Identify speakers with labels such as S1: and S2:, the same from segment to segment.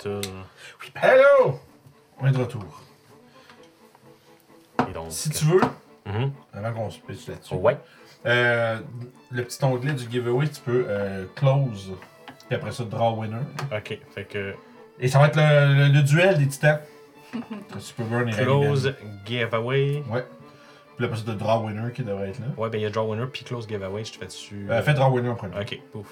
S1: tout.
S2: ben. Hello! On est de retour.
S1: Et donc.
S2: Si tu veux,
S1: Mhm.
S2: avant qu'on se pitche là-dessus,
S1: Ouais.
S2: euh, le petit onglet du giveaway, tu peux euh, close, puis après ça, draw winner.
S1: Ok. Fait que
S2: Et ça va être le, le- le duel des titans. Entre Superburn et Rayman.
S1: close giveaway.
S2: Ouais. Puis après ça, t'as draw winner qui devrait être là.
S1: Ouais, ben il y a draw winner puis close giveaway. Je te fais dessus.
S2: Euh, fais draw winner en premier.
S1: Ok. Ouf.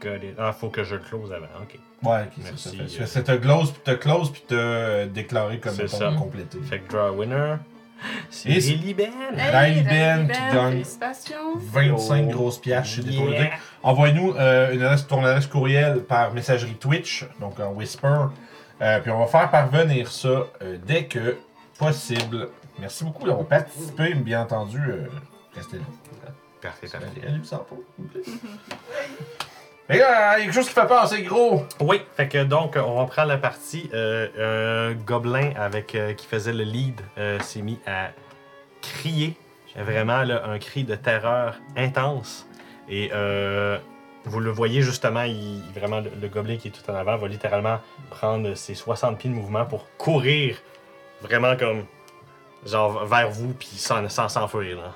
S1: Got it. Ah, faut que je le close avant. Ok.
S2: Ouais, ok, c'est ça.
S1: Merci,
S2: Fait-
S1: euh,
S2: fait- C'est te close, puis te close, puis te euh, déclarer comme
S1: C'est
S2: étant
S1: ça.
S2: complété.
S1: Fait que draw winner. C'est
S2: Et c'est-
S1: Liliben.
S2: Riley Ben
S3: Riley
S2: qui gagne.
S3: Félicitations.
S2: 25
S1: Oh.
S2: grosses pièces chez Détour
S1: Yeah.
S2: Envoie-nous euh, une adresse, ton adresse courriel par messagerie Twitch, donc en Whisper. Euh, puis on va faire parvenir ça euh, dès que possible. Merci beaucoup d'avoir participé, mais bien entendu, euh, restez là.
S1: Parfait, parfait.
S2: Allez, allez, ça va pas, s'il vous plaît. Mais là, il y a quelque chose qui fait peur, c'est gros.
S1: Oui, fait que donc on reprend la partie. Euh, euh, Gobelin avec euh, qui faisait le lead euh, s'est mis à crier. Vraiment là, un cri de terreur intense. Et euh, vous le voyez justement, il, vraiment le, le gobelin qui est tout en avant va littéralement prendre ses 60 pieds de mouvement pour courir vraiment comme genre vers vous puis sans sans s'enfuir. là.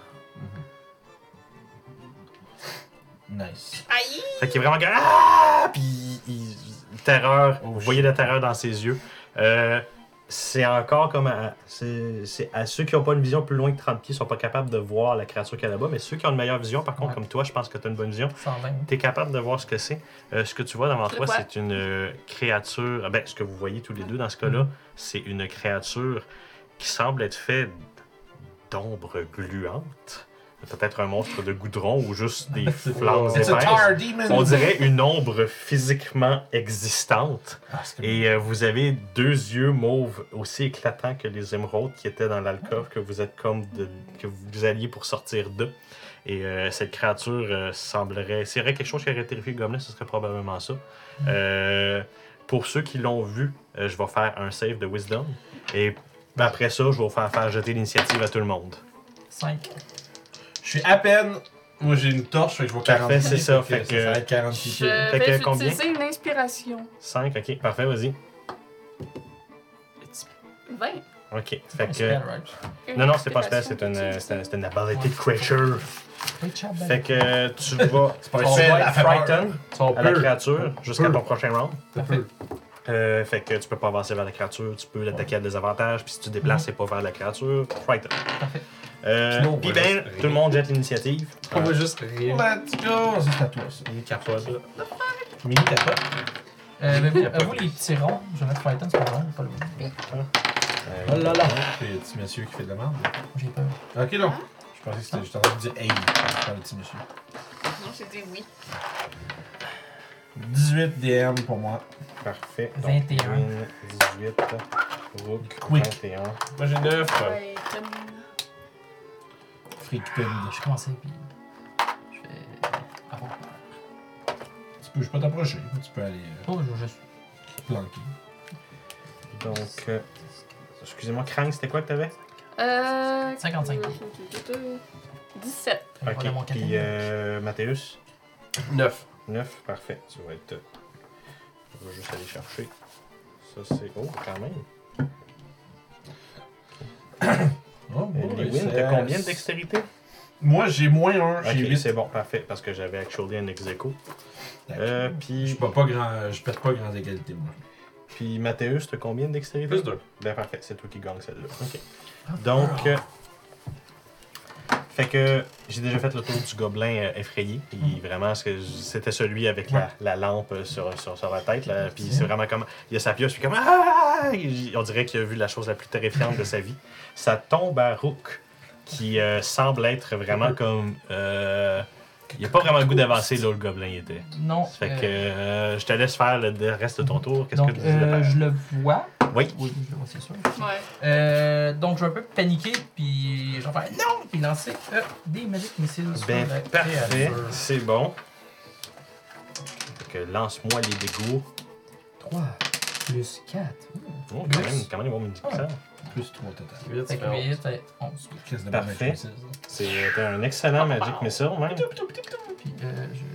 S2: Nice.
S3: Aïe!
S1: Fait qu'il est vraiment comme ah puis il- il- terreur,
S2: Oh,
S1: vous voyez la terreur dans ses yeux. Euh, c'est encore comme à, c'est, c'est à ceux qui n'ont pas une vision plus loin que 30 pieds sont pas capables de voir la créature qu'il y a là-bas, mais ceux qui ont une meilleure vision, par contre,
S4: Ouais.
S1: comme toi, je pense que tu as une bonne vision,
S4: 120.
S1: tu es capable de voir ce que c'est. Euh, ce que tu vois devant
S3: C'est
S1: toi,
S3: quoi?
S1: c'est une euh, créature. ah Ben, ce que vous voyez tous les deux dans ce cas-là, c'est une créature qui semble être faite d'ombre gluante. Peut-être un monstre de goudron ou juste des flammes
S2: It's a
S1: épaisses.
S2: tar demon.
S1: On dirait une ombre physiquement existante.
S2: Ah, c'est comme-
S1: Et euh, vous avez deux yeux mauves aussi éclatants que les émeraudes qui étaient dans l'alcôve que vous êtes comme de- que vous alliez pour sortir d'eux. Et euh, cette créature euh, semblerait. S'il y aurait quelque chose qui aurait terrifié le Gomelin, ce serait probablement ça. Euh, pour ceux qui l'ont vu, euh, je vais faire un save de Wisdom. Et après ça, je vais vous faire faire jeter l'initiative à tout le monde.
S4: 5.
S2: Je suis à peine. Moi, j'ai une torche, fait que je vois 40
S1: Parfait, c'est
S2: pieds,
S1: ça,
S2: fait que
S1: fait que-
S2: ça va être 40
S3: Je
S2: pieds.
S1: Fait que
S3: vais
S1: combien?
S3: utiliser une inspiration.
S1: 5, ok, parfait, vas-y.
S3: 20.
S1: Ok, fait que.
S3: Une
S1: Non, non, c'est pas un spell,
S3: inspiration,
S1: c'est une,
S3: tu
S1: euh,
S3: dis-
S1: c'est un- c'est une ability creature. Fait que euh, tu vas.
S2: C'est pas
S1: tu
S2: un spell,
S1: vas
S2: elle
S1: être
S2: fait peur.
S1: frightened
S4: Son
S1: à la
S4: peur.
S1: créature jusqu'à ton
S2: Peur.
S1: prochain round.
S2: Parfait.
S1: Euh, fait que tu peux pas avancer vers la créature, tu peux l'attaquer à des avantages, puis si tu te déplaces, c'est pas vers la créature. Frightened. Euh,
S4: Sinon, on
S1: puis
S4: va
S1: ben,
S4: juste
S1: tout le monde jette l'initiative.
S4: On va juste rire.
S2: Let's go! Ça, c'est à toi, ça.
S1: Il est capable. là.
S2: Mini, t'as pas?
S4: Euh, mais vous, euh, vous, les petits ronds, je vais mettre Python, c'est pas long, pas le bon. Oh là là.
S2: C'est le petit monsieur qui fait de la merde.
S4: J'ai peur.
S2: Ok, non. Je pensais que c'était juste en train de dire hey par le petit monsieur.
S3: Non, j'ai dit oui.
S2: 18 DM pour moi.
S1: Parfait.
S4: 21.
S1: 18. Rook,
S2: Quick.
S1: 21.
S5: Moi j'ai 9.
S3: Ouais, comme-
S2: Freak pin.
S4: Je vais commencer, puis. Je vais. avoir peur.
S2: Tu peux, je peux t'approcher. Tu peux aller euh,
S4: Oh, je, je suis.
S2: te planquer.
S1: Donc, euh, excusez-moi, Krang, c'était quoi que t'avais?
S3: Euh,
S4: 55.
S3: 17.
S4: je vais regarder mon
S1: Ok. Puis
S4: cahier.
S1: euh, Mathéus?
S5: 9.
S1: 9, parfait. Tu vas être. On va juste aller chercher. Ça, c'est. Oh, quand même.
S2: Oh,
S1: Euh,
S2: boy,
S1: Lewin,
S2: c'est-
S1: t'as combien de dextérité
S2: Moi, j'ai moins 1.
S1: Ok,
S2: J'ai 8.
S1: c'est bon, parfait, parce que j'avais actually un ex aequo. Euh,
S2: Je
S1: puis,
S2: perds pas grand, je perds pas grand égalité, moi.
S1: puis Mathéus, t'as combien de dextérité
S5: Plus 2.
S1: Ben parfait, c'est toi qui gagne celle-là. Ok. Donc. euh, fait que j'ai déjà fait le tour du gobelin euh, effrayé. Puis vraiment, ce que j- c'était celui avec la, la lampe euh, sur, sur, sur la tête. là. Puis c'est vraiment comme. Il a sa pioche, puis comme. Ah! Il- On dirait qu'il a vu la chose la plus terrifiante de sa vie. Ça tombe à Rook, qui euh, semble être vraiment comme. euh, il n'y a pas vraiment le goût d'avancer là où le gobelin était.
S4: Non.
S1: Fait
S4: euh,
S1: que euh, je te laisse faire le le reste de ton tour. Qu'est-ce
S4: donc,
S1: que tu dis de
S4: euh,
S1: faire?
S4: je le vois.
S1: Oui.
S4: Oui, je le vois, c'est sûr.
S3: Ouais.
S4: Euh, donc, je vais un peu paniquer, puis je vais faire non, puis lancer euh, des magic missiles. sur
S1: Ben,
S4: la
S1: parfait,
S4: créature.
S1: c'est bon. Fait que lance-moi les dégâts.
S4: 3 plus 4.
S1: Oh, quand
S4: Yes. Ah.
S1: même, quand même, ils vont me dire ça.
S2: Plus 3 total.
S5: 8,
S4: Fait que 8, fait 11.
S2: Qu'est-ce de
S1: Parfait.
S2: bon, mais je
S1: C'est t'as un excellent Magic Missile,
S4: Ah,
S1: même.
S4: Puis euh, je. je vais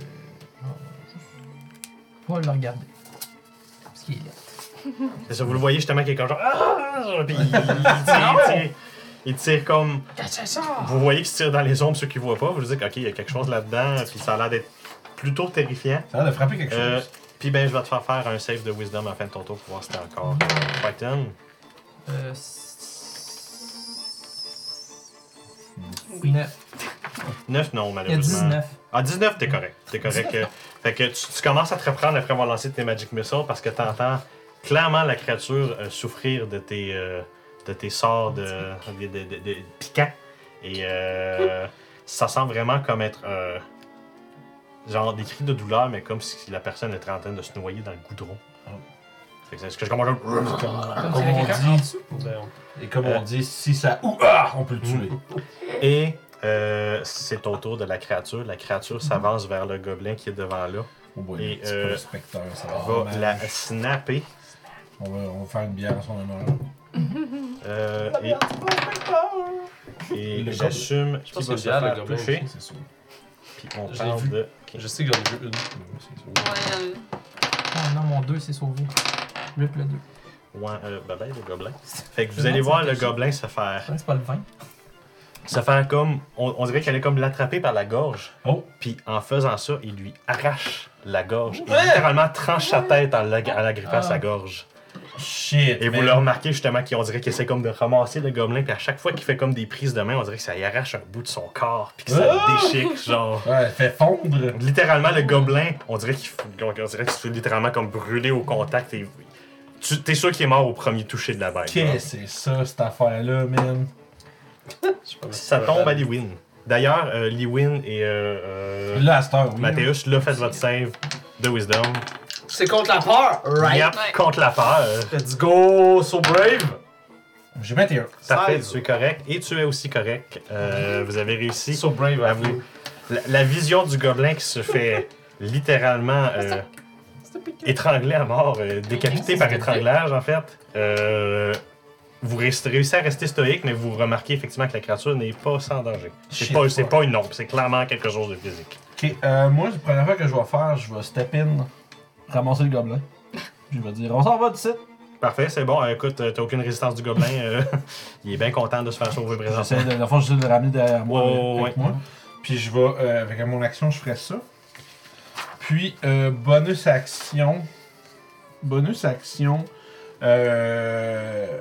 S4: juste pas le regarder. Ce qui est laid.
S1: C'est ça, vous le voyez justement qui est comme genre. Ah! Puis il, il
S4: Ah,
S1: tire, il tire. Il tire comme.
S4: Cache ça!
S1: Vous voyez qu'il se tire dans les ombres, ceux qui voient pas. Vous dites, OK, il y a quelque chose là-dedans. Puis ça a l'air d'être plutôt terrifiant.
S2: Ça a l'air de frapper quelque
S1: Euh,
S2: chose.
S1: puis ben, je vais te faire faire un save de wisdom en fin de ton tour pour voir si t'es encore euh,
S4: Mm-hmm.
S1: frightened.
S4: Euh. s-
S3: Oui.
S4: Neuf.
S1: 9, non,
S4: Il y a
S1: malheureusement.
S4: 19.
S1: Ah, 19, t'es correct. T'es correct. euh, fait que tu, tu commences à te reprendre après avoir lancé tes Magic Missiles parce que t'entends clairement la créature euh, souffrir de tes, euh, de tes sorts de, de, de- de- de piquants. Et euh, ça semble vraiment comme être. euh, genre des cris de douleur, mais comme si la personne était en train de se noyer dans le goudron.
S4: Mm.
S1: Fait que c'est ce que je commence à-
S4: Comme
S2: Comme
S4: s'il y avait
S2: on
S4: quelqu'un
S2: dit.
S4: en dessous.
S2: Et comme
S1: euh,
S2: on dit, si ça ou ah, on peut le tuer.
S1: Mm-hmm. Et euh, c'est au tour de la créature. La créature s'avance vers le gobelin qui est devant là.
S2: Oh boy,
S1: Et,
S2: le petit
S1: euh,
S2: prospecteur, ça va
S5: Oh,
S1: Va
S2: mal.
S1: la snapper.
S2: on, va, on va faire une bière en son honneur.
S1: Euh, et- et
S2: Le
S1: j'assume
S5: Je
S1: qu'il
S5: pense
S1: va
S5: que
S1: se
S5: le gars,
S1: faire
S5: le gobelin,
S1: toucher.
S2: C'est sûr.
S1: Puis on
S5: Je l'ai
S1: parle
S5: vu.
S1: de.
S5: Je sais que j'en ai vu une.
S3: Ouais, euh,
S4: Oh non, mon 2 s'est sauvé. Rip le 2.
S1: Ouais, euh, bye bye, le gobelin. Fait que
S4: Je
S1: vous allez
S4: demande
S1: voir
S4: si
S1: le
S4: c'est-
S1: gobelin se faire.
S4: C'est pas le 20.
S1: Se faire comme. On, on dirait qu'elle est comme l'attraper par la gorge.
S2: Oh.
S1: Puis en faisant ça, il lui arrache la gorge. Il littéralement tranche sa tête en l'ag- en l'agrippant à sa
S4: Ah.
S1: gorge.
S2: Shit.
S1: Et vous
S2: man.
S1: le remarquez justement qu'on dirait qu'il essaie comme de ramasser le gobelin, puis à chaque fois qu'il fait comme des prises de main, on dirait que ça y arrache un bout de son corps, puis que ça
S2: Ah!
S1: le déchique, genre.
S2: Ouais, elle fait fondre.
S1: Littéralement, le gobelin, on dirait qu'il f- on dirait qu'il se fait littéralement comme brûler au contact. Et... Tu t'es sûr qu'il est mort au premier toucher de la bête.
S2: Qu'est-ce que c'est ça, cette affaire-là, man?
S1: genre. Ça tombe à Liwin. D'ailleurs, euh, Liwin et euh, euh,
S2: Là, à cette heure, oui.
S1: Mathéus, là, faites votre save de Wisdom.
S5: C'est contre la peur! Right!
S1: Yep,
S3: Ouais.
S1: contre la peur.
S5: Let's go! So brave!
S2: J'ai 21.
S1: Parfait,
S5: Seize.
S1: tu es correct. Et tu es aussi correct. Euh, vous avez réussi.
S5: So brave,
S1: À vous. La, la vision du gobelin qui se fait littéralement euh, étrangler à mort, euh, décapité par étranglage en fait. Euh, vous restez- réussissez à rester stoïque, mais vous remarquez effectivement que la créature n'est pas sans danger. C'est
S2: Shit,
S1: pas, c'est
S2: ouais.
S1: pas une ombre, c'est clairement quelque chose de physique.
S2: Ok, euh, moi, la première fois que je vais faire, je vais step in, ramasser le gobelin. Puis je vais dire, on s'en va du site.
S1: Parfait, c'est bon. Euh, écoute, euh, t'as aucune résistance du gobelin. euh, il est bien content de se faire sauver présentement.
S2: Euh, J'essaie de, dans le fond, j'essaie de le ramener derrière moi.
S1: Ouais, ouais,
S2: avec
S1: ouais.
S2: moi. Puis je vais, euh, avec mon action, je ferai ça. Puis, euh, bonus action. Bonus action. euh,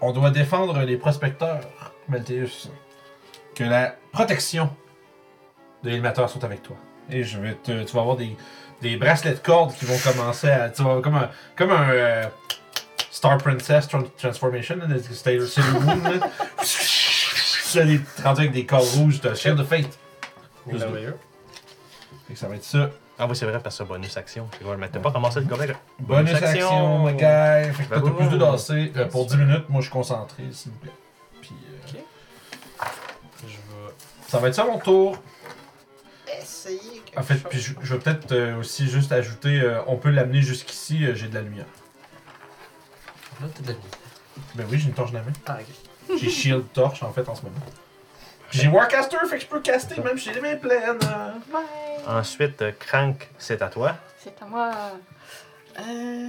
S2: On doit défendre les prospecteurs, Malthéus. Que la protection de l'animateur sont avec toi. Et je vais te, tu vas avoir des, des bracelets de cordes qui vont commencer à. Tu vas avoir comme un. Comme un euh, Star Princess Tran- Transformation, là, c'était le Sailor Moon. là. Tu as des rendu avec des cordes rouges, de Shield de Fate. Plus deux.
S5: Merveilleux.
S2: Fait que ça va être ça.
S1: Ah oui, c'est vrai, parce que c'est bonus action. C'est vrai, mais T'as pas ramassé le gobelin. là.
S2: Bonus,
S1: Bonus action.
S2: action, my guy. Fait que toi, t'as
S1: Bravo.
S2: plus de danser euh, pour
S5: Yes.
S2: 10 minutes. Moi, je suis concentré, s'il vous plaît. Puis, euh,
S5: Je vais
S2: ça va être ça mon tour.
S5: essayer. quelque
S2: En fait,
S5: chose.
S2: puis je, je vais peut-être euh, aussi juste ajouter euh, on peut l'amener jusqu'ici, euh, j'ai de la lumière.
S5: Là, t'as de la vie.
S2: Ben oui, j'ai une torche dans la main.
S5: Ah, ok.
S2: J'ai shield torche en fait en ce moment. Puis J'ai Warcaster, fait que je peux caster même si j'ai les mains pleines. hein.
S3: ouais.
S1: Ensuite, euh, Crank, c'est à toi.
S3: C'est à moi. Euh.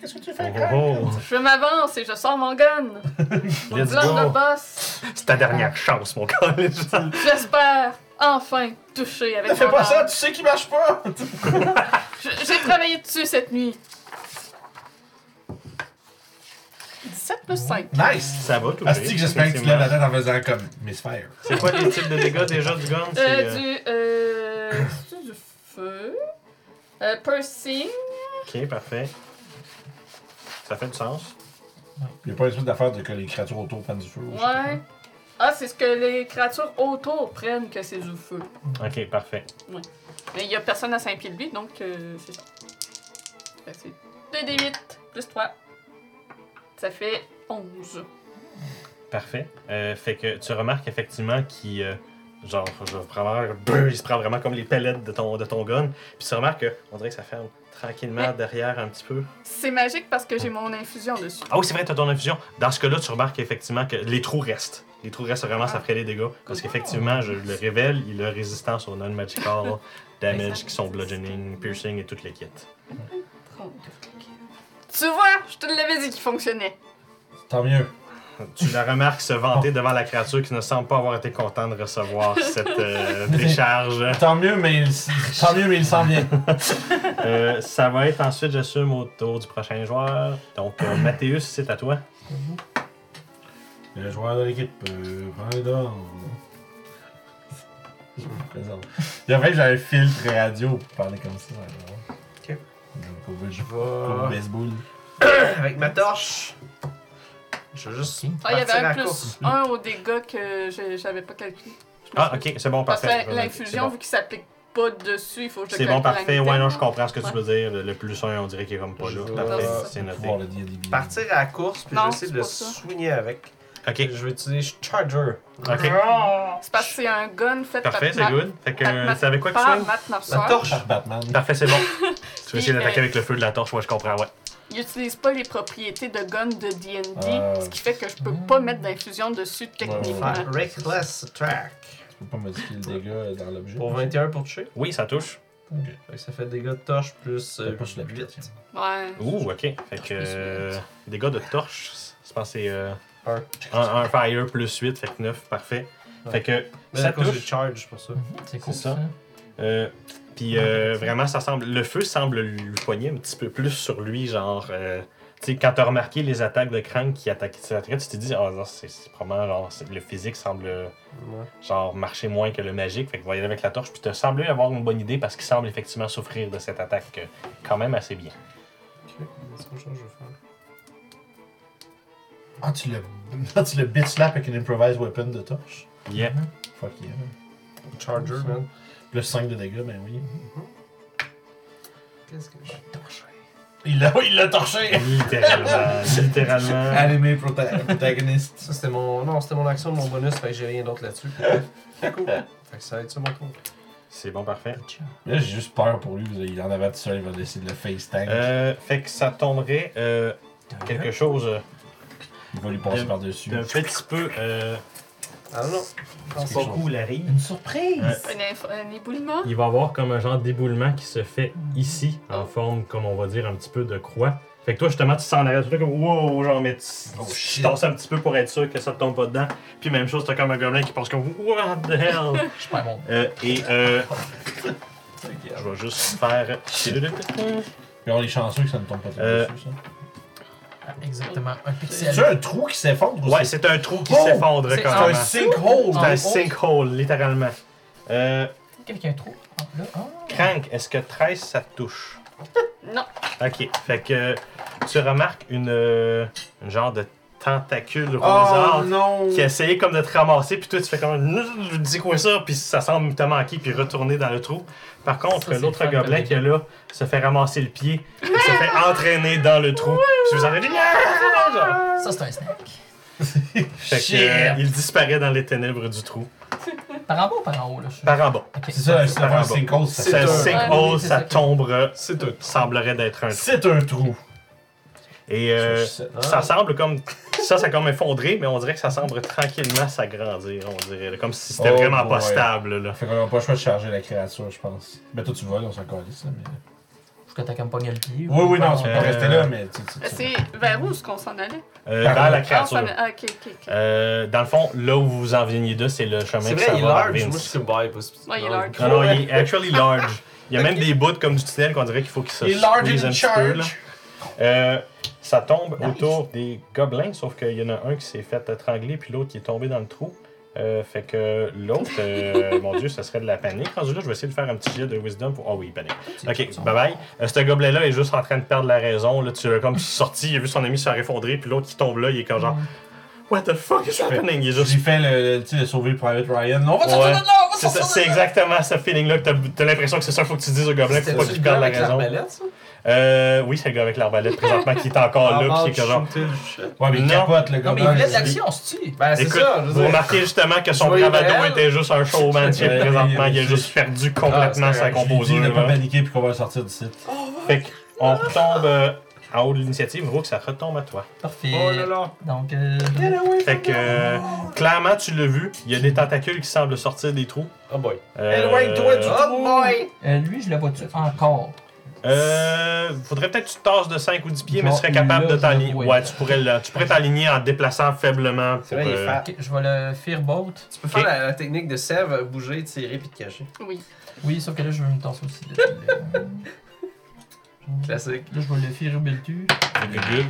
S2: Qu'est-ce que tu
S1: Oh,
S2: fais, Greg?
S1: oh, oh.
S3: Je m'avance et je sors mon gun. Mon
S1: Let's
S3: plan de
S1: go.
S3: boss.
S1: C'est ta dernière chance, mon gars.
S3: J'espère enfin toucher avec
S2: Ne fais
S3: mon
S2: pas
S3: arme.
S2: ça, tu sais qu'il marche pas!
S3: Je- J'ai travaillé dessus cette nuit. 17 plus 5.
S2: Nice!
S1: Ça va, tout
S2: Asti, Ah, que j'espère que tu te lèves la tête en faisant comme Miss Fire.
S1: C'est quoi les types de dégâts déjà du gun? C'est,
S3: Euh,
S1: euh,
S3: du. Euh, c'est du feu. Euh, piercing.
S1: euh, Ok, parfait. Ça fait du sens.
S2: Y'a pas une espèce d'affaire de que les créatures autour prennent du feu. ou je sais pas.
S3: Ouais. Ah, c'est ce que les créatures autour prennent que c'est du feu.
S1: Ok, parfait.
S3: Mais il n'y a personne à 5 pieds de lui, donc euh, c'est ça. Fait que c'est 2d8 plus 3. Ça fait 11.
S1: Parfait. Euh, fait que tu remarques effectivement qu'il. euh, genre, je vraiment. brrr, Il se prend vraiment comme les pellettes de ton, de ton gun. Puis tu remarques qu'on dirait que ça ferme tranquillement
S3: Mais-
S1: derrière un petit peu.
S3: C'est magique parce que j'ai mon infusion dessus.
S1: Ah oui, c'est vrai, t'as ton infusion. Dans ce cas-là, tu remarques effectivement que les trous restent. Les trous de résistance après les dégâts. Parce qu'effectivement, je le révèle, il a résistance au non-magical damage qui sont bludgeoning, piercing et toutes les kits.
S3: Tu vois, je te l'avais dit qu'il fonctionnait.
S2: Tant mieux.
S1: Tu la remarques se vanter devant la créature qui ne semble pas avoir été content de recevoir cette euh, décharge.
S2: Tant mieux, mais il, s- tant mieux, mais il s'en vient.
S1: Euh, ça va être ensuite, j'assume, au tour du prochain joueur. Donc, euh, Mathéus, c'est à toi.
S2: Le joueur de l'équipe euh, prend les dents. Je me présente. C'est vrai que j'avais un filtre radio pour parler comme ça. Alors.
S5: Ok. Ah.
S2: Donc, pour le
S5: Je
S2: jeu- pour le
S5: vais.
S2: baseball.
S5: Avec ma torche. Je vais juste.
S3: Ah, il y avait
S5: partir à
S3: un
S5: la
S3: plus
S5: course.
S3: un au dégât que je- j'avais pas calculé.
S1: Ah, ok, c'est bon,
S3: Parce que
S1: parfait.
S3: la- l'infusion, vu qu'il s'applique pas dessus, il faut que je
S1: C'est bon,
S3: calcule en
S1: parfait.
S3: même
S1: Ouais,
S3: temps.
S1: non, je comprends ce que tu veux dire. Le plus 1, on dirait qu'il est comme pas
S5: Je
S1: là.
S5: vais
S1: Parfait,
S3: voir.
S1: c'est noté.
S2: Pouvoir le dire des billets.
S5: Partir à la course, puis
S3: Non,
S5: je vais essayer
S3: c'est
S5: de le
S3: pas ça.
S5: soigner avec.
S1: Ok,
S5: Je vais utiliser Charger.
S1: ok.
S3: C'est parce que c'est un gun fait
S1: Parfait,
S3: par
S1: c'est
S3: Matt-
S1: good. Fait que,
S3: par
S1: euh,
S3: Matt-
S1: c'est avec quoi que tu
S3: par
S1: soignes?
S3: Matt Mercer.
S5: La torche.
S2: Par Batman.
S1: Parfait, c'est bon. Tu veux
S3: Puis,
S1: essayer d'attaquer
S3: euh,
S1: avec le feu de la torche, ouais, je comprends, ouais.
S3: Il utilise pas les propriétés de gun de D&D,
S1: Euh.
S2: Ah.
S3: ce qui fait que je peux pas mettre d'infusion dessus techniquement.
S5: Faire Reckless Attack.
S2: Tu peux pas modifier le dégât dans l'objet.
S5: Pour 21 pour toucher.
S1: Oui, ça touche.
S5: Fait que ça fait dégâts de torche plus euh,
S2: T'as pas sur la
S5: 8.
S2: l'application.
S3: Ouais.
S1: Ouh, ok. Fait que. euh, dégâts de torche, je pense que c'est. euh,
S5: Un.
S1: un, un fire plus 8, fait que 9, parfait. Fait que.
S5: Mais à
S1: Ça
S5: cause du
S1: touche.
S5: charge pour ça.
S4: Mhm, C'est cool
S1: ça.
S4: ça.
S1: Euh, Puis euh, vraiment, ça semble. Le feu semble lui poigner un petit peu plus sur lui, genre. euh, tu sais, quand t'as remarqué les attaques de Krang qui attaquaient ses attaques, tu t'es dit, ah, non, c'est c'est probablement genre. c'est- Le physique semble euh,
S5: Ouais.
S1: genre marcher moins que le magique. Fait que va y aller avec la torche. Puis t'as semblé avoir une bonne idée parce qu'il semble effectivement souffrir de cette attaque euh, quand même assez bien.
S5: Ok, c'est autre chose que je vais faire.
S2: Ah, tu le, ah, tu le bitch slap avec une improvised weapon de torche.
S1: Yeah.
S2: Fuck yeah.
S5: Charger, man.
S2: Plus 5 de dégâts, ben oui.
S5: Qu'est-ce que je.
S2: Il l'a, il l'a torché!
S1: Littéralement. littéralement.
S2: Allumé prota- protagoniste.
S5: Ça, c'était mon. Non, c'était mon action, mon bonus, fait que j'ai rien d'autre là-dessus. cool. Fait que ça va être ça mon tour.
S1: C'est bon, parfait.
S2: Là, j'ai juste peur pour lui. parce qu'il en avait tout seul, il va essayer de le face tank.
S1: Euh, fait que ça tomberait euh, quelque chose euh,
S2: il va lui passer
S1: de-
S2: par-dessus.
S1: d'un petit peu. euh,
S5: Ah non.
S1: Quand
S2: C'est
S1: son
S2: chaud.
S1: cou l'arrive,
S4: Une surprise!
S1: Euh,
S3: Un, inf- un éboulement.
S1: il va avoir comme un genre d'éboulement qui se fait ici, en
S3: Oh.
S1: forme, comme on va dire, un petit peu de croix. Fait que toi, justement, tu s'en arrêtes tout là, comme wow, genre, mais tu,
S2: Oh,
S1: tu
S2: shit.
S1: tasses un petit peu pour être sûr que ça te tombe pas dedans. Puis même chose, t'as comme un gobelin qui pense comme what the hell.
S4: Je perds mon.
S1: Euh, et euh, je vais juste faire.
S2: Puis on est chanceux que ça ne tombe pas trop
S1: Euh,
S2: dessus, ça.
S4: Ah, Exactement. Un pixel.
S2: C'est un trou qui s'effondre
S1: Ouais,
S2: c'est
S1: c'est un trou qui
S2: Oh!
S1: s'effondre
S4: C'est
S1: quand
S2: un
S1: même.
S2: sinkhole!
S1: C'est un
S4: Oh.
S1: sinkhole, littéralement. Euh,
S4: Quelqu'un a un trou. Ah, là. Ah.
S1: Crank, est-ce que 13 ça te touche?
S3: Non.
S1: Ok, fait que tu remarques une, euh, une genre de tentacule
S5: Oh
S1: rosard
S5: non!
S1: qui a essayé comme de te ramasser, puis toi tu fais comme je dis quoi ça, puis ça semble te manquer, puis retourner dans le trou. Par contre,
S4: Ça, c'est
S1: l'autre
S4: le fun comme
S1: gobelin
S4: idée.
S1: qui est là se fait ramasser le pied, et se fait entraîner dans le trou. Puis vous en avez dit, Ah! genre.
S4: Ça, c'est un snack.
S1: Fait que,
S2: Shit.
S1: euh, il disparaît dans les ténèbres du trou.
S4: Par en bas ou par en haut, là? je-
S1: Par en bas.
S4: Ok.
S2: C'est ça, c'est
S1: par en
S2: un
S1: bas.
S2: sinkhole. ça-
S1: C'est un
S5: un-
S1: sinkhole,
S4: Ouais, c'est
S1: ça
S4: ça.
S1: tombe, euh,
S5: C'est un.
S1: semblerait d'être un trou.
S2: C'est un trou.
S1: Et euh,
S5: Ah.
S1: Ça semble comme. Ça, ça a comme effondré, mais on dirait que ça semble tranquillement s'agrandir, on dirait. là, Comme si c'était
S2: Oh
S1: vraiment pas
S2: boy.
S1: stable, là.
S2: Fait qu'on n'a pas le choix de charger la créature, je pense. Mais toi, tu voles, on s'en calisse, ça. Mais...
S4: Faut que t'as comme pogné le pied.
S2: Oui, oui, non,
S4: c'est
S2: tu peux
S1: Euh,
S2: pas rester là, mais tu, tu- tu-
S3: C'est vers où est-ce qu'on s'en allait?
S1: Euh,
S2: Par
S1: dans
S2: là.
S1: la
S3: Ah, on s'en
S1: créature.
S3: allait- ah, ok, ok, ok.
S1: Euh, dans le fond, là où vous en veniez de, c'est le chemin
S5: C'est
S1: qui
S5: vrai,
S1: s'en
S5: il est
S1: va vers
S5: large. Moi, je
S1: Vince.
S5: suis bye parce que.
S3: Ouais, il est
S5: Non,
S3: large.
S1: Non, non, il est actually large. Il y a même des bouts comme du tunnel qu'on dirait qu'il faut qu'il se
S2: Il est large
S1: squeeze
S2: in
S1: un petit peu, là.
S2: charge.
S1: Euh, ça tombe
S4: Nice.
S1: autour des gobelins, sauf qu'il y en a un qui s'est fait étrangler, puis l'autre qui est tombé dans le trou. Euh, fait que l'autre, euh, mon dieu, ça serait de la panique. Rendu là, je vais essayer de faire un petit jet de wisdom pour. Ah oui, panique. Ok, bye bye. Euh, ce gobelet-là est juste en train de perdre la raison. Là, tu l'as comme sorti, il a vu son ami se faire effondrer, puis l'autre qui tombe là, il est comme genre. What the fuck is happening? Il est juste
S2: J'ai fait le, le- tu sais, le sauver le Private Ryan. On va sortir
S1: Ouais.
S2: de là, on va
S1: c'est ça,
S2: sortir
S1: c'est
S2: de là!
S1: exactement ce feeling-là que t'as, t'as l'impression que c'est ça qu'il faut que tu dises au gobelin pour pas qu'il perde la raison.
S5: ça?
S1: Euh, oui, c'est le gars avec l'arbalète présentement qui est encore
S5: Ah,
S1: là, puis qui est genre.
S2: Ouais, mais il
S1: Non.
S2: capote, le
S4: Non,
S2: gars.
S4: mais il voulait de l'action, on se tue.
S5: Ben, c'est
S1: Écoute,
S5: ça, je
S1: vous
S5: veux dire.
S1: remarquez justement que son
S5: Joyeux
S1: bravado
S5: Noël.
S1: était juste un showman qui
S2: Ouais,
S1: présentement, il a
S2: oui,
S1: juste perdu complètement
S5: Ah, c'est
S1: sa
S5: correct.
S2: On dit
S1: composure.
S2: de pas
S1: là.
S2: paniquer puis qu'on va le sortir du site.
S1: Fait qu'on retombe euh, en haut de l'initiative, gros, que ça retombe à toi.
S4: Parfait.
S2: Oh là là!
S4: Donc, euh,
S1: Fait que, euh, clairement, tu l'as vu, il y a des tentacules qui semblent sortir des trous.
S5: Oh boy.
S1: Euh,
S2: Éloigne-toi du
S5: Oh boy!
S4: euh, lui, je le vois-tu encore?
S1: Euh. Faudrait peut-être que tu te tasses de 5 ou 10 pieds, mais tu
S4: Genre,
S1: serais capable
S4: là,
S1: de t'aligner.
S4: je le
S1: Ouais,
S4: vois.
S1: tu pourrais le- tu pourrais t'aligner en te déplaçant faiblement.
S2: C'est vrai, il est
S1: euh,
S2: fat.
S4: Ok, je vais le Fearbolt.
S5: Tu peux faire la, la technique de sève, bouger, tirer puis te cacher.
S3: Oui.
S4: Oui, sauf que là, je veux me tasser aussi. de- de- Là,
S5: Classique.
S4: je vais le Fearbolt.
S1: virgule.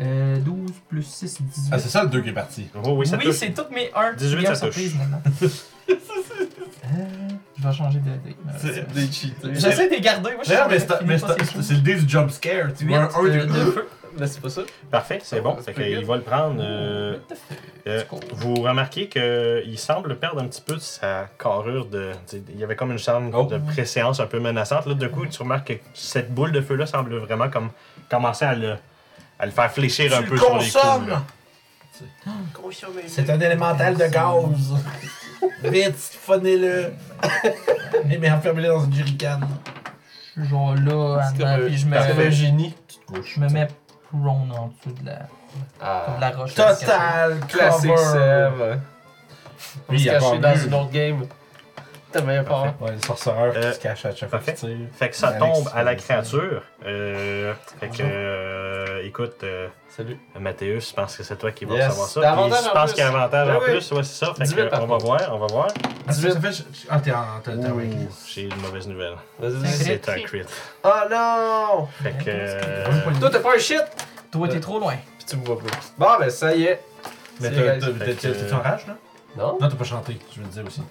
S4: Euh, 12 plus 6, 18.
S2: Ah, c'est ça le 2 qui est parti.
S1: Oh, oui, ça
S4: oui,
S1: touche.
S4: c'est toutes mes 1
S1: 18, ça touche.
S4: maintenant. Euh, je vais changer de dé. Euh,
S2: C'est
S4: malheureusement.
S2: des cheatés.
S4: J'essaie de les garder. Moi, je suis
S2: D'ailleurs, mais
S4: sûr
S2: c'est
S4: que
S2: mais
S4: je finis pas,
S2: c'est-
S4: c'est
S2: c'est le dé du jump scare. Tu vois, un, un,
S4: huit,
S2: deux,
S4: euh,
S2: deux.
S4: de feu.
S5: Là, c'est pas ça.
S1: Parfait, c'est bon.
S5: C'est
S1: Fait
S5: pretty
S1: qu'il
S5: good.
S1: va le prendre. euh, euh,
S4: Let's go.
S1: vous remarquez qu'il semble perdre un petit peu de sa carrure de. t'sais, Il y avait comme une chambre
S2: Oh.
S1: de préséance un peu menaçante. Là, d'un coup, tu remarques que cette boule de feu-là semble vraiment comme commencer à le, à le faire fléchir un
S2: Tu
S1: peu
S2: le
S1: sur les coups. là.
S2: consommes! C'est un élémental de gaz. Vite, siphonnez-le. Et bien, enfermez-le dans une jerrycan.
S4: Je suis genre là,
S5: C'est
S4: Anna,
S5: comme euh,
S4: puis je
S2: euh,
S5: Comme un
S4: me,
S5: génie.
S4: je me mets prone en dessous de la, de
S5: Ah.
S4: la roche.
S2: Total
S5: Classique
S2: cover.
S5: sève. On
S2: Lui,
S5: se
S2: euh, il a pas
S5: cacher dans
S2: vu.
S5: une autre game. T'as bien peur.
S2: Ouais, le sorcereur
S1: Euh,
S2: qui se cache à chaque fois
S1: parfait.
S2: qu'il tire.
S1: Fait que ça
S2: Alex,
S1: tombe à la
S2: c'est ça.
S1: créature. Euh, fait que, euh, écoute, euh,
S5: Salut.
S1: Mathéus, je pense que c'est toi qui vas
S5: Yes.
S1: recevoir ça.
S5: T'as avantage
S1: Puis je
S5: en
S1: pense
S5: plus.
S1: qu'il y a avantage
S5: Ben
S1: en
S5: oui.
S1: plus. Ouais, c'est ça. Fait
S5: Dis-le,
S1: que,
S5: par
S1: on va
S5: contre.
S1: voir, on va voir.
S2: Ah, ça ça fait. Ah, t'es en. t'es- t'es en
S1: Ouh,
S2: reckless.
S1: J'ai une mauvaise nouvelle.
S5: Vas-y,
S4: Crit.
S5: vas-y.
S1: C'est un crit.
S5: Oh non!
S1: Fait que. euh,
S2: Moi, j'ai pas le
S5: Toi, t'as pas un shit!
S4: Toi, t'es trop loin.
S5: Puis tu me vois pas. Bon, ben ça y est.
S2: Mais
S5: C'est
S2: t'as-
S5: réglé.
S2: t'as-
S1: Fait
S2: t'as-
S1: que-
S2: t'as- t'es en rage, là
S5: Non?
S2: Non, t'as pas chanté, je veux le dire aussi.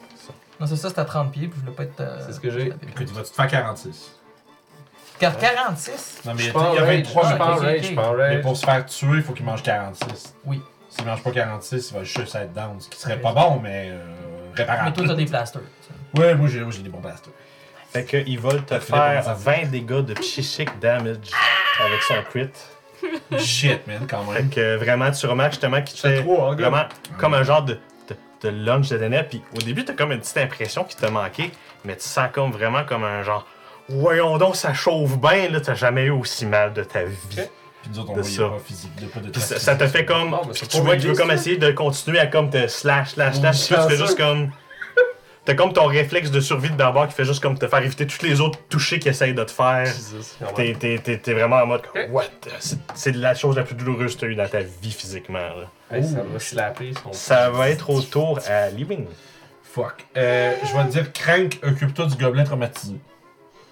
S4: Non, c'est ça, c'est à 30 pieds, puis je voulais pas être. euh,
S5: C'est ce que j'ai.
S2: Écoute, il va te faire 46.
S4: Car 46,
S2: Non, mais il y
S5: Je suis pas
S2: a
S5: en
S2: il y a
S5: rage, je suis
S2: 23
S5: pas
S2: minutes.
S5: en rage, je suis pas en
S2: Mais
S5: rage.
S2: pour se faire tuer, il faut qu'il mange 46.
S4: oui.
S2: S'il mange pas 46, il va juste être down, ce qui serait pas bon, mais euh,
S4: Mais toi,
S2: réparable.
S4: t'as des plasters. tu sais.
S2: Ouais, moi j'ai moi, j'ai des bons blasters.
S1: Fait qu'ils veulent te
S2: fini pour
S1: faire
S2: avancer.
S1: 20 dégâts de psychic damage avec son crit.
S2: Shit, man, quand
S1: Fait
S2: même.
S1: que vraiment, tu remarques justement qu'il te
S5: C'est
S1: fait
S5: trois, hein, gars.
S1: vraiment comme un genre de, de, de lunge de ténèbres. Puis au début, t'as comme une petite impression qu'il t'a manqué, mais tu sens comme vraiment comme un genre. Voyons donc, ça chauffe bien, là, t'as jamais eu aussi mal de ta vie.
S2: Puis nous autres, on
S1: de
S2: voyait
S1: ça.
S2: pas physique, là, pas de
S1: Puis ça,
S2: traces
S1: ça te
S2: physiques.
S1: fait comme.
S5: Non, mais
S1: puis
S5: c'est
S1: tu
S5: pas
S1: vois qu'il veut
S5: réglé,
S1: comme
S5: ça.
S1: essayer de continuer à comme te slash, slash, slash.
S5: Je
S1: Puis tu fais
S5: pense
S1: juste
S5: ça.
S1: comme. T'as comme ton réflexe de survie de d'abord qui fait juste comme te faire éviter tous les autres touchés qui essayent de te faire.
S5: Jesus. quand
S1: T'es,
S5: même.
S1: t'es- t'es- t'es vraiment en mode comme,
S5: Ok.
S1: What? C'est, c'est la chose la plus douloureuse que t'as eu dans ta vie physiquement. là.
S5: Hey, Ça va slapper son.
S1: Ça va être au tour à Living.
S2: Fuck. Euh, je vais te dire, crank, occupe-toi du gobelet traumatisé.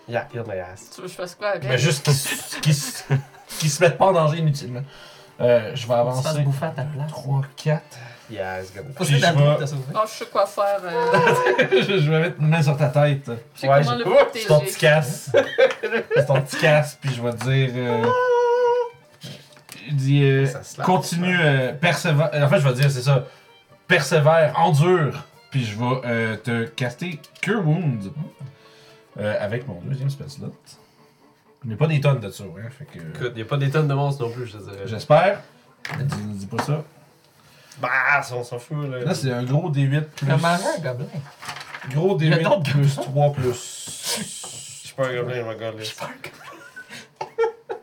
S5: Yeah, il my ass.
S3: Tu veux que je fasse quoi avec?
S2: Mais juste qu'il se- qu'il se- qu'il se mette pas en danger inutilement. Euh, je vais
S4: Faut que tu fasses
S2: avancer.
S4: bouffer à ta place.
S2: 3, 4.
S5: Yeah, it's gonna.
S4: Faut
S2: Puis
S4: se
S2: je vais-
S4: mettre à sauver.
S3: Non, Oh, je sais quoi faire. euh,
S2: je je vais mettre une main sur ta tête.
S3: je sais
S5: Ouais,
S3: comment
S5: j'ai-
S3: le
S5: Oups,
S2: C'est ton petit
S3: protéger.
S2: casse. C'est ton petit casse, puis je vais te dire. euh, je dis, euh,
S5: Ça slap,
S2: continue, euh, persévère. En fait, je vais te dire, c'est ça. Persévère, endure, puis je vais euh, te caster Cure Wound euh, avec mon deuxième spell slot. Mais pas des tonnes de ça, hein. Fait que.
S5: Écoute, y'a pas des tonnes de monstres non plus, je te dirais.
S2: J'espère. Dis, dis pas ça.
S5: Bah, on s'en fout là.
S2: Là, c'est un gros D8 plus.
S4: Comment un gobelin?
S2: Gros
S4: Il y a
S2: D8
S4: d'autres
S2: plus 3 plus.
S5: Je suis pas un gobelin, my god. Je suis pas un gobelin.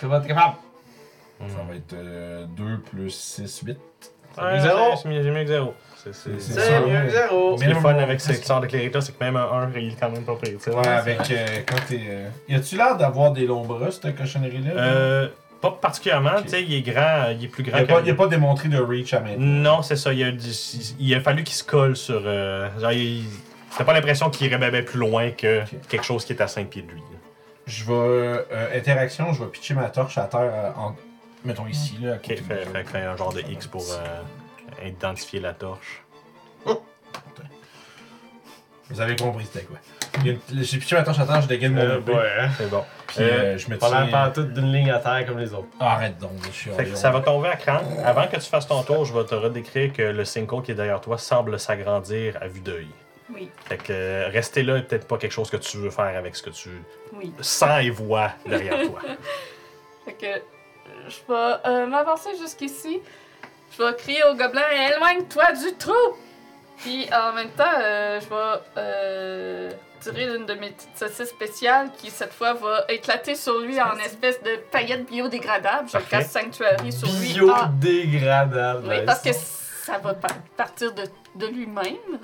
S5: Comment t'es capable?
S2: Ça va être 2 plus 6, 8.
S5: Ouais, zéro.
S1: c'est mieux- j'ai mieux que zéro. C'est, c'est,
S2: C'est
S1: c'est,
S2: ça.
S5: C'est mieux que zéro.
S1: Ce qui est
S2: Minimum
S1: fun
S2: one.
S1: avec ce sort de cléric-là, c'est que même un 1, il est quand même pas pire. tu sais.
S2: Ouais, avec euh, quand t'es. Euh... Y a-tu l'air d'avoir des longs bras, cette cochonnerie-là
S1: Euh, pas particulièrement,
S2: Ok.
S1: tu sais, il est grand, euh, il est plus
S2: Y
S1: grand
S2: a, pas,
S1: que-
S2: y a pas démontré de reach à maintenant.
S1: Non, c'est ça, il a, du- il a fallu qu'il se colle sur. euh, genre, il- T'as pas l'impression qu'il rebabait plus loin que
S2: Ok.
S1: quelque chose qui est à 5 pieds de lui. là.
S2: Je vais. euh, interaction, je vais pitcher ma torche à terre, euh, en... mettons ici, là. à
S1: Ok,
S2: côté de
S1: fait,
S2: nous
S1: fait-
S2: autres.
S1: fait un genre de X pour euh, identifier la torche.
S2: Vous avez compris, c'était quoi Y a une- J'ai pitché ma torche à terre, je dégaine mon
S5: Euh,
S2: épée,
S5: ouais, hein.
S1: C'est bon.
S2: Puis euh, je me
S5: Pas l'air
S2: tiens. Ah,
S5: pantoute d'une ligne à terre comme les autres.
S2: Arrête donc, je suis
S1: Fait que ça va tomber à cran. Avant que tu fasses ton tour, je vais te redécrire que le sinkhole qui est derrière toi semble s'agrandir à vue d'œil.
S3: Oui,
S1: Fait que euh, rester là est peut-être pas quelque chose que tu veux faire avec ce que tu
S3: oui.
S1: sens et vois derrière toi.
S3: Fait que euh, je vais euh, m'avancer jusqu'ici. Je vais crier au gobelin Éloigne-toi du trou Puis en même temps, euh, je vais euh, tirer une de mes petites saucisses spéciales qui, cette fois, va éclater sur lui en espèce de paillettes biodégradables. Je
S1: Parfait.
S3: casse Sanctuary sur lui. en-
S5: Biodégradable.
S3: Oui, parce que ça va par- partir de, de lui-même.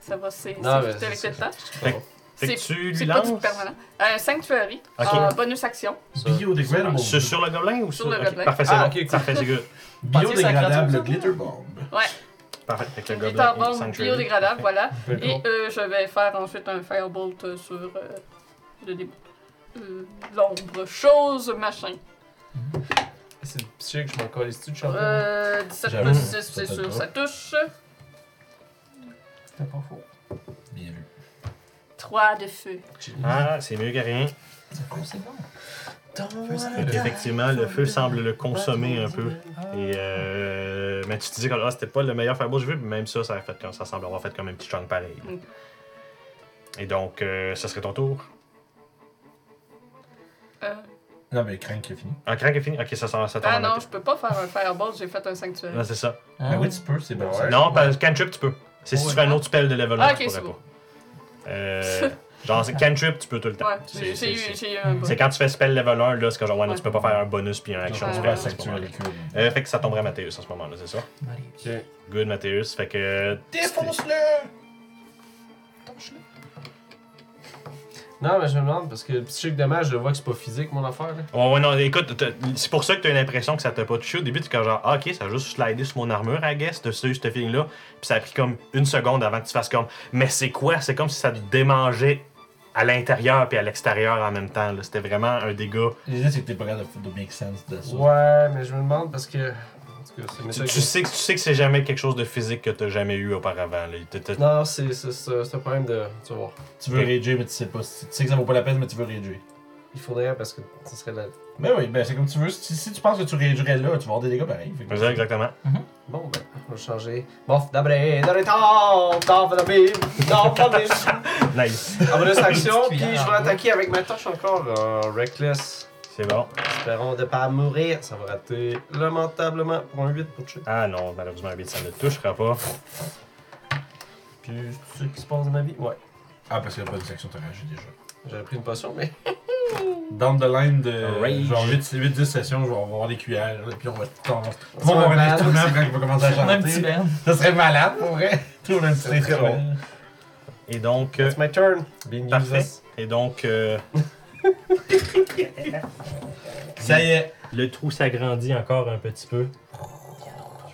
S3: Ça va s'é-
S5: Non, mais
S3: s'éviter avec
S5: c'est
S3: le temps.
S5: C'est bon.
S1: Fait que
S3: C'est-
S1: tu lui
S3: C'est pas du
S1: lances
S3: permanent. Un Sanctuary,
S1: Ok.
S3: en bonus action.
S5: Ça.
S2: Biodégradable.
S1: sur, sur le gobelin ou sur,
S3: Sur le
S1: ok,
S3: gobelin.
S1: Parfait, c'est
S5: Ah,
S1: bon.
S5: ok, cool.
S1: Parfait, c'est good.
S2: Biodégradable glitter bomb.
S1: Parfait, fait que
S3: Une
S1: le gobelin.
S3: guitare
S1: est
S3: bombe
S1: sanctuary. Parfait.
S3: biodégradable, voilà.
S5: D'accord.
S3: Et euh, je vais faire ensuite un firebolt euh, sur euh, le dé- euh, L'ombre, chose, machin.
S5: C'est le petit chien que je m'en colle. C'est-tu de champion?
S3: Euh, 17
S2: J'avoue,
S3: plus 6, c'est
S2: ça
S3: sûr,
S2: touche.
S3: ça touche.
S4: C'était pas faux.
S2: Bien vu.
S3: 3 de feu.
S1: Ah, c'est mieux que rien.
S4: C'est bon, c'est bon.
S1: Fait qu'effectivement, le feu semble le consommer un peu. Et euh, mais tu te dis que ah, c'était pas le meilleur fireball que j'ai vu, mais même ça, ça, a fait, comme- ça semble avoir fait comme un petit chunk pareil. là.
S3: Mm.
S1: Et donc, euh, ce serait ton tour.
S3: Euh,
S2: Non, mais craint qui est fini.
S1: En Ah, crank est fini? Ok, ça, ça, ça tombe
S3: ah
S1: en
S3: non,
S1: attaque.
S3: je peux pas faire un fireball, j'ai fait un sanctuaire.
S1: Non, c'est ça.
S4: Ah,
S2: Ben oui, tu peux, c'est bon. ça.
S1: Non, parce que cantrip, tu peux. C'est si
S4: Ouais.
S1: tu fais un autre spell de level
S3: Ah,
S1: up,
S3: ok,
S1: tu
S3: c'est
S1: pourrais
S3: bon.
S1: pas. Euh, genre, c'est cantrip, tu peux tout le temps.
S3: Ouais,
S1: C'est-
S3: j'ai
S1: c'est-
S3: j'ai
S1: c'est-
S3: eu, j'ai eu un bon.
S1: C'est quand tu fais spell level 1, là, c'est quand genre, ouais, non,
S3: Ouais.
S1: tu peux pas faire un bonus puis un
S2: Je
S1: action
S3: Ouais.
S2: pense
S1: spell.
S2: pas
S1: à
S2: à
S1: ce moment-là.
S2: sanctuary cube.
S1: Euh, fait que ça tomberait à Mathéus à ce moment-là, c'est ça?
S4: Marius.
S5: Ok.
S1: Good Mathéus, fait que.
S2: Défonce-le!
S5: Non, mais je me demande, parce que le petit chic de mage, je vois que c'est pas physique mon affaire. Là.
S1: Ouais, ouais, non, écoute, t'as- c'est pour ça que t'as l'impression que ça t'a pas touché. Au début, t'es comme genre, ah, ok, ça a juste slidé sur mon armure, I guess, de ce, ce feeling-là. Puis ça a pris comme une seconde avant que tu fasses comme, mais c'est quoi? C'est comme si ça te démangeait à l'intérieur puis à l'extérieur en même temps. là. C'était vraiment un dégât.
S2: L'idée, c'est que t'es pas capable de, de make sense de ça.
S5: Ouais, mais je me demande parce que. En tout cas, c'est mes
S1: Tu,
S5: trucs.
S1: tu sais, que- tu sais que c'est jamais quelque chose de physique que t'as jamais eu auparavant. là. T'as- t'as-
S5: Non, c'est c'est- c'est- c'est un problème de. Tu vas voir.
S2: Tu veux rager, mais tu sais pas. si- Tu sais que ça vaut pas la peine, mais tu veux rager.
S5: Il faudrait parce que ça serait la.
S2: Ben oui, ben c'est comme tu veux. Si, si tu penses que tu ragerais là, tu vas avoir des dégâts pareils. Fait que-
S1: C'est ça, exactement.
S5: Bon, ben, on va changer. Bon, d'abré, d'abré, tam, tam, tam, tam, tam, tam.
S1: Nice.
S5: En bonus action,
S4: Petite
S5: puis
S4: cuillère
S5: je
S4: en
S5: vais
S4: bois.
S5: attaquer avec ma torche encore en Reckless.
S1: C'est bon.
S5: Espérons de pas mourir. Ça va rater lamentablement pour un 8 pour Chick.
S1: Ah non, malheureusement, 8, ça ne touchera pas.
S5: Puis, c'est ce qui se passe dans ma vie. Ouais,
S2: Ah, parce qu'il y a pas de section, t'as ragé déjà.
S5: j'avais pris une potion, mais.
S2: Down the line de
S1: Rage.
S2: genre 8-10 sessions, je vais avoir des cuillères, là, puis on va tout en. Tout le
S5: serait
S2: monde va avoir un
S5: malade.
S2: instrument, après on va commencer à
S4: On a un petit
S2: chanter.
S4: Ben.
S2: Ça serait malade pour vrai. Tout le monde a un petit
S5: serait très
S2: instrument.
S1: Et donc. euh,
S5: It's my turn. Being
S1: Parfait.
S5: useless.
S1: Et donc. euh,
S2: Ça y est.
S1: Le trou s'agrandit encore un petit peu.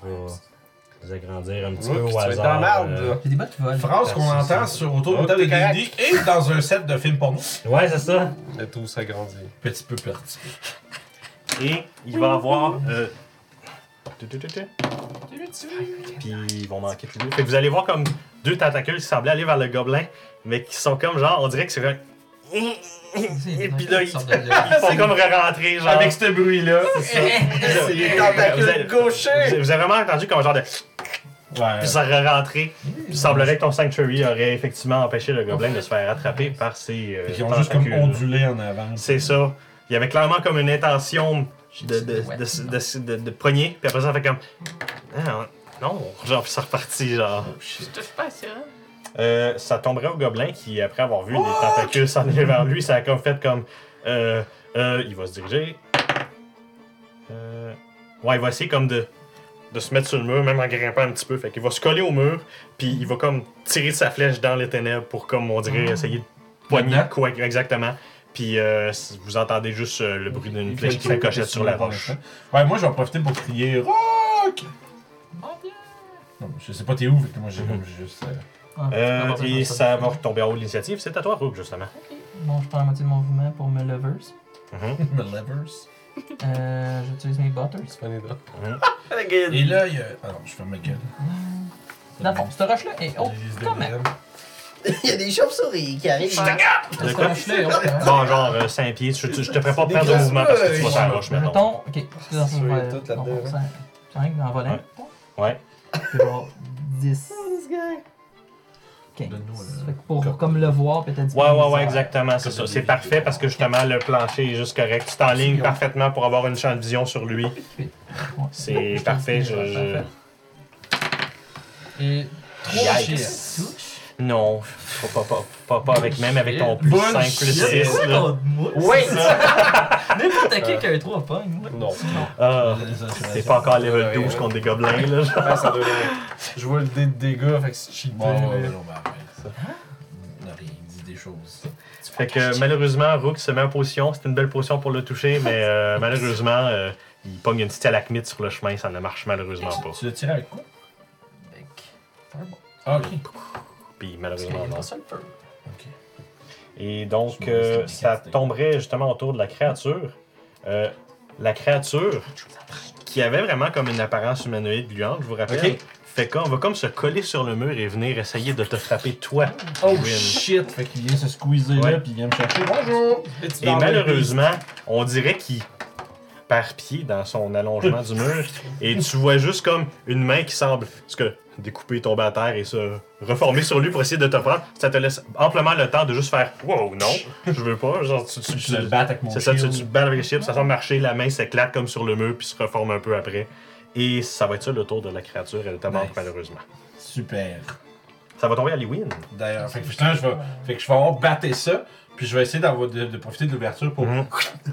S1: Je vais vous agrandir un petit
S5: Oups,
S1: peu
S5: tu
S1: au
S5: vas être dans
S1: hasard.
S5: la merde,
S1: euh,
S5: là.
S4: J'ai des bottes qui volent.
S2: Phrase qu'on
S1: Merci,
S2: entend
S1: c'est-
S2: sur autour de
S5: Oh,
S2: la table de
S5: t'es correct.
S2: D&D et dans un set de films porno.
S1: Ouais, c'est ça.
S5: Le tout s'agrandit.
S2: Petit peu perdu.
S1: Et il va avoir. euh, tu, tu, tu, tu. Puis ils vont manquer tous les deux. Fait que vous allez voir comme deux tentacules qui semblaient aller vers le gobelin, mais qui sont comme genre, on dirait que c'est comme. Et puis là, ils ils font comme re-rentrer, genre.
S2: Avec ce bruit-là.
S5: C'est les
S1: Vous avez-
S5: tentacules
S1: Vous
S5: gauchers!
S1: vous avez vraiment entendu comme un genre de.
S2: Ouais.
S1: Puis ça re-rentré. Puis Il semblerait que ton sanctuary aurait effectivement empêché le gobelin de se faire attraper par ses. euh,
S2: Puis Ils ont juste comme
S1: tentacules.
S2: ondulé en avant.
S1: C'est ça. Il y avait clairement comme une intention de, de, de,
S4: Ouais.
S1: de, de- de- de poignée, puis après ça, on fait comme. Ah, non, genre, puis ça repartit, genre.
S3: Je touche pas à ça.
S1: Euh, ça tomberait au gobelin qui, après avoir vu les tentacules s'en aller vers lui, ça a comme fait comme. Euh, euh, il va se diriger. Euh, ouais, il va essayer comme de, de se mettre sur le mur, même en grimpant un petit peu. Fait qu'il va se coller au mur, puis il va comme tirer de sa flèche dans les ténèbres pour, comme on dirait, essayer de poigner
S2: Maintenant?
S1: quoi exactement. Puis euh, s- vous entendez juste euh, le bruit d'une flèche qui s'accochette sur la
S2: hein?
S1: roche.
S2: Ouais, moi, je vais en profiter pour crier Rock!
S4: Ah,
S2: Non, je sais pas t'es où, fait que moi, j'ai comme juste. euh,
S4: Ah,
S1: Euh, et ça va retomber en haut de l'initiative. C'est à toi, Rook, justement.
S4: Bon, je prends la moitié de mon mouvement pour me levers.
S1: Mhm,
S2: me levers.
S4: Euh, J'utilise mes butters.
S5: C'est pas une
S1: mhm.
S2: Et là, il y a. Ah non, je ferme ma gueule.
S4: Dans le fond, ce rush-là est haut.
S2: J'ai les idées
S4: Comment?
S2: de
S6: Il y a des chauves-souris qui arrivent.
S1: De
S4: Ce
S1: quoi?
S4: rush-là est haut.
S1: Bon, genre 5 pieds, je, je- je te ferai pas prendre de
S6: dégueulasse,
S1: mouvement parce que tu
S6: ouais.
S1: vas faire roche maintenant.
S4: Mettons, ok, excusez-moi,
S5: C'est
S4: je
S5: sûr,
S4: vais-
S5: tout là-dedans,
S4: euh, bon,
S5: hein.
S4: cinq- cinq dans le volant.
S1: Ouais.
S4: Puis genre 10. Ok.
S2: Donne-nous, euh,
S4: Fait que pour comme le voir, peut-être.
S1: Ouais, ouais, ouais, exactement, c'est ça.
S2: Comme
S1: C'est
S2: des-
S1: parfait parce que justement le plancher est juste correct. Tu t'enlignes parfaitement pour avoir une champ de vision sur lui.
S4: Ouais.
S1: C'est parfait, je- je-
S4: Parfait. Et 3
S1: Yikes. Non, pas, pas, pas, pas, pas avec même avec ton plus
S2: Bullshit.
S1: 5, plus 6.
S4: quoi
S1: Là.
S4: ton mousse? Wait! N'importe qui qui a un 3 pogne, moi.
S2: Non.
S1: Ah,
S2: C'est
S1: T'es pas encore level
S5: Ouais,
S1: 12
S5: ouais.
S1: contre des gobelins, là. genre.
S5: Ouais, Ah, ça doit l'être. Je vois le dé de dégâts, fait que c'est cheaté.
S2: Bon, ouais,
S5: mais-
S2: ouais, on va arrêter ça. Non, mais il dit des choses.
S1: Fait que malheureusement, Rook se met en potion. C'est une belle potion pour le toucher, mais euh, malheureusement, euh, il pogne une stalagmite sur le chemin. Ça ne marche malheureusement pas.
S2: Tu l'as tiré avec quoi
S4: Avec un bon.
S2: Ah, ok.
S1: Puis
S4: Parce qu'il y a
S1: malheureusement, non.
S4: un seul feu.
S2: Ok.
S1: Et
S2: Je
S1: donc,
S2: me laisse
S1: euh,
S2: l'initiative.
S1: ça tomberait justement autour de la créature. Euh, la créature qui avait vraiment comme une apparence humanoïde gluante, je vous rappelle.
S2: Ok.
S1: Fait qu'on va comme se coller sur le mur et venir essayer de te frapper toi.
S2: Oh
S1: Win.
S2: shit! Fait qu'il vient se squeezer là,
S1: Ouais.
S2: puis il vient me chercher. Bonjour!
S1: Et malheureusement, on dirait qu'il perd pied dans son allongement du mur. Et tu vois juste comme une main qui semble ce que découper, tomber à terre et se reformer sur lui pour essayer de te prendre. Ça te laisse amplement le temps de juste faire Wow, non, je veux pas. Genre, tu, tu-
S2: Je
S1: tu-
S2: le bats avec mon
S1: c'est ça, tu,
S2: shield.
S1: tu te bats avec le chip, ça semble marcher, la main s'éclate comme sur le mur puis se reforme un peu après. Et ça va être ça le tour de la créature, elle te manque
S2: Nice.
S1: malheureusement.
S2: Super.
S1: Ça va tomber à Lewin.
S2: D'ailleurs, fait que justement, je vais, fait que je vais avoir batté ça, puis je vais essayer d'avoir, de, de profiter de l'ouverture pour.
S1: Mhm.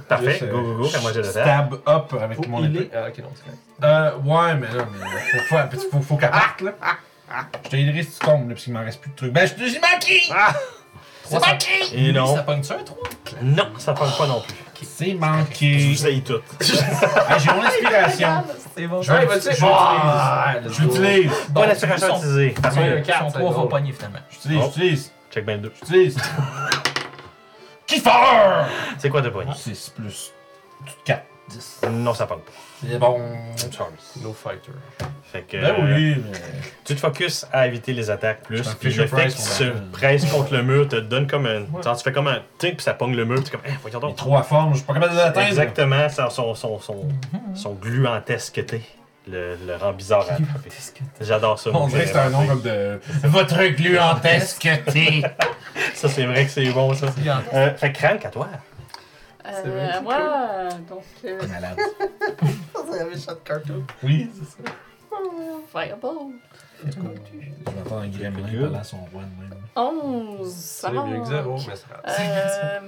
S1: Parfait,
S2: Juste, euh,
S1: go go go, fais-moi jet de tête.
S2: Stab up avec
S5: Faut
S2: mon
S5: healer.
S2: épée.
S5: Ah, ok, non, c'est correct.
S2: Euh, ouais, mais là, mais faut, faut, faut, faut, faut qu'elle
S1: Ah!
S2: parte, là. Je te healerai si tu tombes, là, parce qu'il m'en reste plus de trucs. Ben, je te dis, manqué!
S4: C'est manqué!
S1: Et non.
S4: Ça pogne-tu un 3?
S1: Non, ça parle pas non plus.
S2: C'est
S1: Je
S2: manqué!
S1: vous haïs toutes.
S2: Ah, J'ai mon inspiration!
S4: Ah, C'est bon.
S2: Je vais-
S5: Ouais, vas-y.
S2: je l'utilise.
S5: Ah, let's
S2: Je l'utilise!
S1: Bonne aspiration utilisée. Parce que-
S5: Ouais.
S4: Son
S5: Quatre,
S4: 3
S5: c'est
S4: va
S5: bon.
S4: pogner finalement.
S2: J'utilise,
S1: Oh.
S2: j'utilise,
S1: Check ben 2.
S2: j'utilise! Kiffer!
S1: C'est quoi de poignet?
S2: 6 plus 4, 10.
S1: Non, ça parle pas.
S2: C'est bon!
S1: I'm sorry.
S5: No fighter.
S6: Ah,
S1: Fait que.
S2: Ben
S1: euh,
S2: oui, mais.
S1: Tu te focuses à éviter les attaques plus.
S2: Je fais
S1: Puis
S2: Fisher
S1: le fait
S2: Price,
S1: qu'il
S2: on
S1: se
S2: l'appelle.
S1: presse contre le mur te donne comme un. genre, tu fais comme un. Tiens, puis ça pogne le mur. Tu es comme. Eh, voyons
S2: Les
S1: donc.
S2: trois formes, je suis pas capable de l'atteindre.
S1: Exactement, ça, son, son, son, son gluantesqueté. Le, le rend bizarre à attraper. J'adore ça.
S2: On
S1: moi,
S2: dirait que c'est un nom comme de. Votre gluantesqueté!
S1: Ça, c'est vrai que c'est bon, ça.
S4: Gigantesque.
S1: Euh, fait que Crank, à toi.
S5: C'est vrai,
S3: Euh, moi, donc, euh,
S2: Malade.
S6: C'est un méchant de cartoon.
S2: Oui, c'est ça.
S3: Fireball.
S2: Je m'entends un gremlin parlant à son roi de même.
S3: 11. Ça
S5: C'est mieux que
S3: manque.
S5: zéro, mais c'est grave.
S3: Euh...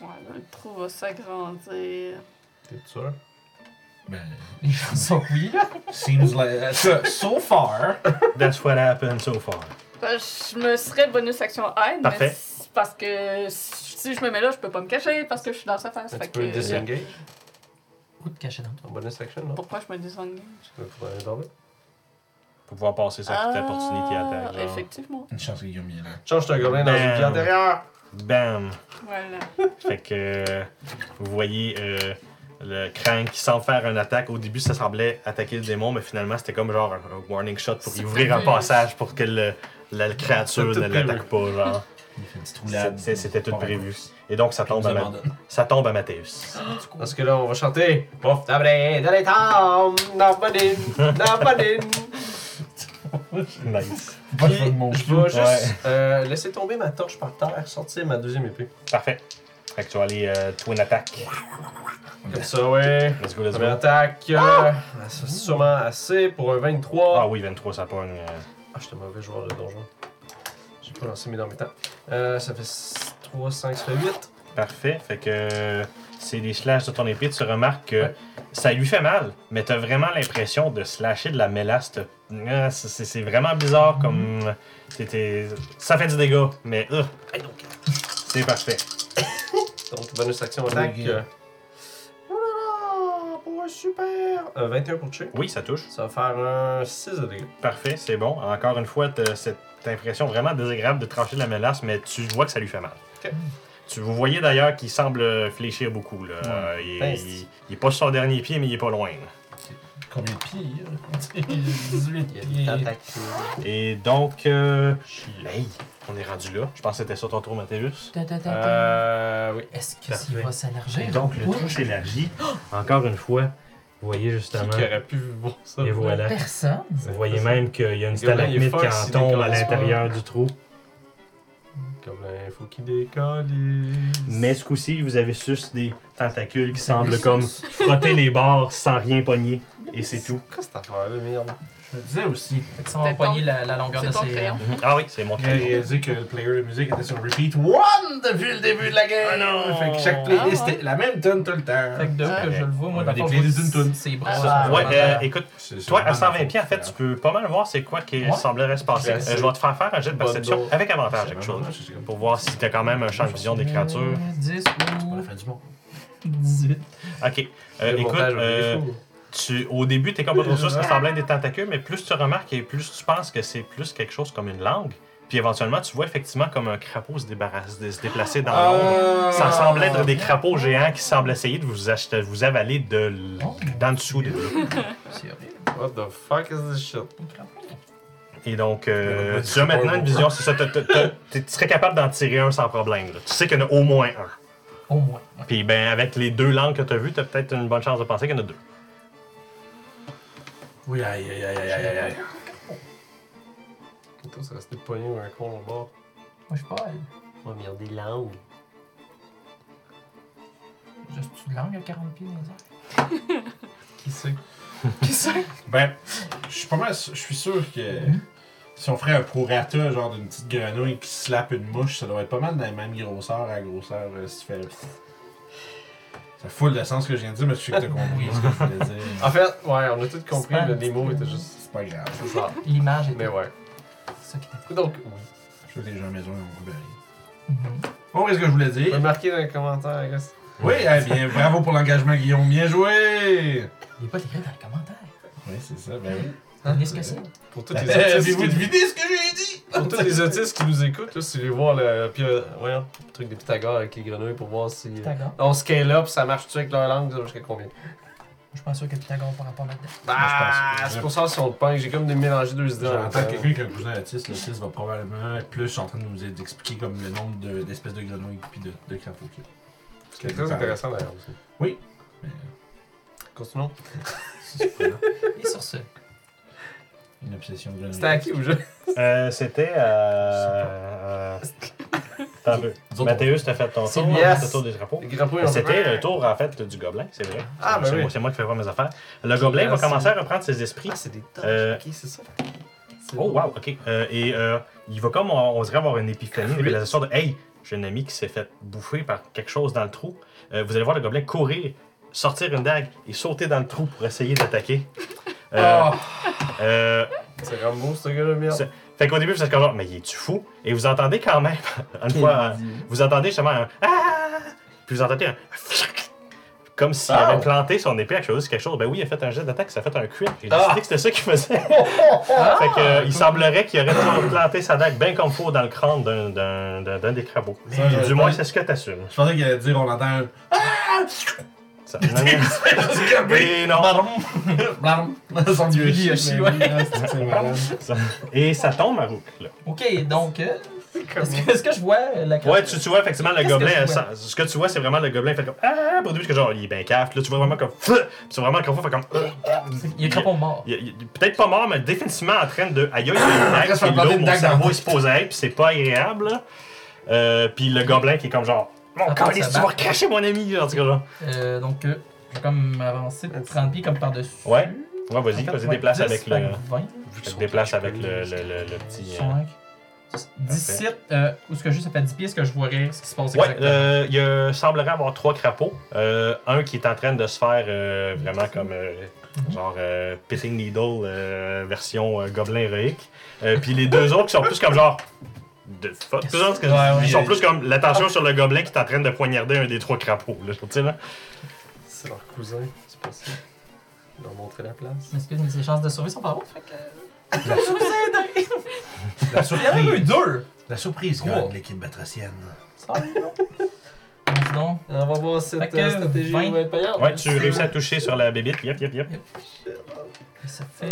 S3: Ouais, là, le trou va s'agrandir.
S5: T'es sûr?
S2: Ben.
S4: Les gens sont oui, là.
S2: Seems like. So, so far.
S1: That's what happened so far.
S3: Ben, je me serais bonus action aide,
S1: Parfait.
S3: mais c'est parce que si je me mets là, je peux pas me cacher parce que je suis dans sa face.
S5: Tu
S3: Fait
S5: peux
S3: que,
S5: disengage
S4: Où te cacher dans toi?
S5: en bonus action, non?
S3: pourquoi je me désengage?
S5: Tu peux aller dormir.
S1: Pour pouvoir passer sa petite opportunité à attaque. genre.
S3: Ah, Effectivement.
S2: Une chance qu'il y a mis là.
S5: Change ton gobelin dans une
S1: Ben.
S5: vie antérieure!
S1: Bam!
S3: Voilà.
S1: Fait que euh, vous voyez euh, le crank qui semble faire une attaque. Au début, ça semblait attaquer le démon, mais finalement, c'était comme genre un, un warning shot pour y
S3: C'est
S1: ouvrir un
S3: prévu.
S1: passage pour que le- la créature
S5: C'est tout
S1: ne l'attaque pas. Genre.
S2: Il fait une petite
S1: C'est-
S2: roulade.
S1: c'est- C'était tout
S2: Bon,
S1: prévu. Et donc, ça
S2: On
S1: tombe
S2: nous
S1: à, Ma-
S2: abandonne.
S1: ça tombe à Mathéus.
S5: Parce
S4: Parce que
S5: que là, on va chanter. Bof, d'abré, dans les temps, dans badin, dans badin.
S1: Nice.
S2: Pas de mon
S5: Je
S2: cul.
S5: vais juste
S1: Ouais.
S5: euh, laisser tomber ma torche par terre, sortir ma deuxième épée.
S1: Parfait. Fait que tu vas aller euh, twin attack.
S5: Comme ça, ouais.
S1: Let's go, let's
S5: Première
S1: go.
S5: attaque, euh, c'est sûrement assez pour un 23.
S1: Ah oui, 23, ça pogne. euh,
S5: Ah, j'étais mauvais joueur de donjon. J'ai pas lancé mes dans mes temps. Euh, ça fait s- 3, 5, ça fait 8.
S1: Parfait. Fait que euh, c'est des slashs de ton épée. Tu remarques que ça lui fait mal, mais t'as vraiment l'impression de slasher de la mélasse. T'as- Ah, c'est- C'est c'est vraiment bizarre comme. t'es- t'es- Ça fait du dégât, mais. euh, c'est parfait.
S5: Donc, bonus action attaque.
S2: Ok.
S5: euh, voilà, pour un super. Euh, 21 pour tuer.
S1: Oui, ça touche.
S5: Ça va faire un 6 de dégâts.
S1: Parfait, c'est bon. Encore une fois, t'as cette impression vraiment désagréable de trancher de la mélasse, mais tu vois que ça lui fait mal.
S5: Ok.
S1: Tu, vous voyez d'ailleurs qu'il semble fléchir beaucoup. Là. Euh, il, est-
S5: Nice.
S1: il- il est pas sur son dernier pied, mais il est pas loin. là.
S2: Combien de pieds là? 18 pieds.
S1: Et donc, euh, hey, on est rendu là. Je pense que c'était ça ton tour, Mathéus.
S4: Ta, ta, ta, ta.
S5: Euh, oui.
S4: Est-ce que
S1: Parfait.
S4: s'il va s'élargir? Ouh,
S1: s'élargit. Encore une fois, vous voyez
S5: Qui
S1: justement.
S5: qui aurait pu voir ça?
S1: Et voilà.
S4: Personne.
S1: Vous voyez même qu'il y a une
S5: Le gars, il est
S1: stalagmite
S5: fort,
S1: qui
S5: il
S1: en
S5: s'y
S1: tombe à
S5: décolle pas.
S1: l'intérieur du trou.
S5: Gobelin, faut qu'il décolle.
S1: Mais ce coup-ci, vous avez juste des tentacules qui semblent comme frotter les barres sans rien pogner. Et c'est tout.
S5: Qu'est-ce que cette affaire-là, merde?
S2: Je me disais aussi.
S4: Fait que ça va
S3: C'est
S4: poigner
S3: ton-
S4: la, la longueur
S3: c'est
S4: de
S3: ton
S4: ses.
S3: crayon.
S1: Ah oui, c'est mon
S2: Il a
S1: tour.
S5: euh,
S2: réalisé que le player de musique était sur repeat one depuis le début de la game.
S1: Ah non!
S2: Fait que chaque playlist
S3: Ah ouais.
S2: était la même tune tout le temps.
S5: hein.
S4: Fait que de
S1: Ah,
S4: que je le vois,
S2: on
S4: moi,
S2: va
S4: dans le fond,
S2: décliner
S4: je vois
S2: d'une toune.
S4: ses bras.
S3: Ah,
S4: sont
S1: Ouais,
S4: vraiment-
S1: euh, écoute,
S2: C'est- c'est
S1: toi, à
S2: vraiment
S1: 120 en fait,
S2: différent.
S1: tu peux pas mal voir c'est quoi qui
S4: Ouais.
S1: semblerait se passer. Euh,
S5: Classique.
S1: je vais te faire faire un jet de
S5: Bonne
S1: perception
S5: dose.
S1: avec avantage,
S2: C'est
S1: quelque
S2: vraiment-
S1: chose.
S2: ben, c'est comme-
S1: Pour voir si t'as quand même un champ de
S4: Mmh.
S1: vision des créatures.
S4: 10
S2: pour la
S4: ou
S2: fin du monde.
S4: 18.
S1: Ok. Euh,
S5: Le
S1: écoute,
S5: montage, on est
S1: euh,
S5: fou.
S1: tu, au début, t'es comme pas trop sûr ce que ça semble être des tentacules, mais plus tu remarques et plus tu penses que c'est plus quelque chose comme une langue. Puis éventuellement, tu vois effectivement comme un crapaud se, débarrasser, se déplacer dans
S2: Ah,
S1: l'ombre. Ça semble être des crapauds géants qui semblent essayer de vous, acheter, vous avaler de l- d'en dessous de vous.
S4: C'est horrible.
S5: What the fuck is this shit?
S1: Et donc, euh, tu as maintenant une
S2: hein.
S1: vision, c'est ça, t'as- t'as- t'as- tu serais capable d'en tirer un sans problème. là. Tu sais qu'il y en a au moins un.
S4: Au moins.
S1: Puis ben, avec les deux langues que tu as vues, tu as peut-être une bonne chance de penser qu'il y en a deux.
S2: Oui, aïe, aïe, aïe, aïe, aïe, aïe.
S5: Plutôt, ça restait pogné ou un con en bas.
S4: Moi, je parle.
S5: Oh, merde, des langues.
S4: Juste une langue à 40 pieds dans les airs.
S5: Qui c'est?
S2: Ben, je suis pas mal. su- Je suis sûr que si on ferait un prorata, genre d'une petite grenouille qui slappe une mouche, ça doit être pas mal dans la même grosseur à grosseur. euh, si tu fais. Ça foule le sens que je viens de dire, mais je suis sûr que t'as compris ce que je voulais dire.
S5: En fait, ouais, on a tout compris,
S4: pas
S5: mais
S4: un
S5: les
S4: petit
S5: mots
S4: peu.
S5: étaient juste.
S2: C'est pas grave.
S5: C'est ça.
S4: L'image était
S5: Mais ouais.
S4: ça qui était.
S5: Donc, oui.
S2: Je veux que les gens à la maison ils vont couper.
S4: Mhm.
S2: Bon, qu'est-ce que je voulais
S5: Vous pouvez
S2: dire?
S5: marquer dans les commentaires, I guess.
S2: Oui, eh bien, bravo pour l'engagement, Guillaume. Bien joué!
S4: Il n'y a pas d'écrit dans les commentaires.
S2: Oui, c'est ça, ben oui.
S5: Hein?
S4: Qu'est-ce que c'est?
S5: Pour tous les autistes.
S2: Avez-vous
S5: qui-
S2: deviné ce que j'ai dit?
S5: Pour tous les autistes qui nous écoutent, là, si vous voulez voir le, puis, euh, voyons, le truc des Pythagore avec les grenouilles pour voir si. euh,
S4: Pythagore.
S5: on scale up, ça marche-tu avec leur langue jusqu'à combien
S4: Je suis pas sûr que Pythagore pourra pas là-dedans.
S5: Bah,
S2: pense que-
S5: c'est pour ça si on le pingue, j'ai comme mélangé deux idées en même temps.
S2: J'entends quelqu'un qui a un cousin autiste, l'autiste va probablement être plus en train de nous expliquer comme le nombre de- d'espèces de, grenouilles puis de, de crapauds qu'il y a.
S5: C'est très intéressant d'ailleurs aussi.
S2: Mais,
S5: Continuons.
S2: c'est surprenant.
S4: Et sur ce,
S2: Une obsession de grenouilles.
S5: C'était à qui ou je
S1: Euh, C'était. Euh, euh, Attends un peu.
S2: Nous autres,
S1: Mathéus, t'as fait ton
S4: C'est
S1: tour,
S5: yes.
S1: t'as fait le tour des drapeaux.
S5: Les grappins,
S1: Ben, C'était le tour, en fait, du gobelin, c'est vrai.
S5: Ah, ben
S1: c'est
S5: oui.
S1: moi, c'est moi qui fais voir mes affaires. Le gobelin va
S5: Merci.
S1: commencer à reprendre ses esprits.
S5: Ah, c'est des tocs.
S1: Euh,
S5: Ok, c'est ça. C'est
S1: Oh,
S5: bon.
S1: wow, ok. Euh, et euh, il va comme, on, on dirait, avoir une épiphanie, une réalisation de Hey, j'ai un ami qui s'est fait bouffer par quelque chose dans le trou. Euh, vous allez voir le gobelin courir, sortir une dague et sauter dans le trou pour essayer d'attaquer. Euh,
S2: Ah!
S1: euh,
S5: C'est Rambo, ce gars-là,
S1: C'est-
S5: merde.
S1: fait qu'au début, vous êtes comme genre, mais il est-tu fou? Et vous entendez quand même, une fois, euh, vous entendez justement un Ah! Puis vous entendez un Comme s'il
S5: Ah!
S1: avait planté son épée à quelque chose, quelque chose. Ben oui, il a fait un jet d'attaque, ça a fait un crit. J'ai décidé
S5: Ah!
S1: que c'était ça qu'il faisait. fait que, euh, il semblerait qu'il aurait toujours planté sa dague bien comme faut dans le crâne d'un- d'un d'un- d'un des crapauds.
S2: Ça, je-
S1: Du moins, c'est ce que t'assumes.
S2: Je pensais qu'il allait dire on entend un.
S1: Ça- Et non.
S2: Blarm! Son dieu
S4: Yoshi,
S2: Yoshi,
S4: ouais.
S2: mais oui, là, c'est- c'est malade.
S1: Et ça tombe à Rook, là.
S4: ok, donc, euh, est-ce que, est-ce que je vois euh, la
S1: Ouais, tu, tu vois effectivement le
S4: Qu'est-ce
S1: gobelin.
S4: que je
S1: euh,
S4: vois?
S1: sans- ce que tu vois, c'est vraiment le gobelin fait comme Ah, au début, parce que genre, il est bien caf. Là, tu vois vraiment comme Fou! Puis c'est vraiment le crapaud fait comme Ah!
S4: Il est crapaud mort.
S1: Il- il- Peut-être pas mort, mais définitivement en train de. Aïe, aïe, il y a une dague,
S2: Après, ça
S1: puis
S2: va planter
S1: l'eau,
S2: une
S1: mon
S2: dague dans le
S1: cerveau,
S2: dos.
S1: il se pose à être, puis c'est pas agréable. là. Euh, puis le gobelin qui est comme genre Mon
S4: Ça part,
S1: calice,
S4: Ah, ça
S1: tu vas
S4: bat.
S1: cracher mon ami, en tout cas, genre.
S4: Euh, donc, euh, je vais comme avancer de 30 pieds comme par-dessus.
S1: Ouais, ouais,
S4: En
S1: vas-y,
S4: fait,
S1: vas-y,
S4: ouais,
S1: déplace
S4: 10,
S1: avec
S4: fait
S1: le.
S4: que 20,
S1: te Déplace avec le, le, le, le petit. euh,
S4: 5, 17, euh, où ce que juste ça fait 10 pieds, est-ce que je verrais ce qui se passe
S1: Ouais,
S4: exactement?
S1: euh, il y a- semblerait avoir trois crapauds. Euh, un qui est en train de se faire euh, vraiment comme euh, genre euh, Pissing Needle euh, version euh, gobelin héroïque. Euh, Puis les deux autres qui sont plus comme genre. De fuck, plus autres que-
S2: Ouais, ouais,
S1: ils sont
S2: il-
S1: plus comme l'attention sur le gobelin qui est en train de poignarder un des trois crapauds. Là, tu sais, là.
S5: C'est leur cousin, c'est pas ça. Ils leur montrer la place.
S4: Je m'excuse, mais ses chances de survie sont pas bonnes, fait
S2: La
S4: que... Il y en a eu
S2: surprise.
S4: deux!
S2: La surprise,
S4: Trois.
S2: gagne l'équipe batracienne.
S4: Sorry, non? Dis donc,
S5: On va voir si
S4: Fait
S5: cette
S4: que
S5: euh, stratégie
S4: vingt.
S5: va être payante.
S1: Ah, Ouais, tu réussis à toucher sur la bébite. Yep, yep, yep.
S4: ça fait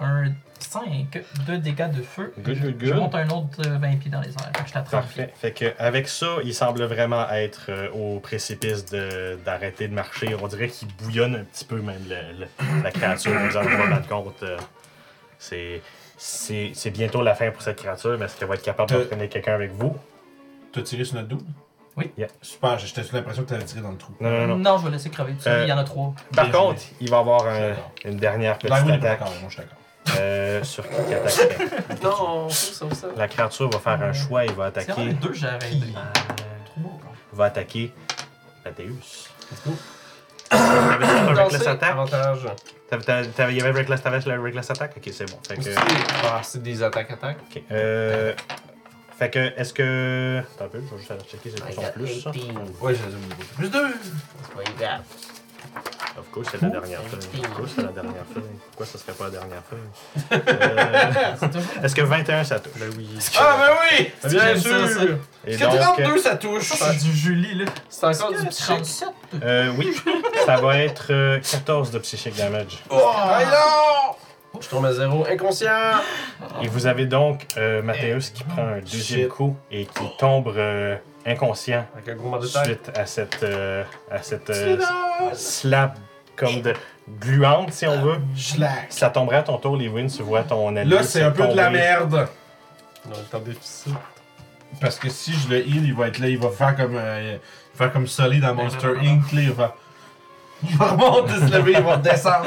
S4: un 5 de dégâts de feu.
S1: Good, good,
S4: Je
S1: good.
S4: monte un autre euh, 20 pieds dans les airs, fait que je t'attrape.
S1: Parfait. Fait que avec ça, il semble vraiment être euh, au précipice de- d'arrêter de, marcher. On dirait qu'il bouillonne un petit peu même le- le- la créature. Vous en rendez pas compte. euh, c'est c'est c'est bientôt la fin pour cette créature, mais est-ce qu'elle va être capable
S2: Euh.
S1: d'entraîner quelqu'un avec vous?
S2: T'as tiré sur notre double?
S4: Oui.
S1: Yeah.
S2: Super, j'étais sous l'impression que t'avais tiré dans le trou.
S1: Non, non, non.
S4: Non, je vais laisser crever tout ça.
S1: Euh,
S4: Il y en a trois.
S1: Par
S2: Bien
S1: contre,
S2: joué.
S1: il va avoir un-
S2: J'adore.
S1: une dernière petite
S2: Là, Ben oui,
S1: attaque
S2: d'accord, moi Euh, je suis d'accord.
S1: euh, sur qui attaque.
S6: Non, ça, ça.
S1: La créature va
S2: Euh,
S1: faire un choix, il va
S4: C'est vraiment les
S1: attaquer.
S4: deux, j'ai arrêté.
S1: Euh,
S4: Trop beau, quoi.
S1: va attaquer Mathéus.
S2: Let's go.
S1: T'avais un reckless
S6: Danser.
S1: attack?
S5: Avantage.
S1: T'avais- t'avais- t'avais- Il y avait reckless, t'avais le reckless attack? Ok, c'est bon. Fait que,
S5: Ah, c'est des attaques-attaques.
S1: ok. Euh, fait que, est-ce que... Attends un peu, je vais juste aller checker, c'est pas son plus, ça.
S2: Ouais, j'ai oublié. Plus deux!
S1: Of course, c'est la dernière feuille. Of course, c'est la dernière feuille. Pourquoi ça serait pas la dernière feuille? Euh,
S4: C'est toujours-
S1: Est-ce que 21, ça touche?
S5: Ah, ben oui!
S4: C'est
S5: Bien
S4: que j'aime ça, ça.
S5: sûr!
S1: Et
S5: Est-ce que
S1: donc,
S5: 32, ça touche?
S4: Ça, c'est du Julie, là.
S5: C'est encore du petit chien.
S4: 37.
S1: euh, oui, ça va être euh, 14 de psychic damage.
S5: Ah non! Je tombe à zéro, inconscient!
S1: Et vous avez donc euh, Mathéus qui prend un deuxième
S2: Shit.
S1: coup et qui tombe euh, inconscient
S5: Avec un gros mal de tête.
S1: suite à cette, euh, à cette euh, slap comme de gluante, si on veut.
S2: Schlack!
S1: Ça tomberait à ton tour, Lewin, tu vois ton allié.
S2: Là, c'est un peu de la
S1: tomber.
S2: merde!
S5: Non, le temps difficile.
S2: Parce que si je le heal, il va être là, il va faire comme. euh, faire comme Sully dans
S1: Ben,
S2: Monster
S4: non, non, non.
S2: Inc. là, Il va. Il va remonter, se lever, il va descendre.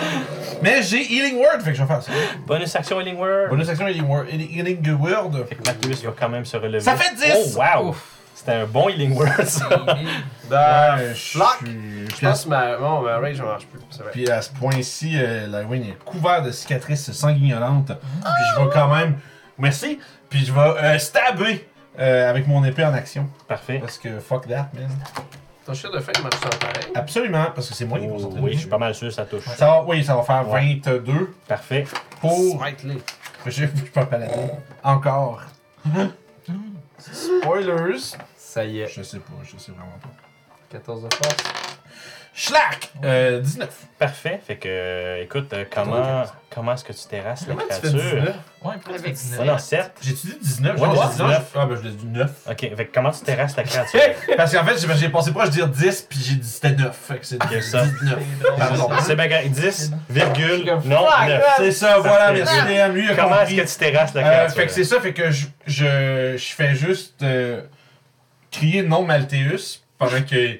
S2: Mais j'ai Healing Word, fait que je vais faire ça.
S1: Bonus action Healing Word.
S2: Bonus action Healing Word. Healing Word.
S1: Fait que Mathéus va quand même se relever.
S2: Ça fait 10!
S1: Oh, wow!
S4: Ouf.
S1: C'était un bon Healing Word, ça.
S5: Bah,
S2: Ouais, Euh, je
S5: Schlock.
S2: suis-
S5: je
S2: Puis à,
S5: pense que ma, bon, ma rage marche plus. C'est vrai.
S2: puis à ce point-ci, euh, la wing est couverte de cicatrices sanguinolentes. Puis je vais quand même. Merci! Puis je vais euh, stabber euh, avec mon épée en action.
S1: Parfait.
S2: Parce que fuck that, man.
S5: Ton chien de fin, il marche sans pareil.
S2: Absolument, parce que c'est moi qui
S1: Oh,
S2: vais sortir
S1: oui, je
S2: dessus.
S1: suis pas mal sûr, ça touche.
S2: Ça va, oui, ça va faire
S1: Ouais.
S2: 22
S1: Parfait.
S2: pour.
S5: Smite-les.
S2: Je je peux pas palader. Encore. Spoilers.
S5: Ça y est.
S2: Je sais pas, je sais vraiment pas.
S5: 14 de force.
S2: Schlack! Euh, 19.
S1: Parfait. Fait que, euh, écoute, euh, comment, comment est-ce que tu terrasses la
S5: Comment tu fais
S1: créature?
S5: 19?
S4: Ouais, pourquoi tu fais
S3: Avec
S4: 19?
S1: Ouais, non, 7.
S2: J'ai-tu dit 19?
S1: Ouais,
S2: J'ai
S1: ouais.
S2: dit 19. Ah, ben je l'ai dit 9.
S1: Ok, fait que comment tu terrasses la créature?
S2: Parce qu'en fait, j'ai- j'ai pensé pas à dire 10, puis j'ai dit c'était 9. Fait que c'est
S1: Ok, ça.
S2: 19. Pardon.
S1: C'est bagarre. 10, virgule, non,
S5: Fuck,
S1: 9.
S2: C'est ça, voilà,
S1: fait-
S2: merci DM. Lui, il a
S1: Comment est-ce
S2: compris.
S1: que tu terrasses la
S2: Euh,
S1: créature?
S2: fait que c'est ça, fait que je, je, je fais juste euh, crier non Malthéus pendant que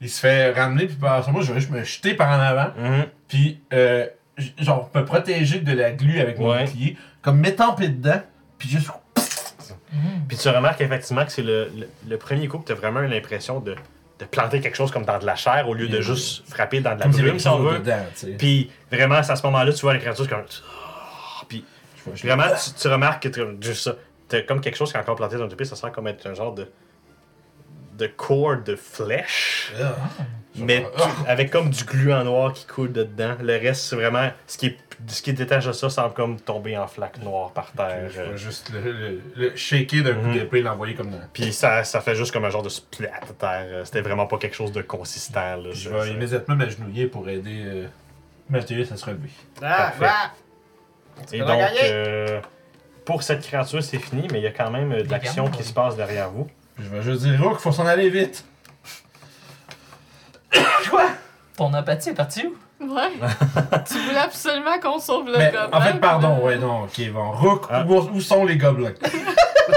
S2: il se fait ramener, puis par moi je vais juste me jeter par en avant,
S1: Mhm.
S2: puis euh, j- genre me protéger de la glu avec mon
S1: Ouais.
S2: bouclier, comme m'étamper dedans, puis juste.
S1: Puis tu remarques effectivement que c'est le, le, le premier coup que tu as vraiment eu l'impression de, de planter quelque chose comme dans de la chair au lieu de
S2: Oui.
S1: juste frapper dans de la
S2: comme s'il y avait
S1: brume, si on
S2: quelque chose
S1: veut.
S2: dedans, tu sais.
S1: Puis vraiment, c'est à ce moment-là, tu vois la créature comme. Puis
S2: Je vois- je-
S1: vraiment, tu, tu remarques que tu juste ça. T'as comme quelque chose qui est encore planté dans le pied, ça sent comme être un genre de. de corps de flèche.
S2: Ah.
S1: Mais tu- avec comme du gluant noir qui coule de dedans. Le reste, c'est vraiment. Ce qui, est, ce qui détache de ça semble comme tomber en flaque noire par terre.
S2: Je
S1: euh.
S2: vais juste le, le, le shaker d'un coup
S1: Mhm.
S2: d'épée, l'envoyer comme dans.
S1: Puis ça, ça fait juste comme un genre de splat à terre. euh, C'était vraiment pas quelque chose de consistant. Là, Euh,
S2: Je
S1: Ça-
S2: vais
S1: ça-
S2: immédiatement m'agenouiller pour aider euh, Malthéus à se relever.
S5: Ah,
S1: Parfait.
S5: bah!
S1: Et
S5: peux
S1: donc,
S5: la gagner.
S1: euh, pour cette créature, c'est fini, mais il y a quand même euh, de
S4: Les
S1: l'action
S4: gardes,
S1: qui
S4: oui.
S1: se passe derrière vous.
S2: Je vais juste dire, Rook, faut s'en aller vite!
S4: Ton empathie est partie où?
S3: Ouais. tu voulais absolument qu'on sauve le
S2: Mais,
S3: gobelin.
S2: en fait, pardon,
S3: puis
S2: ouais,
S3: là-
S2: non, ok, bon. Rook,
S1: Ah.
S2: où, où sont les gobelins?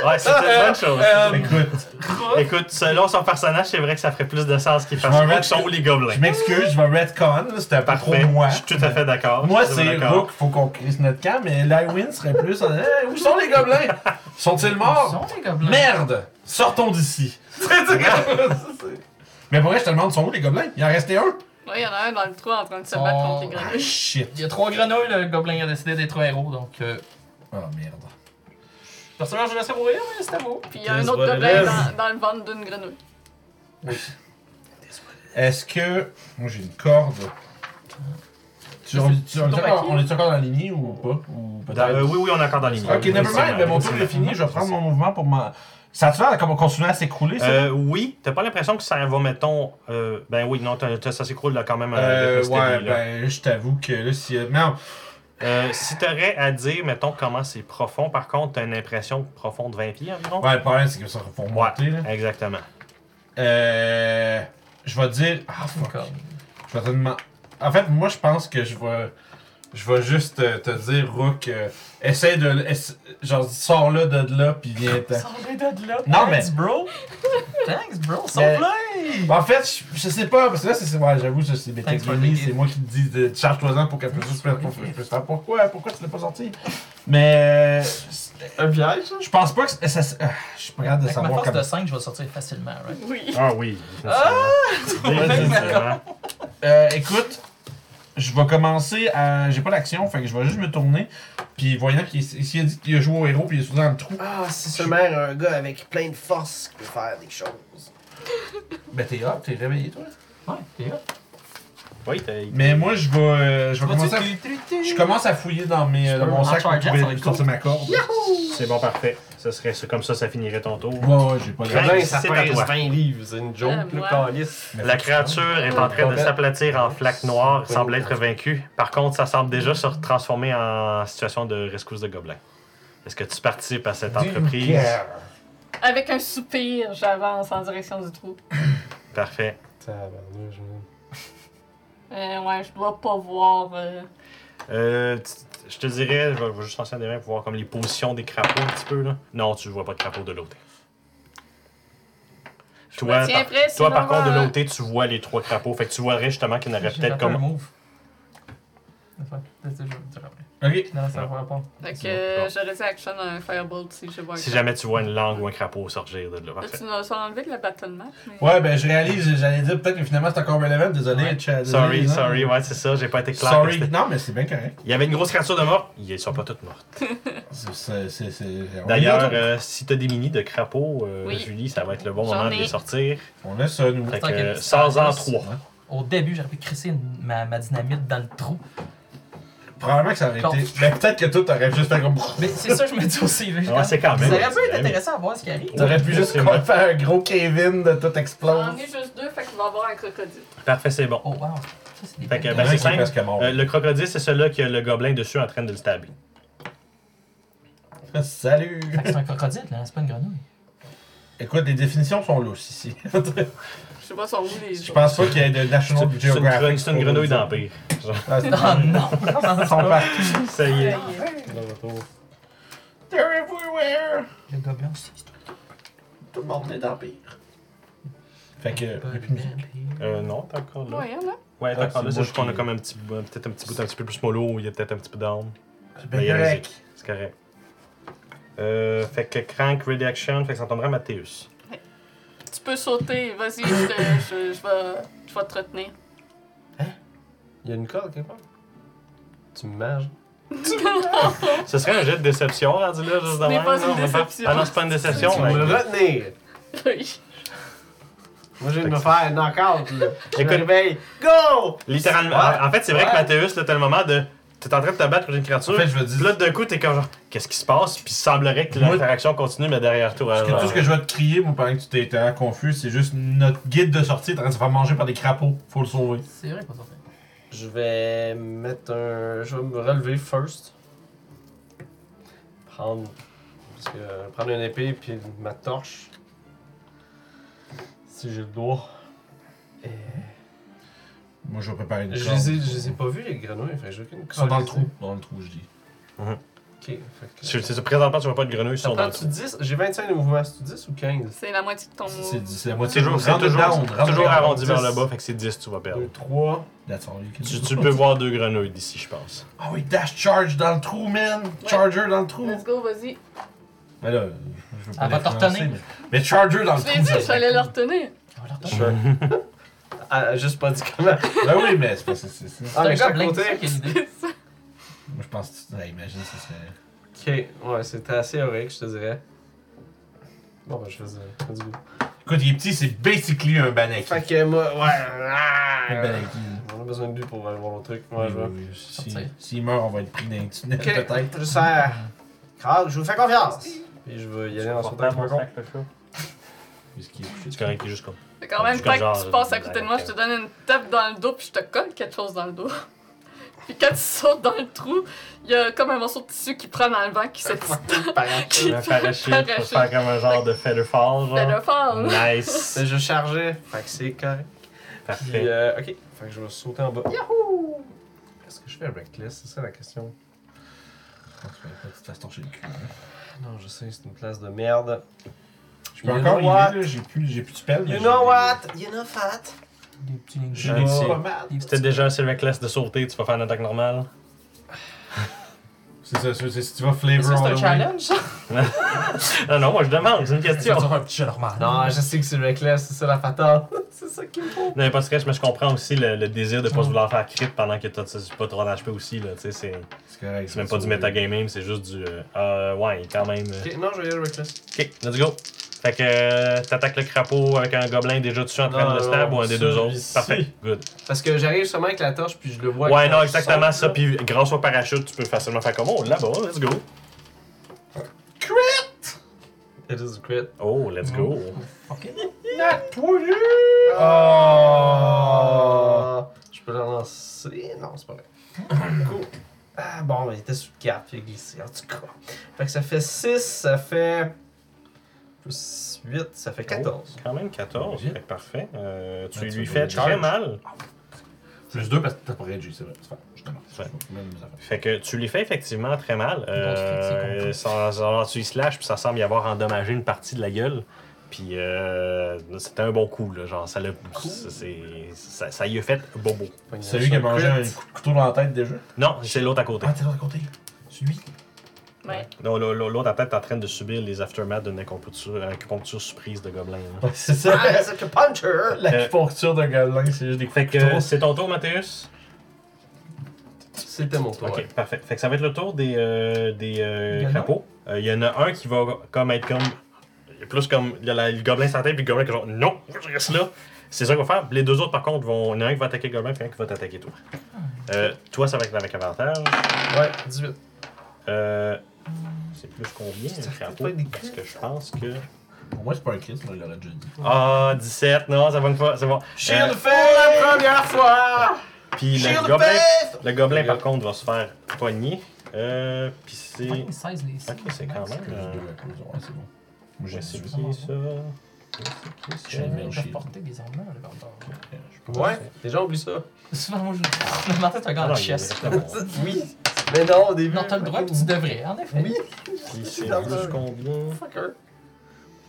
S1: Ouais, c'est une bonne chose.
S2: euh, Écoute,
S1: Écoute, selon son personnage, c'est vrai que ça ferait plus de sens qu'il fasse
S2: Je m'en
S1: Rook
S2: vais-
S1: sont où les gobelins.
S2: je m'excuse, je vais retcon, là, c'était un peu trop
S1: Parfait,
S2: moi.
S1: je suis tout à fait d'accord.
S2: Moi,
S1: Ah, Je suis
S2: c'est
S1: d'accord.
S2: Rook, faut qu'on crisse notre camp, mais Lywin serait plus. en- Eh, où sont les gobelins? Sont-ils morts?
S4: Ils sont, les gobelins.
S2: Merde! Sortons d'ici! mais pour vrai, je te demande, sont où les gobelins? Il en restait un? Ah,
S3: Ouais, il y en a un dans le trou en train de se battre contre les
S4: Oh.
S3: grenouilles.
S2: Shit!
S4: Il y a trois grenouilles, le gobelin a décidé d'être un héros, donc... Euh,
S2: Oh merde.
S4: personnellement, je laisserai mourir, mais c'était beau.
S3: Puis il y a un
S5: 15
S3: autre gobelin
S5: relèves.
S3: dans, dans le ventre d'une grenouille.
S2: Est-ce que. Moi, j'ai une corde. Tu, on, tu- on est encore, on est encore dans la lignée ou pas? Ou peut-être?
S1: Dans- euh, oui, oui, on est encore dans l'île.
S2: Ok, nevermind, mais mon tour est fini, je vais prendre mon mouvement pour m'en. Ça a-tu l'air comme continuer à s'écrouler, ça?
S1: Euh, oui, t'as pas l'impression que ça va, mettons. euh, ben oui, non, t'as- t'as- ça s'écroule là quand même. euh, avec le steady, là.
S2: ben, je t'avoue que là, si. euh, Non,
S1: Euh, si t'aurais à dire, mettons, comment c'est profond, par contre, t'as une impression profonde de 20 pieds environ.
S2: ouais, le problème, c'est que ça faut monter, là.
S1: Exactement.
S2: Euh. Je vais dire. Ah, fuck.
S4: D'accord.
S2: Je vais te demander. En fait, moi, je pense que je vais. Je vais juste euh, te dire, Rook, euh, essaie de. ess- genre, sors-le de là, puis viens-t'en.
S4: Sors-le de là.
S2: Non, mais-
S4: Thanks, bro. Thanks, bro.
S2: Mais-
S4: Sors-le.
S2: En fait, je, je sais pas, parce que là, c'est- c'est. Ouais, j'avoue, ça, c'est
S4: Thanks for the
S2: métagénie.
S4: gift.
S2: C'est moi qui te dis, de- charge-toi-en pour qu'après ça, tu puisses- pour- je puisse faire pourquoi, pourquoi tu l'as pas sorti. Mais. euh, c'est-
S5: Un piège, ça?
S2: Je pense pas que. c'est- Ça, c'est- ah, je suis pas capable de
S4: hein? Avec ma
S2: savoir
S4: force
S2: comme.
S4: de 5, je vais le sortir facilement, right?
S3: Oui.
S1: Ah oui.
S2: Définitivement. Euh, écoute, je vais commencer à. J'ai pas d'action, fait que je vais juste me tourner. Puis voyant qu'il s'il a dit qu'il a joué au héros, puis il est souvent dans le trou.
S6: Ah, c'est seulement un gars avec plein de force qui peut faire des choses.
S2: Ben t'es up, t'es réveillé toi.
S4: Ouais, t'es là.
S1: Oui, t'as-
S2: Mais moi je vais, euh, je vais commencer. À... Je
S4: Je
S2: commence à fouiller dans mes,
S4: Tu
S2: dans
S4: peux
S2: mon
S4: en
S2: sac pour
S4: charger,
S2: trouver
S4: ça va être
S2: sortir ma corde.
S1: c'est bon, parfait. Ça serait ça- comme ça, ça finirait ton tour.
S2: Ouais ouais, j'ai pas
S1: Ouais.
S2: de.
S5: Vingt, ça
S1: c'est à
S5: pèse
S1: toi.
S5: 20 livres, c'est une
S3: Ah,
S5: joke, le
S3: moi.
S5: calice.
S1: La créature est en train de s'aplatir en flaque noire, semble être vaincue. Par contre, ça semble déjà se transformer en situation de rescousse de gobelins. Est-ce que tu participes à cette entreprise?
S3: Avec un soupir, j'avance en direction du trou.
S1: Parfait.
S5: Tabarnouche, man.
S3: Euh, ouais, je dois pas voir. euh,
S1: Euh, tu- tu- je te dirais, je vais, je vais juste lancer un des mains pour voir comme les positions des crapauds un petit peu. Là. Non, tu vois pas de crapaud de l'autre. Toi,
S3: me tiens
S1: par,
S3: prêt,
S1: toi, par
S3: sinon,
S1: contre, de
S3: euh,
S1: l'autre, tu vois les trois crapauds. Fait que tu voirais justement qu'il y en aurait peut-être comme.
S4: move. Attends, je vais le dire après.
S2: Ok.
S4: Non, ça va pas.
S3: Fait que
S1: C'est bon,
S3: euh,
S1: bon.
S3: j'aurais dit action à un firebolt si je vois
S1: Si
S3: un
S1: jamais tu vois une langue ou un crapaud sortir de là.
S3: crapaud.
S1: Parfait.
S3: Tu nous as enlevé le battle map. mais-
S2: Ouais ben je réalise, j'allais dire peut-être que finalement c'est encore relevant. Désolé.
S4: Ouais.
S2: tcha-
S1: Sorry,
S2: désolé, non.
S1: sorry, ouais, c'est ça, j'ai pas été clair. que
S2: Sorry.
S1: c'était-
S2: Non mais c'est bien correct.
S1: Il y avait une grosse créature de mort, ils sont pas toutes mortes.
S2: C'est- c'est- c'est- c'est- on
S1: D'ailleurs,
S2: l'a-
S1: euh, si t'as des minis de crapauds, euh,
S3: Oui.
S1: Julie, ça va être le bon
S3: J'en
S1: moment de
S3: ai.
S1: les sortir.
S2: on laisse ça nous.
S1: Fait
S4: Tant qu'il y a
S1: que,
S4: une
S1: sans en
S4: distance.
S1: trois.
S4: Au début, j'aurais pu crisser une- ma, ma dynamite dans le trou.
S2: Probablement que ça aurait été. Mais peut-être que tout aurait juste fait comme.
S4: Mais c'est ça, je me dis aussi. mais je-
S1: Ouais, c'est quand
S4: Ça
S1: même.
S4: aurait pu être
S1: Ouais, mais-
S4: intéressant à voir ce qui arrive.
S2: T'aurais pu juste
S1: Absolument.
S2: faire un gros Kevin de tout Ben, explose.
S5: Ah,
S3: J'en ai juste deux, fait qu'il va y avoir un crocodile.
S1: Parfait, c'est bon.
S4: Oh, wow. Ça, c'est des
S1: Fait que,
S4: belles
S1: ben,
S2: Il y en a
S1: c'est
S2: qui
S1: simple.
S2: est presque mort.
S1: Euh, le crocodile, c'est celui-là qui a le gobelin dessus en train de le stabber.
S2: Euh, Salut!
S4: Fait que c'est un crocodile, là, c'est pas une grenouille.
S2: Écoute, les définitions sont lousses ici. Je
S3: Je sais pas sont où les autres.
S2: pense pas qu'il y ait de
S1: C'est
S2: National
S1: une, c'est une gre-
S2: Geographic.
S1: c'est une grenouille d'empire.
S2: Ah, c'est-
S4: Oh non!
S2: Ils sont partout.
S1: Ça y est.
S5: Là, retour.
S2: They're everywhere!
S4: Le gobelin aussi,
S2: Tout le monde est d'empire. Fait que.
S4: c'est pas
S2: depuis-
S1: Euh, non, t'es encore là.
S3: Ouais, là.
S1: Ouais, t'es encore
S2: Ah,
S1: là.
S2: c'est
S1: C'est
S2: moi
S1: juste qu'on
S2: qui-
S1: a comme un petit, bout- peut-être un petit bout un petit peu plus mollo. où Il y a peut-être un petit peu d'armes.
S2: Ben,
S1: Mais allez-y.
S2: correct.
S1: C'est correct. Euh, fait que Crank, Ready Action, fait que ça tomberait à Mathéus.
S3: Tu peux sauter, vas-y, je, te- je, je vais, je vais te retenir.
S5: Il y a une corde quelque part? Tu me mages?
S1: Ce serait un jet de déception, rendu là, juste
S3: Ce
S1: de
S3: n'est
S1: même,
S3: pas
S1: là,
S3: une
S1: on va faire-
S3: déception.
S1: Ah non, c'est pas une déception.
S5: Tu vas
S1: ouais.
S5: me retenir!
S3: Oui.
S5: Moi, j'ai
S1: Fait
S5: de me
S1: que-
S5: faire knock-out, là. Je me
S1: Écoute-
S5: réveille. Go!
S1: Littéralement.
S5: Ouais.
S1: En fait, c'est vrai que
S5: Ouais.
S1: Mathéus, là, t'as le moment de. T'es en train de te battre contre une créature.
S2: En fait, je veux dire-
S1: Puis là, d'un coup, t'es comme genre, qu'est-ce qui se passe? Puis il semblerait que
S2: Moi-
S1: l'interaction continue, mais derrière toi. euh,
S2: Parce que
S1: genre-
S2: tout ce que je vais te crier, moi, pendant que tu t'es- t'es l'air confus, c'est juste notre guide de sortie est en train de se faire manger par des crapauds. Faut le sauver.
S4: C'est vrai, pas ça. fait.
S5: Je vais mettre un. Je vais me relever first. Prendre. Parce que euh, prendre une épée puis ma torche. Si j'ai le doigt. Et...
S2: Moi, je vais préparer une
S5: Je,
S2: corde.
S5: les ai, je les ai pas vus, les grenouilles. Fait que j'ai aucune
S2: Ils sont dans le trou. Dans le trou, je dis.
S5: Ok. Fait
S1: C'est
S5: que...
S1: c'est- présentement, tu vois pas de grenouilles, ils
S5: Ça
S1: sont dans le
S5: prend-tu
S1: trou.
S5: 10 J'ai 25 de mouvement. C'est-tu 10 ou 15
S3: C'est la moitié de ton
S2: C'est
S3: mot.
S2: dix- c'est la moitié
S1: C'est toujours,
S2: Rentre down, rentre
S1: toujours
S2: down.
S1: arrondi vers
S2: Dix.
S1: le bas, fait que c'est 10 tu vas perdre.
S5: 2, 3.
S2: That's all you can
S1: Tu,
S2: do.
S1: tu peux voir deux grenouilles d'ici, je pense.
S2: Ah oui, dash charge dans le trou, man! Charger dans le trou!
S3: Let's go, vas-y.
S2: Mais là, je veux pas
S4: Elle va
S2: les
S4: te
S2: financer,
S4: retenir.
S2: Mais, mais Charger dans le
S3: Je
S2: trou,
S3: l'ai dit,
S2: ça serait
S3: j'allais
S2: cool.
S3: le retenir.
S4: On va leur donner.
S5: Sure. Elle a Ah, juste pas dit comment.
S2: Ben oui, mais c'est pas c'est- c'est- c'est-
S5: Ah, mais
S4: C'est
S5: je
S4: un
S5: suis
S4: gobelin,
S5: à côté.
S4: c'est ça qui a l'idée.
S2: Moi, je pense que tu... Ouais, imagine, ça serait...
S5: Ok, ouais, c'était assez horrible, je te dirais. Bon, bah, je faisais. Let's go.
S2: Écoute, il est petit, c'est basically un banaki.
S6: Fait que moi, ouais. ah,
S2: Un banaki.
S5: On a besoin de lui pour aller voir le truc. Ouais, je vois.
S2: Oui, oui, si-
S4: Sortir.
S2: S'il meurt, on va être pris dans un tunnel,
S6: Ok,
S2: peut-être.
S6: je sers. Crag, je vous fais confiance.
S5: Puis je vais y aller en sautant avec mon con.
S2: Parce qu'il est couché.
S1: Tu correct, il est juste comme.
S3: C'est quand même
S1: Jusqu'à
S3: pas
S1: genre,
S3: que tu passes à côté de moi, je te donne une tape dans le dos puis je te colle quelque chose dans le dos. Puis quand tu sautes dans le trou, il y a comme un morceau de tissu qui prend dans le vent qui se
S1: Tu
S3: qui
S1: veux parachute, tu peux
S3: parachute.
S1: faire comme un genre de feather fall,
S3: fait le
S1: genre.
S3: fort.
S1: Nice!
S5: Mais je chargeais. Fait que c'est correct. Puis,
S1: Parfait.
S5: euh, ok. Fait que je vais sauter en bas. Yahoo! Qu'est-ce que je fais avec Reckless? C'est ça la question.
S2: Tu te fasses torcher le cul.
S5: Non, je sais, c'est une place de merde.
S2: Je peux
S5: You
S2: encore
S5: know what?
S2: y aller, là, j'ai plus, j'ai plus de pelle. mais
S5: You
S2: j'ai-
S5: know what? You're not fat.
S4: Des petits lignes.
S2: J'ai
S1: Ah,
S2: des
S1: ici.
S2: pommades.
S4: Des
S1: C'était
S4: petits-
S1: déjà assez reckless de sauter, tu vas faire une attaque normale.
S2: C'est ça, c'est c'est- si tu vas
S4: Est-ce
S2: flavor
S4: que c'est
S2: all
S4: un
S2: the way.
S4: challenge? ça?
S1: Non, Ah non, moi je demande, c'est une
S4: Est-ce que
S1: question.
S4: tu vas faire un petit jeu normal?
S5: Non, je sais que c'est reckless, c'est ça la fatale. c'est ça qu'il me faut.
S1: Non, y a pas de stress, mais je comprends aussi le, le désir de pas se vouloir faire crit pendant que t'as t'as pas trop d'HP aussi. Là, tu sais, c'est
S2: C'est correct,
S1: c'est même pas du
S2: ça.
S1: metagaming, c'est juste du. euh, euh, ouais, quand même. euh,
S5: Ok, non, je vais y aller reckless.
S1: Ok, let's go. Fait que euh, t'attaques le crapaud avec un gobelin déjà dessus en train de
S5: Non,
S1: le stab
S5: non,
S1: ou un des deux autres.
S2: celui-ci.
S1: Parfait, good.
S5: Parce que j'arrive seulement avec la torche, puis je le vois.
S1: Ouais,
S5: quand
S1: non,
S5: je
S1: exactement
S5: saute,
S1: ça.
S5: là.
S1: Puis grâce au parachute, tu peux facilement faire comme oh là-bas, let's go.
S5: It is a crit.
S1: Oh, let's go.
S4: Ok.
S5: Oh! Je peux le lancer. Eh, Non, c'est pas vrai. cool. Ah, bon, mais il était sous le cap, il a glissé. En tout cas. Fait que ça fait 6, ça fait. plus 8, ça fait 14.
S1: Quand même 14, fait que parfait. Euh, tu
S2: Ouais, tu
S1: lui
S2: vas
S1: fais
S2: donner
S1: très
S2: charge.
S1: mal.
S2: Plus deux parce que t'as pas réagi, c'est vrai. C'est fait. Je te demande.
S1: Ouais.
S2: Même les affaires.
S1: Fait que tu lui fais effectivement très mal.
S4: Bon,
S1: Euh,
S4: c'est
S1: ça, ça- tu y slashes, puis ça semble y avoir endommagé une partie de la gueule. Puis euh, c'était un bon coup, là. Genre, ça, l'a- ça- c'est- ça, ça y a fait bobo.
S5: Oh.
S2: C'est lui qui a mangé un coup de couteau dans la tête déjà.
S1: Non, c'est l'autre à côté.
S2: Ah, t'es là à côté. C'est lui.
S3: Ouais.
S1: Non, l'au- l'au- L'autre à tête est en train de subir les aftermaths d'une acupuncture, acupuncture surprise de gobelin. là. Euh,
S2: C'est ça.
S5: Ah, c'est que puncher!
S2: Euh, L'acupuncture d'un gobelin, c'est juste des
S1: Fait
S2: coups de
S1: que
S2: couteau.
S1: c'est ton tour, Mathéus?
S5: C'était mon tour.
S1: Ok,
S5: ouais.
S1: parfait. Fait que ça va être le tour des, euh, des euh,
S4: Il y en a?
S1: crapauds. Euh, Il y en a un qui va comme être comme. il est Plus comme. il y a la- le gobelin s'entend, puis le gobelin qui est genre non, je reste là. C'est ça qu'on va faire. Les deux autres, par contre, vont. Il y en a un qui va attaquer le gobelin, puis un qui va t'attaquer toi.
S4: Ah.
S1: Euh, toi, ça va être avec avantage.
S5: Ouais, 18.
S1: Euh, c'est plus combien, le crapaud?
S5: pas des
S1: Parce que je pense que.
S2: Pour moi, c'est pas un Chris, moi, il l'aurait déjà dit.
S1: Ah, 17, non, ça va une fois, c'est bon.
S5: Shield
S1: Euh,
S5: fait la première fois!
S1: Puis le
S5: Shield
S1: gobelin,
S5: fait!
S1: le gobelin, par contre, va se faire poigner. Euh, puis c'est.
S4: Fucking 16 les
S1: Ok, c'est quand même.
S2: Plus
S1: euh,
S2: deux à cause. Ouais, c'est bon. Moi, j'ai
S1: Ouais, c'est qui
S2: suivi.
S1: ça?
S2: J'ai le
S4: Ils
S2: même
S4: peuvent
S2: shield.
S4: porter des armures, là, par exemple.
S2: Euh,
S5: Ouais, déjà oublie ça.
S4: Souvent, moi, je me demandais t'as un gars
S1: Ah
S4: en
S1: non,
S4: chest.
S1: il est vraiment bon.
S5: Oui. Mais non, au début.
S4: Non, t'as le droit, puis tu devrais, en effet.
S5: Oui.
S1: Puis c'est
S5: dans
S1: juste
S5: un-
S1: combien
S5: Fucker.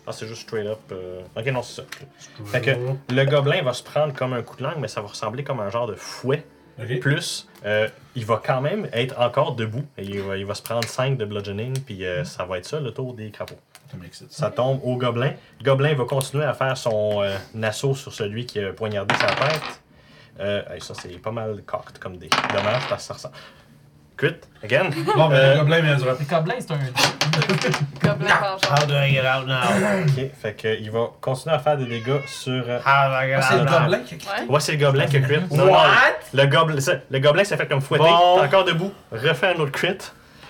S1: Ah, c'est juste straight up. euh, Ok, non, c'est ça. Fait
S5: Mhm.
S1: que le gobelin va se prendre comme un coup de langue, mais ça va ressembler comme un genre de fouet.
S2: Ok.
S1: Plus, euh, il va quand même être encore debout. Et il, va, il va se prendre 5 de bludgeoning, puis euh, ça va être ça le tour des crapauds.
S2: Ça m'excite.
S1: Ça tombe au gobelin. Le gobelin va continuer à faire son euh, assaut sur celui qui a poignardé sa tête. Euh, hey, ça, c'est pas mal cocked comme des. Dommage, parce que ça ressemble. Crit, again.
S2: Non, mais
S1: Euh,
S2: le gobelin, mais il a
S4: Le gobelin, c'est un. euh,
S3: Gobelin vengeance.
S6: How do I get out now?
S1: Ok, fait que il va continuer à faire des dégâts sur. euh,
S6: How do I get
S4: Ah,
S6: out
S4: c'est
S6: now?
S4: le
S2: gobelin qui
S3: Ouais.
S1: Ouais, c'est le gobelin qui a crit.
S5: ah,
S1: Non, non,
S5: What?
S1: le gobelin, ça- le gobelin s'est fait comme fouetter.
S5: Bon.
S1: T'es encore debout. Refais un autre crit.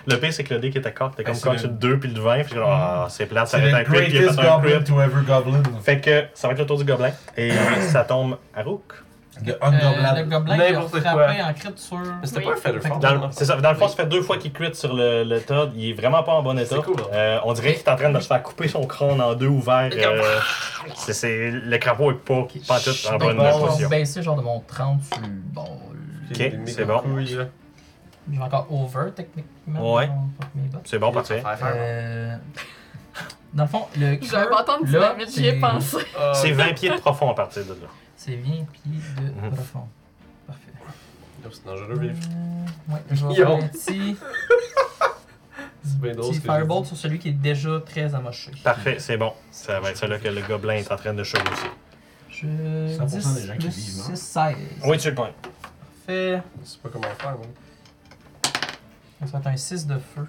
S1: Le pire, c'est que le dé qui était cocked, t'es comme
S2: Ah, c'est
S1: quand
S2: le-
S1: tu 2 puis le 20. Puis genre, ah, c'est plate, ça
S2: C'est
S1: va être
S2: le
S1: un crit. Puis il a
S2: greatest
S1: fait un
S2: goblin
S1: crit.
S2: to ever goblin.
S1: Fait que ça va être le tour du gobelin. Et ça tombe à Rook.
S2: The
S4: Euh, le
S2: ungoblin.
S4: gobelin qui a
S5: N'importe
S4: frappé en crit sur.
S5: C'était
S3: Oui.
S5: pas un feather fall.
S1: Dans le, c'est ça, dans le fond,
S4: Oui.
S1: ça fait deux fois qu'il crit sur le, le Todd. Il est vraiment pas en bon état.
S5: C'est cool, hein.
S1: Euh, on dirait qu'il est en train de se faire couper son crâne en deux ouvert. euh, c'est, c'est- le crapaud est pas, pas tout
S4: Ben,
S1: en bonne
S4: bon,
S1: position.
S4: baissé genre de mon 30 sur. Bon.
S1: Ok, c'est bon.
S4: Je vais encore over, techniquement.
S1: Ouais.
S4: dans- dans mes bottes.
S1: C'est bon, parfait.
S4: Euh, Dans le fond, le.
S3: J'ai un bâton de
S4: creux, là,
S3: dynamite, j'y ai
S4: c'est-
S3: pensé.
S1: C'est
S5: Euh,
S1: 20 pieds de profond à partir de là.
S4: C'est 20 pieds de
S1: Mhm.
S4: profond. Parfait.
S5: C'est dangereux, mais
S4: Euh, ouais, je vais
S5: Yo.
S4: faire un petit,
S5: c'est bien drôle.
S4: petit
S5: ce que
S4: fireball sur celui qui est déjà très amoché.
S1: Parfait, c'est bon. Ça va être ça là que le gobelin est en train de chevaucher.
S4: Je...
S2: 100% des gens qui
S4: 10
S2: vivent, hein. non?
S4: plus 16.
S1: Oui, tu le point.
S4: Parfait.
S5: j'ai dit. Je sais pas comment faire, moi.
S4: Ça va être un 6 de feu.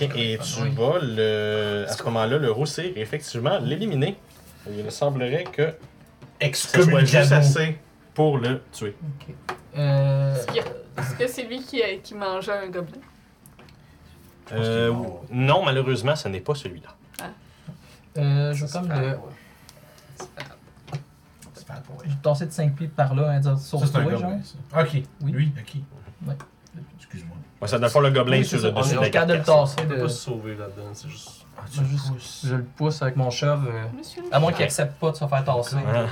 S4: Euh,
S1: et tu vas le, à ce moment-là le roussir et effectivement l'éliminer. Il semblerait que ce soit juste
S2: Excommunicado.
S1: assez pour le tuer.
S4: Ok. Euh...
S3: Est-ce que- est-ce que c'est lui qui, a- qui mangeait un gobelin?
S2: pense qu'il est
S1: Euh,
S2: mort.
S1: non, malheureusement, ce n'est pas celui-là.
S4: euh, je vais comme le...
S2: C'est pas pour
S4: Je vais tasser de 5 pieds par là, hein, dire
S2: Ça, c'est un
S4: sauve-toi, genre.
S2: gobelin, ça. Ok.
S4: Oui.
S2: Lui, ok.
S4: Ouais.
S2: Excuse-moi.
S1: Ouais, ça, dans le fond, le gobelin
S4: Oui,
S1: sur
S4: c'est
S1: le
S4: ça.
S1: dessus
S4: On
S1: de
S4: est
S1: la
S4: en train de le
S1: carcasse.
S4: tasser,
S5: On peut
S4: de-
S5: pas se sauver là-dedans, c'est juste.
S2: Ah,
S4: Moi, Bah, juste, je le pousse avec mon shove. euh,
S3: Monsieur
S4: À moins
S3: le
S4: qu'il accepte pas de se faire tasser.
S1: Hein?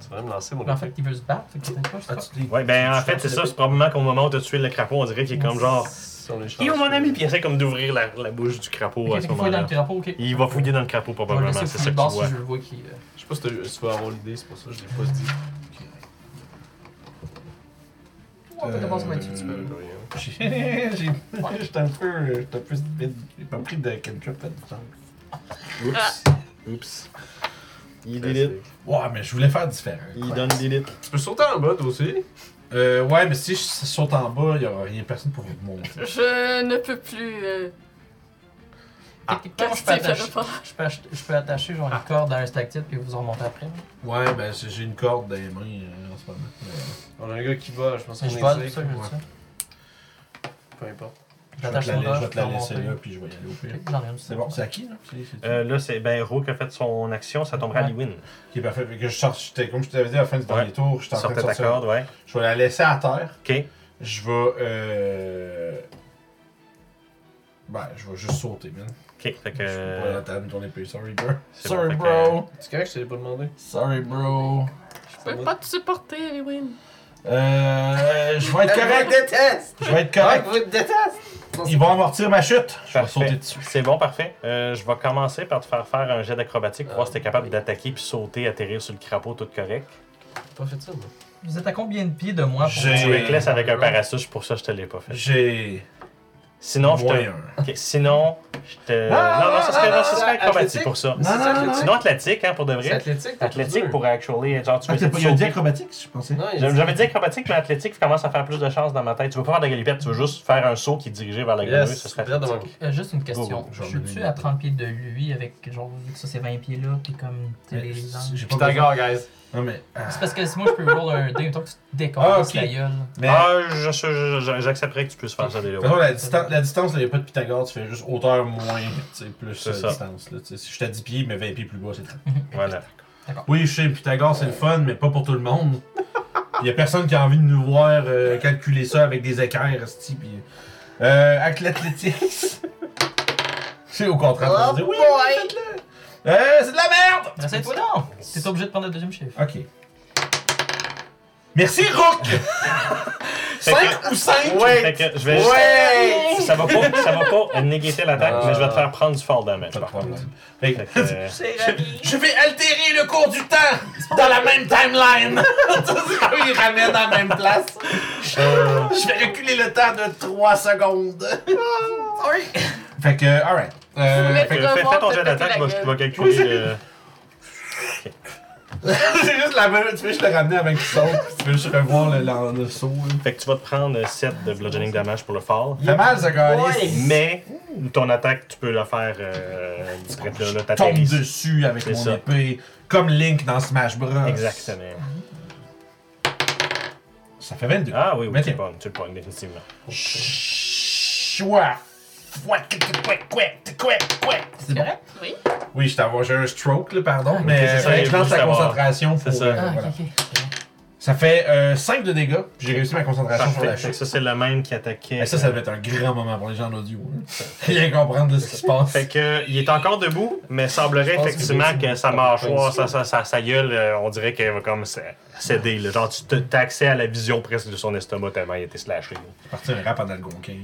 S5: Tu vas me lancer, mon
S4: Mais en fait, il veut se battre, fait que peut-être pas, je sais
S2: Ah,
S4: pas.
S2: tu t'es-
S1: Ouais, ben en fait, c'est ça. C'est probablement qu'au moment où tu as tué le crapaud, on dirait qu'il est comme genre.
S5: Si on est chanceux.
S1: Yo, mon ami! Puis il essaie comme d'ouvrir la, la bouche du crapaud
S4: Ok,
S1: à ce
S4: fait qu'il fouille dans
S1: moment-là.
S4: le crapaud, ok.
S1: Il va fouiller dans le crapaud
S4: Je vais le
S1: probablement,
S4: laisser
S1: c'est
S4: fouiller
S1: ça
S4: le
S1: que
S4: bord
S1: tu
S4: si
S1: vois.
S4: je le vois qui. euh,
S5: Je sais pas si t'as- si tu vas avoir l'idée, c'est pour ça que je l'ai pas dit.
S4: On peut commencer par
S5: Tu
S4: là-dessus.
S5: peux le rien.
S2: J'ai- j'ai- J'étais un peu. J'étais un peu speed. J'ai pas pris de cantrip à distance.
S1: Oups. Oups. Il did it.
S2: Ouais, mais je voulais faire différent.
S1: Il donne did it.
S5: Tu peux sauter en bas, toi aussi.
S2: Euh, ouais, mais si je saute en bas, il y aura rien personne pour vous monter.
S3: Je ne peux plus. euh,
S2: Ah,
S4: Techniquement, moi, je peux
S3: caster, ça
S4: attacher-
S3: va pas.
S4: je peux ach- je peux attacher genre une corde à un stactite puis vous en remonter après.
S2: Ouais, ben j'ai j'ai une corde dans les mains euh, en ce moment. Mais,
S5: On a un gars qui va, je pense qu'on
S4: Je
S5: est
S4: vole,
S5: sec,
S4: ça, je
S5: ouais.
S4: veux ça.
S5: Peu importe.
S2: euh, je vais
S4: J'attache
S2: te la,
S4: mon
S2: la- je vais
S4: roche,
S2: te la
S4: je vais
S2: laisser
S4: monter.
S2: là, puis je vais y aller au pire.
S4: Ok, J'en ai une.
S2: C'est bon, c'est à qui là C'est- c'est-
S1: Euh, là, c'est ben, Rook a fait son action, ça tomberait à
S4: Ouais.
S1: Liwin.
S2: Qui est parfait. Fait que je sors, j'étais- comme je t'avais dit à la fin du
S1: Ouais.
S2: dernier tour, j'étais en train de
S1: Sortez ta
S2: sortir.
S1: corde, ouais.
S2: Je vais la laisser à terre.
S1: Ok.
S2: Je vais. Euh... Ben, je vais juste sauter, man.
S1: Ok, fait que.
S2: Je peux pas attendre ton épée, sorry, bro.
S1: Euh, c'est bon,
S2: Sorry,
S1: fait que-
S2: bro.
S5: C'est correct, je t'avais pas demandé.
S2: Sorry, bro.
S3: Je peux pas te supporter, Lewin.
S2: Euh. Je vais être
S6: Elle me
S2: correct.
S6: déteste!
S2: Je vais être
S5: Ah,
S6: Elle
S2: correct.
S6: vous déteste!
S2: Ils vont amortir ma chute. Je vais
S1: Parfait.
S2: sauter dessus.
S1: C'est bon, parfait. Euh, je vais commencer par te faire faire un jet d'acrobatique pour
S5: Ah,
S1: voir si t'es capable
S5: oui.
S1: d'attaquer puis sauter, atterrir sur le crapaud, tout correct.
S5: J'ai pas fait ça, moi.
S4: Vous êtes à combien de pieds de moi pour
S2: J'ai-
S1: Tu
S4: vous-
S1: reclaisses avec un parasouche, pour ça je te l'ai pas fait.
S2: J'ai.
S1: Sinon, je te.
S2: moyen.
S1: Ok, Sinon, je te.
S2: Ah,
S1: Non, non, ça serait,
S5: ah,
S1: non, ça serait
S5: ah,
S1: acrobatique
S5: athlétique.
S1: pour ça.
S5: Mais c'est
S2: non,
S5: ça,
S2: non,
S5: athlétique.
S1: Sinon, athlétique, hein, pour de
S5: C'est
S1: vrai.
S5: athlétique. t'as plus
S1: Athlétique
S5: dur.
S1: pour actually. Genre, tu
S2: Ah,
S1: veux
S2: t'as
S1: essayer
S2: pas-
S1: de
S2: il y a dit
S1: sauter.
S2: acrobatique, je pensais.
S5: Non, il y a
S1: J'avais j'avais dit acrobatique, mais athlétique, tu commences à faire plus de chance dans ma tête. Tu veux pas faire de galipette, tu veux juste faire un saut qui est dirigé vers la grenouille,
S5: Yes,
S1: ce serait
S5: bien
S1: athlétique.
S5: donc.
S4: Euh, juste une question.
S2: Go, go,
S4: je
S2: Oh, j'en ai
S4: suis-tu
S2: une.
S4: à 30 pieds de lui avec, genre, vu que ça c'est 20 pieds là, puis comme, tu sais,
S2: Mais
S4: les angles.
S2: Euh, J'ai pas besoin.
S5: Pythagore, guys.
S2: Non, mais. ah.
S4: C'est parce que si moi je peux roll un dé, tant que tu te
S2: Ah,
S4: décolles
S2: ok.
S4: la gueule.
S2: Mais. Ah.
S1: Ah, je- je- je- j'accepterais que tu puisses faire ça dès
S2: De
S1: là.
S2: toute façon, la, distan- la distance, il n'y a pas de Pythagore, tu fais juste hauteur moins, tu sais, plus
S1: C'est
S2: euh,
S1: ça.
S2: distance. Là, tu sais. si je suis à 10 pieds, mais 20 pieds plus bas, c'est 30.
S1: Voilà.
S2: Oui, je sais, Pythagore, c'est le fun, mais pas pour tout le monde. Il n'y a personne qui a envie de nous voir euh, calculer ça avec des équerres, esti, pis... Euh, avec l'athlétisme. c'est au contraire, on va dire, oui,
S6: boy!
S2: euh, c'est de la merde!
S4: Reste-toi non! T'es obligé de prendre le deuxième
S1: Ah,
S4: chiffre.
S2: Ok. Merci, Rook! 5 ou 5?
S1: Fait que je vais juste-
S6: Ouais!
S1: Ça va pas, ça va pas négater l'attaque,
S5: Ah.
S1: mais je vais te faire prendre du fall damage.
S2: Pas de
S1: par contre.
S2: problème. Fait que-
S1: Fait que, euh,
S2: Je vais altérer le cours du temps dans la même timeline. Il ramène à la même place. Je vais reculer le temps de 3 secondes. Sorry. Fait que, alright.
S3: Vous
S2: Euh,
S3: voulez-
S1: fait que fais, fais ton jet
S3: Revoir,
S1: d'attaque,
S3: péter
S1: moi
S3: la
S1: je vais
S3: gueule.
S1: calculer. euh,
S2: c'est juste la même. Tu veux juste le ramener avec le saut. puis Tu veux juste revoir le, le, le saut. là.
S1: Fait que tu vas te prendre 7 de bludgeoning damage pour le fall.
S2: Fait mal, ce gars
S1: Mais ton attaque, tu peux la faire euh, discrète là, là
S2: Tombe
S1: t'atterris.
S2: dessus avec
S1: C'est
S2: mon
S1: ça.
S2: épée. Comme Link dans Smash Bros.
S1: Exactement.
S2: Ça fait 22.
S1: Ah oui, oui,
S2: Mais
S1: tu le
S2: tiens.
S1: pognes, tu le pognes définitivement.
S2: Choix.
S4: C'est correct?
S3: Oui.
S2: Oui, je t'avoue, j'ai un stroke, là, pardon, mais
S1: c'est ça,
S2: fallait
S1: il
S2: que je
S1: faut
S2: lance la
S1: savoir.
S2: concentration.
S1: C'est
S2: pour,
S1: ça.
S2: euh,
S4: Ah,
S2: voilà.
S4: ok, ok.
S2: Ça fait 5 de dégâts, puis j'ai réussi ma concentration sur
S1: Parfait.
S2: la
S1: Fait que
S2: chute.
S1: ça, c'est le même qui attaquait.
S2: Et ça, ça devait être un grand moment pour les gens en audio. hein. Rien comprendre de ce qui se passe.
S1: Fait que, euh, il est encore debout, mais semblerait
S5: pense que
S1: effectivement
S5: j'ai-
S1: que sa mâchoire, sa, sa, sa, sa gueule, euh, on dirait qu'elle va comme cé- céder. là. Genre, tu te- t'as accès à la vision presque de son estomac tellement il a été slashé.
S2: C'est parti un rap en algonquin.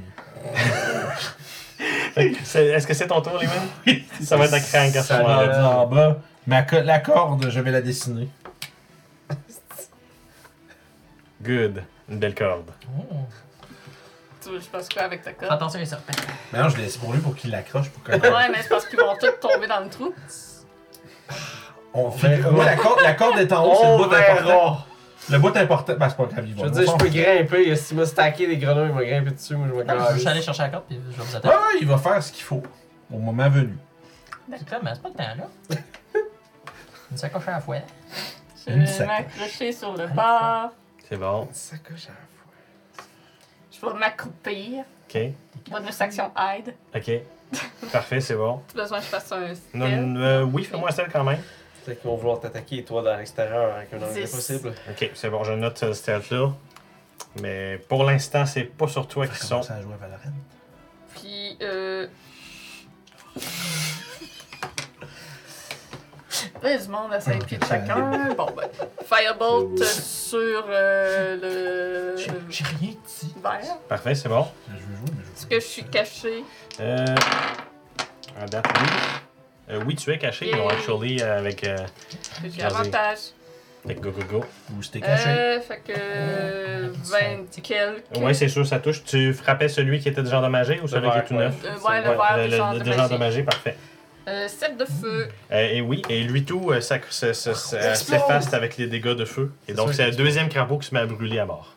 S1: C'est- Est-ce que c'est ton tour, Lévin? ça va être un crank à ce
S2: Ça va
S1: moment-là.
S2: en bas. Ma co- la corde, je vais la dessiner.
S1: Good. Une belle corde.
S4: Oh.
S3: Tu veux que je passe quoi avec ta corde?
S4: Attention les serpents.
S2: Maintenant, je l'ai laisse pour lui pour qu'il l'accroche. Pour que...
S3: Ouais, mais c'est parce qu'ils vont tous tomber dans le trou.
S2: On verra. Ouais, la, corde, la corde est en haut, c'est le bout important. Le bout important. Ben, c'est pas grave, il va.
S5: Je veux
S2: on
S5: dire, je
S2: s'en
S5: peux
S2: fout.
S5: grimper. Si m'a stacké des grenouilles, il m'a grimpé dessus. Moi, je me
S1: Ah,
S3: Ah,
S4: Je vais juste aller
S5: casse.
S4: chercher la corde puis je vais vous
S2: Ouais,
S4: attaquer.
S2: ouais, Ah, il va faire ce qu'il faut au moment venu.
S4: C'est clair, mais c'est pas le temps là. Une sacoche à la fois.
S3: Je
S2: Une
S3: vais
S2: sacoche.
S3: m'accrocher sur le bord.
S1: C'est bon.
S6: Ça coche à la fois.
S3: Je vais m'accroupir.
S1: OK.
S3: Bonus action aide.
S1: OK. Parfait, c'est bon.
S3: Tu as besoin que je fasse un spell?
S1: Non, euh, oui, fais-moi celle quand même.
S5: Peut-être qu'ils vont vouloir t'attaquer, toi, dans l'extérieur, avec un angle
S3: Dix.
S5: possible.
S1: OK, c'est bon, je note euh, cette là Mais pour l'instant, c'est pas sur toi qu'ils sont.
S2: Commence à jouer à Valorant.
S3: Puis, euh... Là, du monde à 5 pieds de chacun. Bon, ben, Firebolt sur euh, le...
S4: J'ai
S3: le
S4: j'ai rien dit.
S3: verre.
S1: Parfait, c'est bon.
S2: Je veux jouer, mais je veux
S3: Est-ce que je suis caché?
S1: Euh, à date, oui. Euh, oui, tu es caché.
S3: Yay.
S1: Non, actually, euh, avec, euh, Vas-y.
S3: J'ai avantage.
S1: avec Go Go Go.
S2: Ou c'était caché.
S3: Euh, fait que. 20 quelques.
S1: Ouais, c'est sûr, ça touche. Tu frappais celui qui était déjà endommagé ou celui qui est
S5: vert,
S1: tout
S5: ouais.
S1: neuf?
S3: Euh, ouais, le vert déjà endommagé.
S1: déjà endommagé, parfait.
S3: Euh, 7 de feu.
S1: Euh, et oui, et lui tout euh, ça- ça- ça- ça-
S6: Explose!
S1: s'efface avec les dégâts de feu. Et donc,
S5: sûr
S1: c'est
S5: qu'il
S1: le deuxième crapaud qui se met à brûler à mort.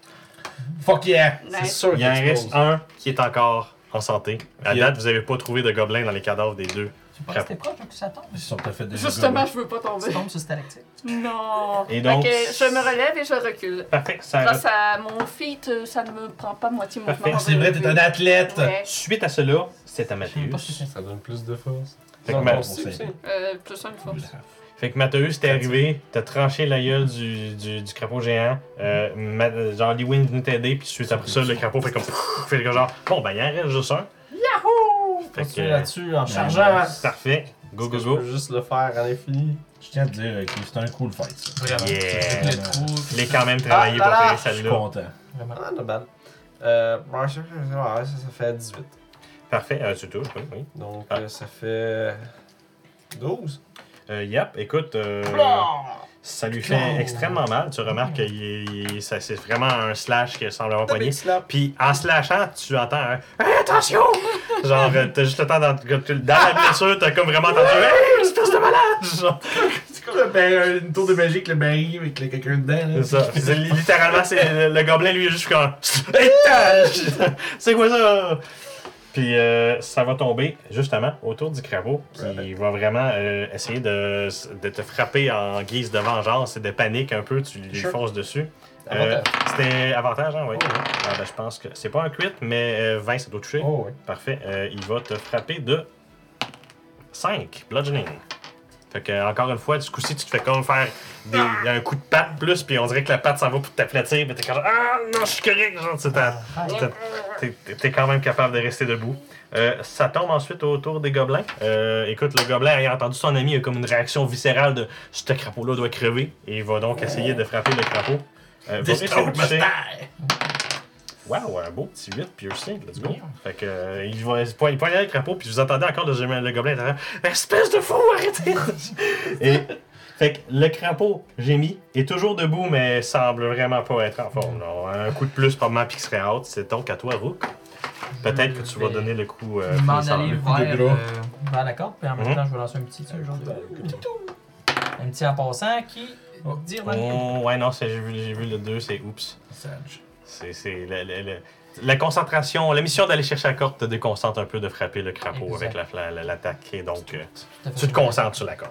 S2: Fuck yeah!
S5: C'est
S3: Nice.
S5: sûr
S1: Il
S5: qu'il
S1: en reste
S5: explose.
S1: un qui est encore en santé. À
S5: Yeah.
S1: date, vous n'avez pas trouvé de gobelins dans les cadavres des deux.
S4: Tu penses que t'es proche hein, que ça tombe?
S2: Ils sont peut-être fait des
S3: Justement, je veux pas
S4: Tu
S3: tomber.
S4: tombes sur stalactite.
S3: Non.
S1: Et donc-
S3: Fait que je me relève et je recule.
S1: Parfait, ça
S3: Grâce à mon feat, euh, ça ne me prend pas moitié mouvement.
S1: Euh, Parfait.
S2: C'est vrai, t'es un athlète!
S3: Ouais.
S1: Suite à cela, c'est à
S4: Je sais
S1: Mathéus.
S4: pas ce que c'est.
S5: Ça donne plus de force.
S1: Fait que
S5: Non,
S1: ma-
S5: non, c'est-
S2: on sait.
S5: c'est-
S3: Euh, plus un de force.
S1: Fait que Mathéus, t'es arrivé, t'as tranché la gueule du, du, du crapaud géant. Euh, Ma- euh, genre, Lee Win venait t'aider, puis suite après ça, le crapaud fait comme. Fait que genre, bon, ben, il en reste juste un. Fait que,
S5: Continuer là-dessus en
S2: non,
S5: chargeant.
S1: Parfait, go
S5: Est-ce que
S1: go
S5: je
S1: go.
S5: peux juste le faire à l'infini.
S2: Je tiens à te dire euh, que c'est un cool fight. ça.
S4: Vraiment.
S1: Yeah.
S4: Le trou.
S1: Il est quand même travaillé
S5: Ah,
S1: pour
S5: là,
S1: payer
S5: là.
S2: Je suis
S1: celle-là.
S2: content.
S4: Vraiment.
S5: Ah, not bad. Euh, ouais, ça, ça, ça fait 18.
S1: Parfait, euh, tu touches, oui, oui.
S5: Donc,
S1: Ah.
S5: euh, ça fait 12.
S1: Euh, yep, écoute, euh, ça lui
S4: Claw.
S1: fait extrêmement mal. Tu remarques que il est- ça- c'est vraiment un slash qui semble avoir poigné.
S5: slap.
S1: Puis en slashant, tu entends un Hey, attention! Genre, euh, t'as juste le temps d'entendre. Dans la blessure, t'as comme vraiment entendu Hey, espèce de malade! Genre,
S2: C'est comme le bar- une tour de magie avec le baril avec le- quelqu'un dedans.
S1: c'est
S2: là.
S1: ça. Puis c'est li- littéralement, c'est le, le gobelin, lui, est juste comme Hey, t'as- C'est quoi ça? Puis euh, ça va tomber justement autour du crapaud qui va vraiment euh, essayer de, de te frapper en guise de vengeance et de panique un peu. Tu lui
S5: Sure.
S1: fonces dessus. Euh,
S5: Avantage.
S1: C'était avantage, hein, oui.
S5: Oh, ouais.
S1: Ah, ben, je pense que c'est pas un crit, mais euh, 20, ça doit toucher.
S5: Oh, ouais.
S1: Parfait. Euh, il va te frapper de 5, bludgeoning. Fait que, encore une fois, du coup, si tu te fais comme faire des- un coup de patte plus, puis on dirait que la patte s'en va pour t'aplatir, mais t'es comme genre, Ah non, je suis correct! Genre, tu sais, t'as- t'as- t'es- t'es- T'es quand même capable de rester debout. Euh, ça tombe ensuite autour des gobelins. Euh, écoute, le gobelin ayant entendu son ami, il a comme une réaction viscérale de ce crapaud-là doit crever, et il va donc essayer de frapper le crapaud. Euh, va réussir à le toucher. Wow, un beau petit 8 piercing, let's go. Fait que, euh, il va il poigne- il poigne le crapaud, puis vous entendez encore le, gem- le gobelin à l'intérieur. Espèce de fou, arrêtez! Et, fait que le crapaud, gémit, est toujours debout, mais semble vraiment pas être en forme. là. Un coup de plus, probablement, puis qu'il serait out. C'est donc à toi, Rook. Peut-être que tu vas donner le coup. euh,
S4: m'en
S1: finissant,
S4: aller
S1: le coup
S4: vers,
S1: de gras.
S4: euh, vers la corde, puis en
S1: Mhm.
S4: même temps, je vais lancer un petit, tu sais, genre de... Un petit en passant qui... Dire dans le-
S1: Ben, Oh, ouais, non, c'est- j'ai vu, j'ai vu le 2, c'est oups.
S2: Sage.
S1: C'est c'est la, la- la- la concentration, la mission d'aller chercher la corde te déconcentre un peu de frapper le crapaud
S4: Exact.
S1: avec la fla- la- l'attaque. et donc, euh,
S4: Tout à fait.
S1: tu te concentres sur la corde.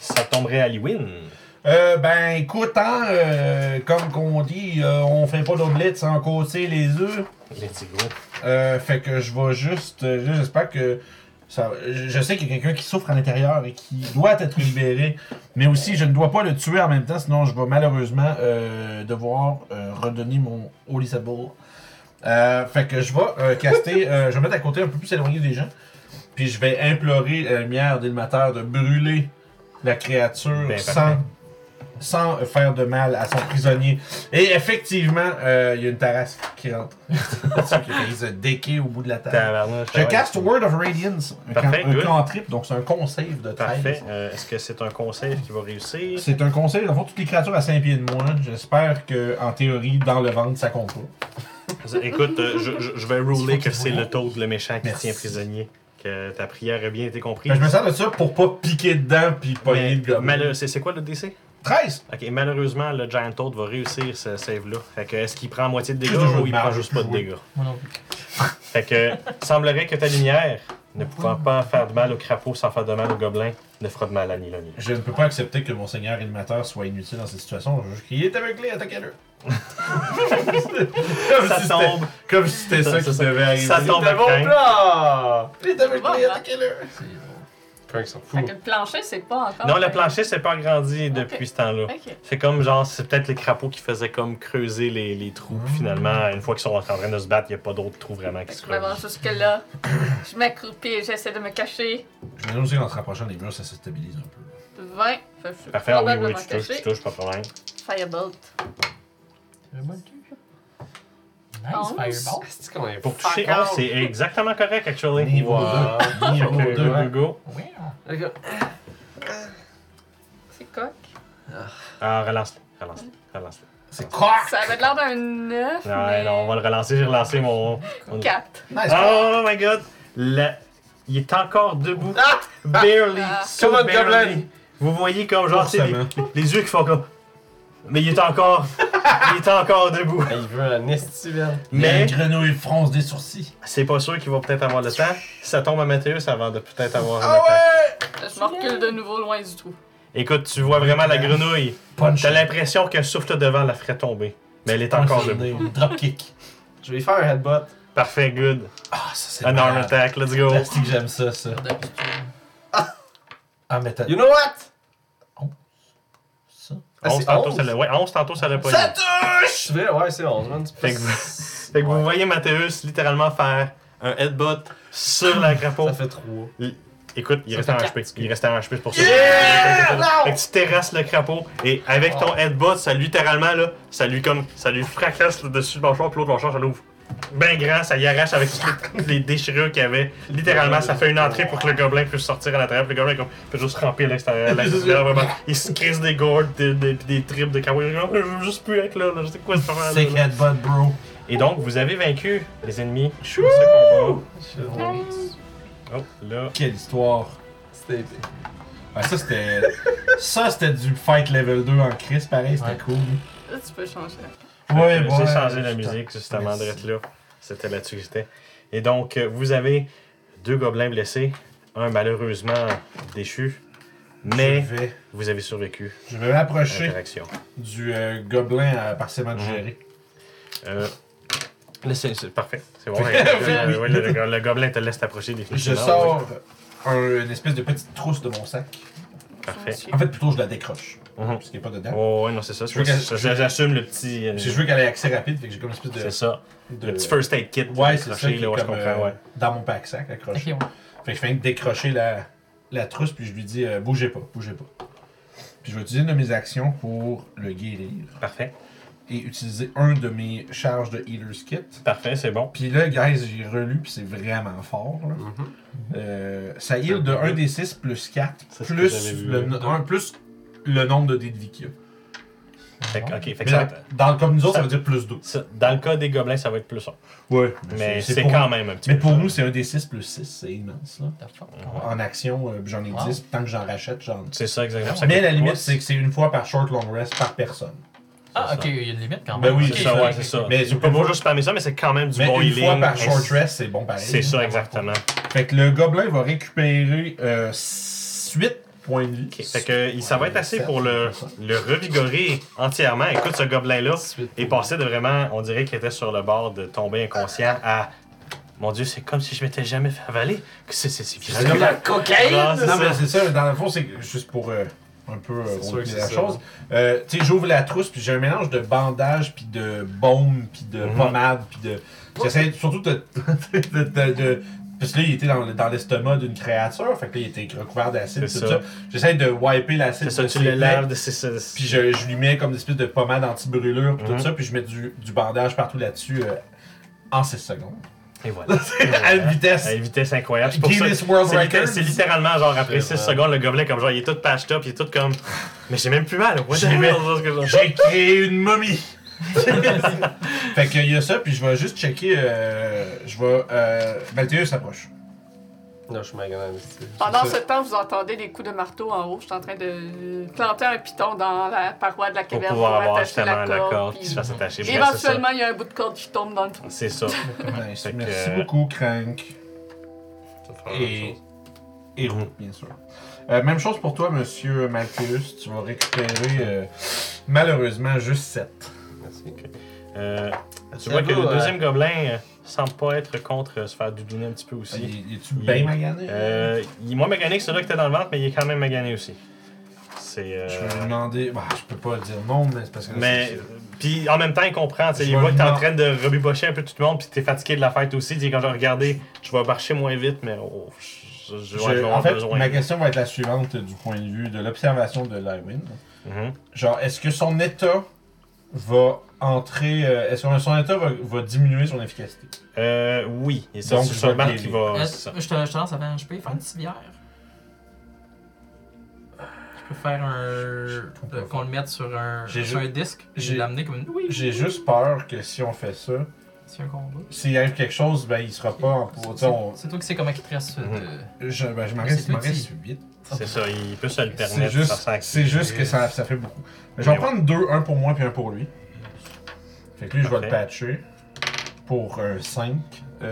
S1: Ça tomberait à Liwin.
S2: Euh, ben écoute, hein, euh, comme qu'on dit, euh, on fait pas d'omelette sans casser les œufs.
S1: Let's go.
S2: Euh, fait que je vais juste. euh, là, j'espère que. Ça, je je sais qu'il y a quelqu'un qui souffre à l'intérieur et qui doit être libéré, mais aussi je ne dois pas le tuer en même temps, sinon je vais malheureusement euh, devoir euh, redonner mon Holy Symbol. Euh, fait que je vais euh, caster, euh, je vais me mettre à côté un peu plus éloigné des gens, puis je vais implorer la lumière d'Ilmater de brûler la créature
S1: Ben,
S2: sans,
S1: parfait.
S2: sans faire de mal à son prisonnier. Et effectivement, euh, il y a une terrasse qui rentre. C'est qui se déquer au bout de la table.
S1: Tabarnouche, Ah
S2: Je
S1: ouais.
S2: caste Word of Radiance, un,
S1: Parfait,
S2: can- un
S1: good.
S2: cantrip, donc c'est un conseil de 13.
S1: Parfait. Euh, Est-ce que c'est un conseil qui va réussir?
S2: C'est un conseil, dans le fond, toutes les créatures à 5 pieds de moins. J'espère que, en théorie, dans le ventre, ça compte pas.
S1: Écoute, euh, je, je- je vais rouler que c'est le taupe, le méchant qui tient prisonnier. Que ta prière a bien été comprise.
S2: Fait que Ben, je me sers de ça pour pas piquer dedans puis pogner
S1: Mais
S2: le gobelin.
S1: malheur- C'est c'est quoi le DC?
S2: 13!
S1: Ok, malheureusement, le Giant Toad va réussir ce save-là. Fait que, est-ce qu'il prend moitié de dégâts
S2: Plus de jeux
S1: ou
S2: de
S1: il
S2: marge,
S1: prend juste pas de
S2: plus de
S1: dégâts?
S4: Moi non plus.
S1: Fait que, semblerait que ta lumière, ne pouvant pas faire de mal au crapaud sans faire de mal au gobelin, ne fera de mal à ni l'un ni l'autre.
S2: Je ne peux pas accepter que mon seigneur animateur soit inutile dans cette situation. Je veux juste crier « T'es aveuglé, attaquez-le! » Comme
S1: Ça
S2: si c'était-
S1: tombe.
S2: Comme si c'était ça
S1: Ça-
S2: qui
S1: ça- ça-
S2: devait arriver.
S1: ça tombe.
S5: C'était
S1: Bon
S5: bon plan!
S2: « Il est aveuglé,
S3: Voilà.
S2: attaquez-le! »
S5: Frank s'en fout.
S3: hein? Fait que le plancher, c'est pas encore.
S1: Non, le plancher s'est pas agrandi depuis ce temps-là.
S3: Ah. Ok.
S1: C'est comme genre, c'est peut-être les crapauds qui faisaient comme creuser les, les trous.
S2: Mmh.
S1: puis Finalement, une fois qu'ils sont en train de se battre, il n'y a pas d'autres trous vraiment qui
S3: Fait que
S1: se
S3: je m'avance
S1: creusent.
S3: jusque-là. Je m'accroupis et j'essaie de me cacher.
S2: Je me dis aussi qu'en se rapprochant des murs, ça se stabilise un peu.
S3: 20. Fait que je suis
S1: Parfait, ah oui, oui,
S3: probablement
S1: tu touches, tu
S3: caché.
S1: touches, pas de problème.
S3: Firebolt.
S4: J'ai mal tué. Nice,
S3: Onze.
S4: Fireball.
S5: Ah, C'est qu'on est
S1: Pour toucher
S5: Fuck
S1: 11,
S5: off.
S1: c'est exactement correct, actually.
S2: Niveau
S1: Wow.
S2: deux. Niveau
S1: Fait que
S2: deux,
S1: go,
S2: ouais.
S1: go, go.
S4: Oui.
S5: Les gars,
S3: C'est coq.
S1: Ah, relance-le, relance-le, relance-le. Ah,
S2: C'est crack!
S3: Ça avait l'air d'un 9.
S1: Non,
S3: mais...
S1: non, on va le relancer, j'ai relancé mon... mon-
S3: 4.
S2: Nice!
S1: Oh my god! La- Il est encore debout. Barely.
S3: Ah.
S1: so
S5: Come on,
S1: barely.
S5: Goblin.
S1: Vous voyez comme genre, c'est les,
S2: Forcément.
S1: les yeux qui font comme. Mais il est encore. il est encore debout.
S5: Ah, il veut un estivelle.
S1: Mais
S2: La grenouille fronce des sourcils.
S1: c'est pas sûr qu'il va peut-être avoir le temps. Ça tombe à Mathéus avant de peut-être avoir
S5: Ah
S1: le temps.
S3: Je me recule de nouveau loin du trou.
S1: Écoute, tu vois vraiment la grenouille.
S2: Punch.
S1: T'as l'impression qu'elle souffle devant, la ferait tomber. Mais elle est encore debout.
S2: Dropkick.
S5: Je vais lui faire un headbutt.
S1: Parfait, good.
S2: Ah, ça c'est
S1: An arm
S2: marrant.
S1: attack, let's go.
S2: Plastique, j'aime ça, ça. Ah, mais t'as
S5: You know what?
S2: ça.
S5: Ah,
S1: 11
S5: c'est
S1: tantôt,
S5: 11?
S1: ça l'a ouais, 11 tantôt, ça l'a pas eu.
S5: Ça touche! Ouais, Ouais, c'est 11, man.
S1: Fait que vous- Fait que vous voyez Mathéus littéralement faire un headbutt sur la crapaud.
S5: Ça fait 3.
S1: Écoute, il
S5: Ça
S1: restait un
S5: fait
S1: HP. Il restait un HP pour ça.
S5: Yeah!
S1: Fait que tu terrasses le crapaud et avec ton headbutt, ça littéralement là, ça lui comme ça lui fracasse le dessus du manchon, puis l'autre manchon, ça l'ouvre. Ben grand, ça y arrache avec toutes les déchirures qu'il y avait. Littéralement, ça fait une entrée pour que le gobelin puisse sortir à l'intérieur. Puis le gobelin comme, peut juste ramper à l'extérieur. à l'extérieur, vraiment. Il se crisse des gourdes, des, des, des tripes de crapaud. Il est comme, Je veux juste plus être là, là. je sais quoi ce faire. là,
S2: Sick
S1: là.
S2: headbutt, bro.
S1: Et donc, vous avez vaincu les ennemis de ce combat. Oh, là.
S2: Quelle histoire.
S5: C'était épais.
S2: Ah, ça, c'était. ça, c'était du fight level 2 en crise, pareil, c'était
S4: Ouais.
S2: cool.
S3: Là, tu peux changer.
S1: Fait que J'ai changé la
S2: putain.
S1: musique justement
S2: Merci.
S1: d'être là. C'était là-dessus que j'étais. Et donc, euh, vous avez deux gobelins blessés, un malheureusement déchu, mais
S2: Je vais,
S1: vous avez survécu
S2: je vais
S1: à
S2: m'approcher
S1: l'interaction.
S2: du euh, gobelin euh, partiellement digéré.
S1: Euh, c'est c'est parfait, c'est bon.
S2: Oui,
S1: Euh,
S2: oui.
S1: ouais, le, le- le gobelin te laisse t'approcher des
S2: Je sors un- une espèce de petite trousse de mon sac.
S1: Parfait.
S2: En fait, plutôt, je la décroche.
S1: Mhm.
S2: Parce qu'il n'est pas dedans.
S1: Oh, ouais, non, c'est ça. c'est
S2: Je veux
S1: ça,
S2: que-
S1: ça, ça, J'assume le petit. euh,
S2: J'ai joué qu'elle ait accès rapide, fait que j'ai comme une espèce de.
S1: C'est ça.
S2: de-
S1: Le petit first aid kit.
S2: Ouais, c'est ça.
S1: accroché,
S2: qui
S1: là,
S2: est
S1: ouais, je
S2: comme,
S1: comprends,
S2: euh,
S1: ouais.
S2: Dans mon pack sac, accroché.
S4: Ok, ouais.
S2: Fait que je viens de décrocher la, la trousse, puis je lui dis euh, bougez pas, bougez pas. Puis je vais utiliser une de mes actions pour le guérir
S1: Parfait.
S2: et utiliser un de mes charges de Healer's Kit.
S1: Parfait, c'est bon.
S2: Puis là, guys, j'ai relu, puis c'est vraiment fort.
S1: Mhm.
S2: Là.
S5: Mm-hmm.
S2: Euh, ça heal de 1 des 6 plus 4,
S1: C'est ce que
S2: plus,
S1: j'avais vu,
S2: le,
S1: ouais.
S2: no- un, plus le nombre de dés de vie qu'il y a.
S1: Fait que- ok, fait que
S2: Mais
S1: ça,
S2: dans, dans le comme nous autres,
S1: ça-
S2: ça veut dire plus 2.
S1: ça- dans le cas des gobelins, ça va être plus un.
S2: Ouais,
S1: Mais c'est
S2: pour-
S1: quand même un petit
S2: Mais
S1: peu
S2: pour
S1: ça.
S2: nous, c'est 1 des 6 plus 6, c'est immense. Là.
S4: The fuck?
S2: En action, euh, j'en ai
S4: Wow.
S2: 10, puis tant que j'en rachète, j'en
S1: C'est ça, exactement. Ça
S2: Mais
S1: coûte
S2: la limite,
S1: pas.
S2: c'est que c'est une fois par short long rest par personne.
S4: Ah,
S1: ça.
S4: ok, il y a une limite quand
S2: Ben
S4: même.
S2: oui,
S4: Ok,
S1: C'est ça,
S4: ok,
S1: ouais,
S4: ok.
S1: c'est ça.
S2: Mais
S1: Mais
S2: c'est
S1: tu peux
S2: pas-
S1: pas juste spammer ça, mais c'est quand même du
S2: Mais
S1: bon
S2: une
S1: healing.
S2: fois par short
S1: Et-
S2: rest, c'est bon pareil.
S1: C'est ça, exactement.
S2: Fait que le gobelin va récupérer 8 points de vie.
S1: Fait que il- ça va être assez
S2: Sept,
S1: pour le,
S2: c'est ça.
S1: le revigorer entièrement. Écoute, ce gobelin-là est passé de vraiment, on dirait qu'il était sur le bord de tomber inconscient à. Mon dieu, c'est comme si je m'étais jamais fait avaler. Que C'est c'est- c'est
S2: C'est comme
S1: violent.
S2: la
S1: Ah, c'est
S2: Non, mais
S1: ça.
S2: c'est ça, dans le fond, c'est que- juste pour euh, un peu euh,
S5: C'est sûr
S2: retenir
S5: que c'est
S2: la
S5: ça.
S2: chose. Euh, tu sais, j'ouvre la trousse, puis j'ai un mélange de bandages, puis de baume, puis de
S1: Mhm.
S2: pommade, puis de. J'essaie surtout de. de- de- de- parce que là, il était dans, le- dans l'estomac d'une créature, fait que là, il était recouvert d'acide, tout
S1: C'est
S2: ça.
S1: ça.
S2: J'essaie de wiper
S1: C'est
S2: l'acide.
S1: ça,
S2: de
S1: tu
S2: ses
S1: le
S2: plaies.
S1: laves. de- c'est ça, c'est-
S2: Puis je, je lui mets comme une espèce de pommade anti-brûlure, puis
S1: Mhm.
S2: tout ça, puis je mets du, du bandage partout là-dessus euh, en 6 secondes.
S1: Et voilà.
S2: à une vitesse.
S1: À une vitesse incroyable. C'est pour ça-
S2: Guinness World
S1: C'est litté-
S2: Records.
S1: c'est littéralement genre après
S5: C'est
S1: 6
S5: vrai.
S1: secondes, le gobelin, comme genre, il est tout patched up, il est tout comme. Mais j'ai même plus mal. What the
S2: J'ai
S1: hell?
S2: même-
S1: Genre, genre,
S2: J'ai créé une momie! fait qu'il y a ça, puis je vais juste checker. euh, je vais. Euh, Mathieu s'approche.
S5: Non, je suis magané d'estivelle.
S3: Pendant
S2: C'est
S3: ce
S2: ça.
S3: temps, vous entendez des coups de marteau en haut. Je suis en train de planter un piton dans la paroi de la
S1: Pour
S3: caverne pour,
S1: pouvoir avoir
S3: Eh ben, attacher
S1: justement
S3: la corde.
S1: qui
S3: puis
S1: se fasse attacher. Bref, c'est ça.
S3: Éventuellement, il y a un bout de corde qui tombe dans le trou.
S1: C'est ça.
S2: Nice.
S1: Fait que,
S2: Merci
S1: euh,
S2: beaucoup, Crank.
S5: Ça fait la même
S2: Et.
S5: chose.
S2: Et Roux, bien sûr. Euh, même chose pour toi, monsieur Malthus. Tu vas récupérer euh, malheureusement juste 7.
S5: Merci.
S1: Euh, tu
S5: Ça
S1: vois que
S5: va,
S1: le
S5: euh,
S1: deuxième gobelin euh, semble pas être contre euh, se faire doudouner un petit peu aussi.
S2: Il tu bien magané?
S1: Euh, il est moins mécanique celui-là qui était dans le ventre, mais il est quand même magané aussi. C'est. euh,
S2: Je vais lui demander. Bah, je peux pas dire non, mais c'est parce que. là,
S1: Mais.
S2: Ah, c'est-
S1: Puis en même temps, il comprend. tu sais,
S2: Je
S1: Il
S2: vais
S1: voit que t'es en
S2: lui
S1: train de rebibocher un peu tout le monde, puis t'es fatigué de la fête aussi. Il dit quand je regardais, je vais marcher moins vite, mais oh, je, je, je vais
S2: Je-
S1: avoir
S2: en fait,
S1: besoin.
S2: ma question va être la suivante euh, du point de vue de l'observation de Lywin.
S1: Mhm.
S2: Genre, est-ce que son état va entrer. euh, est-ce que son état va, va diminuer son efficacité
S1: Euh, oui. Et ça,
S2: Donc,
S1: c'est
S2: je
S1: seulement
S2: vais
S1: qui
S2: guérir.
S1: va.
S4: Euh,
S1: c'est ça.
S4: je, te, je te lance à 20 HP, faire une civière. Je peux faire un. euh, qu'on le mette sur un,
S2: J'ai
S4: sur
S2: ju-
S4: un disque,
S2: j'ai-
S4: j'ai l'amener comme une. Oui,
S2: J'ai juste peur que si on fait ça,
S4: c'est un combat.
S2: s'il arrive quelque chose, ben il sera pas en
S4: C'est-
S2: tu sais, on-
S4: C'est toi qui sais comment il te reste. euh,
S2: Je, ben, je m'en
S4: Mais
S2: reste,
S4: c'est
S2: il m'en
S4: petit.
S2: reste huit.
S1: C'est ça, il peut se le
S2: C'est
S1: permettre. ça
S2: juste,
S1: sent que-
S2: c'est juste que ça, ça fait beaucoup. Mais je vais en
S1: Mais
S2: prendre deux, un pour moi puis un pour lui. Fait que lui, je vais le
S1: Parfait.
S2: patcher pour euh, 5,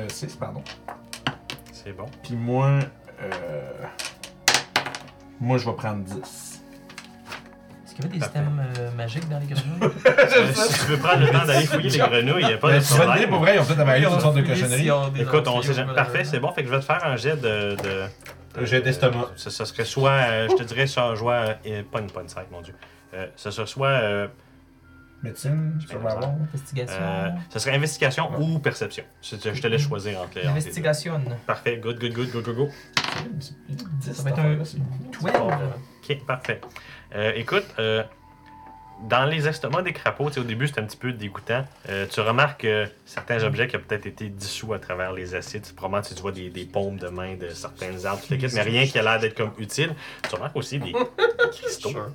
S2: 6, pardon.
S1: C'est bon.
S2: Puis moi, euh, moi, je vais prendre 10.
S4: Est-ce qu'il y avait des
S1: Parfait.
S4: items euh, magiques dans les grenouilles
S1: Euh, si tu veux prendre le temps d'aller fouiller les grenouilles, il n'y a pas
S2: Mais
S1: de
S2: si Ben, tu vas te
S1: problème.
S2: dire, pour vrai, ils ont peut-être
S1: Ben,
S2: avalé
S4: On
S2: toutes
S4: a
S2: sortes de
S4: fouillé
S2: cochonneries.
S4: si on a des
S1: Écoute, on
S4: entrées,
S1: sait jamais.
S4: voilà.
S1: Parfait, c'est bon. Fait que je vais te faire un jet de. de-
S2: Un jet
S1: de-
S2: d'estomac.
S1: Ce ce serait soit. euh, je te dirais, soit joie. euh, Pas une bonne side, mon dieu. Euh, ce serait soit. euh,
S2: Médecine,
S1: Je
S2: survival.
S1: pense
S4: Investigation. Mm-hmm.
S1: euh, ce serait investigation ou perception. Je te, je te laisse choisir entre les entre les deux.
S4: Investigation.
S1: Parfait, good, good, good, go, go, go.
S2: 10,
S4: Ça va être
S2: cette
S4: un-
S2: affaire-là, c'est beaucoup.
S4: 12.
S1: Ok, parfait. Euh, écoute, euh, dans les estomacs des crapauds, tu sais, au début c'était un petit peu dégoûtant. Euh, tu remarques que
S4: Mm-hmm.
S1: certains objets qui ont peut-être été dissous à travers les acides. Probablement tu vois des, des paumes de main de certains arbres, tout le kit,
S4: Mm-hmm.
S1: mais rien qui a l'air d'être comme utile. Tu remarques aussi des, des cristaux.
S5: Sure.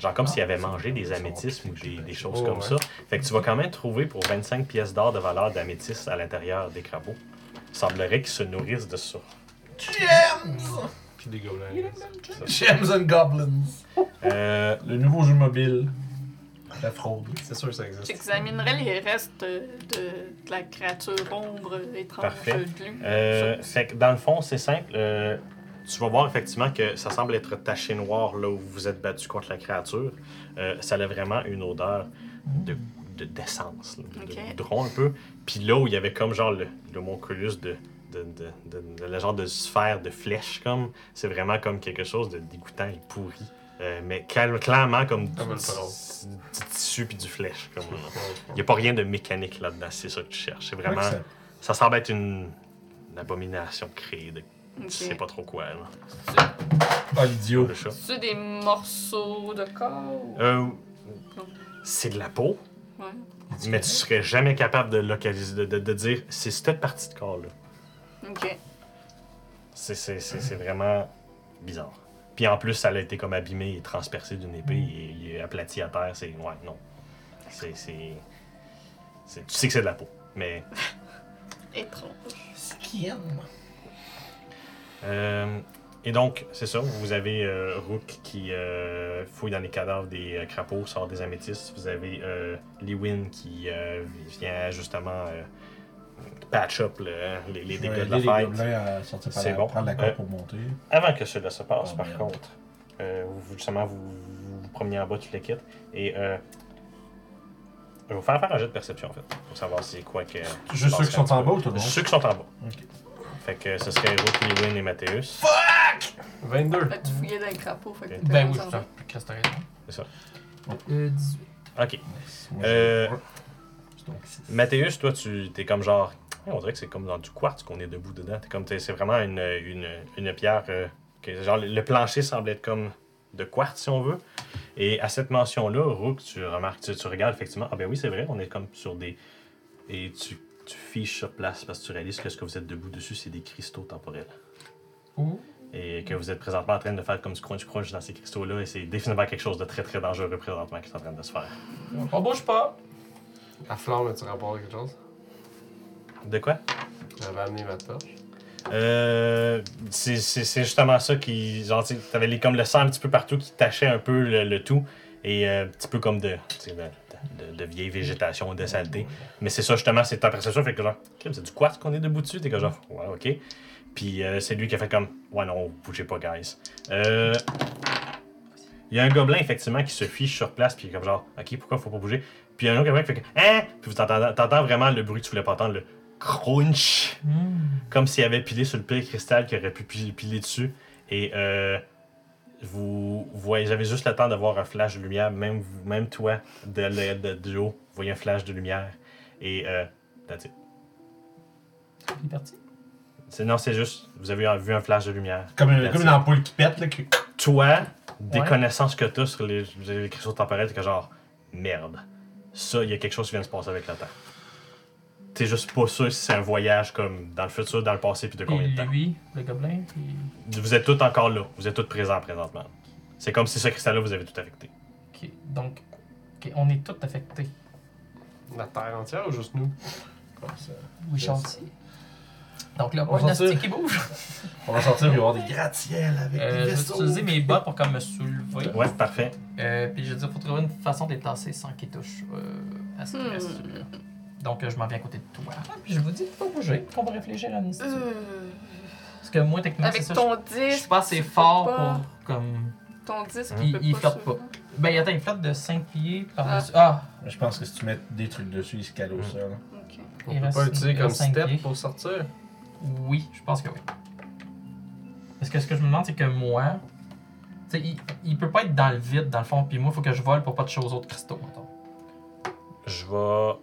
S1: Genre comme s'il avait mangé des améthysmes ou des, des choses
S5: Oh,
S1: comme
S5: ouais.
S1: ça. Fait que tu vas quand même trouver pour 25 pièces d'or de valeur d'améthyste à l'intérieur des crapauds. Semblerait qu'ils se nourrissent de ça.
S2: Gems!
S5: Puis des gobelins.
S2: Gems and Goblins.
S1: Euh,
S2: Le nouveau jeu mobile. La fraude.
S5: C'est sûr que ça existe.
S3: J'examinerai les restes de, de la créature ombre étrange
S1: Parfait.
S3: de lui.
S1: Euh, fait que dans le fond, c'est simple. euh, tu vas voir effectivement que ça semble être taché noir là où vous vous êtes battu contre la créature. Euh, ça a vraiment une odeur de de- d'essence, là, de,
S3: Ok.
S1: de goudron un peu. Puis là où il y avait comme genre le, le monculus de, de, de, de- de- la genre de sphère de flèche, comme c'est vraiment comme quelque chose de dégoûtant et pourri. Euh, mais cal- clairement comme du,
S5: Comme une
S1: du-
S5: prose.
S1: du tissu puis du flèche. Comme, il n'y
S5: Ouais.
S1: a pas rien de mécanique là-dedans, c'est ça que tu cherches. C'est vraiment.
S2: Excellent.
S1: Ça semble être une, une abomination créée de
S3: Ok.
S1: tu sais pas trop quoi, là.
S2: Oh, l'idiot.
S1: Le chat.
S3: C'est des morceaux de corps. ou-
S1: Euh, c'est de la peau,
S3: Ouais.
S1: mais tu serais jamais capable de localiser, de, de- de dire c'est cette partie de corps-là.
S3: Ok.
S1: C'est, c'est- c'est- c'est vraiment bizarre. Puis en plus, ça a été comme abîmé et transpercé d'une épée,
S3: Mm.
S1: et il est aplati à terre, c'est. Ouais, non. C'est, c'est- c'est- Tu sais que c'est de la peau, mais.
S3: Étrange.
S1: Euh, et donc, c'est ça, vous avez euh, Rook qui euh, fouille dans les cadavres des euh, crapauds, sort des améthystes. Vous avez euh, Lewin qui euh, vient justement euh, patch up le- les, les
S2: Je vais
S1: dégâts de la
S2: aider les
S1: fête.
S2: gobelins à sortir par
S1: C'est
S2: la-
S1: bon.
S2: prendre la corde
S1: Euh,
S2: pour monter.
S1: Avant que cela se passe,
S2: Oh,
S1: par
S2: merde.
S1: contre, euh, vous, justement, vous, vous vous promenez en bas, tu les quittes. Et euh, je vais vous faire faire un jeu de perception, en fait, pour savoir c'est quoi que.
S2: Juste ceux qui sont en bas ou tout le monde?
S1: Juste Ceux qui sont en bas.
S2: Ok.
S1: Fait que ce serait Rook, Lewin et Mathéus.
S5: 22.
S3: Là, tu fouillais dans les crapauds. Fait que
S1: Ok.
S3: t'étais
S4: Ben oui,
S3: dans
S4: je
S3: un-
S4: suis Christ, t'as raison.
S1: C'est ça.
S4: Euh, 18.
S1: Ok.
S2: Moi,
S1: Euh,
S2: j'ai- donc six.
S1: Mathéus, toi, tu t'es comme genre. eh, On dirait que c'est comme dans du quartz qu'on est debout dedans. T'es comme, t'es- c'est vraiment une, une, une pierre. euh, que, genre, le plancher semble être comme de quartz, si on veut. Et à cette mention-là, Rook, tu remarques, tu, tu regardes effectivement. Ah, ben oui, c'est vrai, on est comme sur des. Et tu, tu fiches sur place parce que tu réalises que ce que vous êtes debout dessus, c'est des cristaux temporels.
S4: Ouh.
S1: Et que vous êtes présentement en train de faire comme du crunch-crunch dans ces cristaux-là. Et c'est définitivement quelque chose de très, très dangereux présentement qui est en train de se faire.
S4: On bouge pas.
S5: La flamme, as-tu rapport à quelque chose?
S1: De quoi?
S5: J'avais amené ma torche.
S1: Euh, c'est c'est- c'est justement ça qui. Genre, tu sais, t'avais les- comme le sang un petit peu partout qui tachait un peu le, le tout. Et euh, un petit peu comme de, tu sais, de, de- de vieille végétation dessaletée. Mais c'est ça, justement, c'est ta perception. Fait que genre, Crime, c'est du quartz qu'on est debout dessus. T'es comme genre, ouais, ok. Puis euh, c'est lui qui a fait comme, ouais, non, bougez pas, guys. Euh, Il y a un gobelin, effectivement, qui se fiche sur place. Puis il est comme genre, ok, pourquoi faut pas bouger? Puis il y a un autre gobelin qui fait que, hein? Puis vous entendez- t'entends vraiment le bruit que tu voulais pas entendre, le crunch comme s'il avait pilé sur le pire cristal qu'il aurait pu pil- piler dessus. Et euh, vous voyez, j'avais juste le temps de voir un flash de lumière, même, vous- même toi, de, la- de, du haut, vous voyez un flash de lumière. Et euh, that's it.
S4: Il est parti.
S1: C'est- non, c'est juste, vous avez vu un flash de lumière.
S2: Comme, une-
S1: That's
S2: comme
S1: it.
S2: une ampoule qui pète, là. Qui...
S1: Toi, des
S4: Ouais.
S1: connaissances que t'as sur les, les cristaux temporels, t'es que genre, merde. ça, il y a quelque chose qui vient de se passer avec le temps. T'es juste pas sûr si c'est un voyage comme dans le futur, dans le passé, puis de combien
S4: Puis
S1: de temps.
S4: lui, le gobelin, puis.
S1: Vous êtes tous encore là. Vous êtes tous présents présentement. C'est comme si ce cristal-là vous avez tout affecté.
S4: Ok, donc. ok, on est tous affectés.
S5: La terre entière ou juste nous
S4: Oui,
S2: Yes.
S4: Chanty. Donc là,
S5: On
S4: moi,
S5: va
S4: j'ai un
S5: sortir.
S4: stick qui bouge.
S2: On va sortir, il va y avoir des gratte-ciels avec
S4: Euh,
S2: des
S4: je vais
S2: vaisseaux.
S4: utiliser mes bottes pour comme me soulever.
S1: Ouais, parfait.
S4: Euh, puis je veux dire, faut trouver une façon de les tasser sans qu'ils touchent euh, à ce qui
S3: Hmm.
S4: reste là. Donc euh, je m'en viens à côté de toi. Puis je vous dis de pas bouger, qu'on va réfléchir à une situation.
S3: Euh,
S4: Parce que moi, techniquement,
S3: Avec
S4: c'est ça,
S3: ton
S4: je, je
S3: disque,
S4: suis pas assez fort
S3: pas.
S4: pour comme.
S3: ton disque,
S4: Il-
S3: peut
S4: il flotte
S3: suivre.
S4: Ben attends, il flotte de 5 pieds par-dessus. Ah!
S2: Je pense que si tu mets des trucs dessus, il se cale
S1: Mm.
S2: au sol.
S3: Ok.
S5: On
S4: Il
S5: peut
S4: reste-
S5: pas utiliser
S4: il
S5: comme
S4: reste cinq
S5: step
S4: pieds.
S5: pour sortir.
S4: Oui, je pense que oui. Parce que ce que je me demande, c'est que moi. Tu sais, il, il peut pas être dans le vide, dans le fond, puis moi, il faut que je vole pour pas de choses autres cristaux, mettons.
S1: Je vais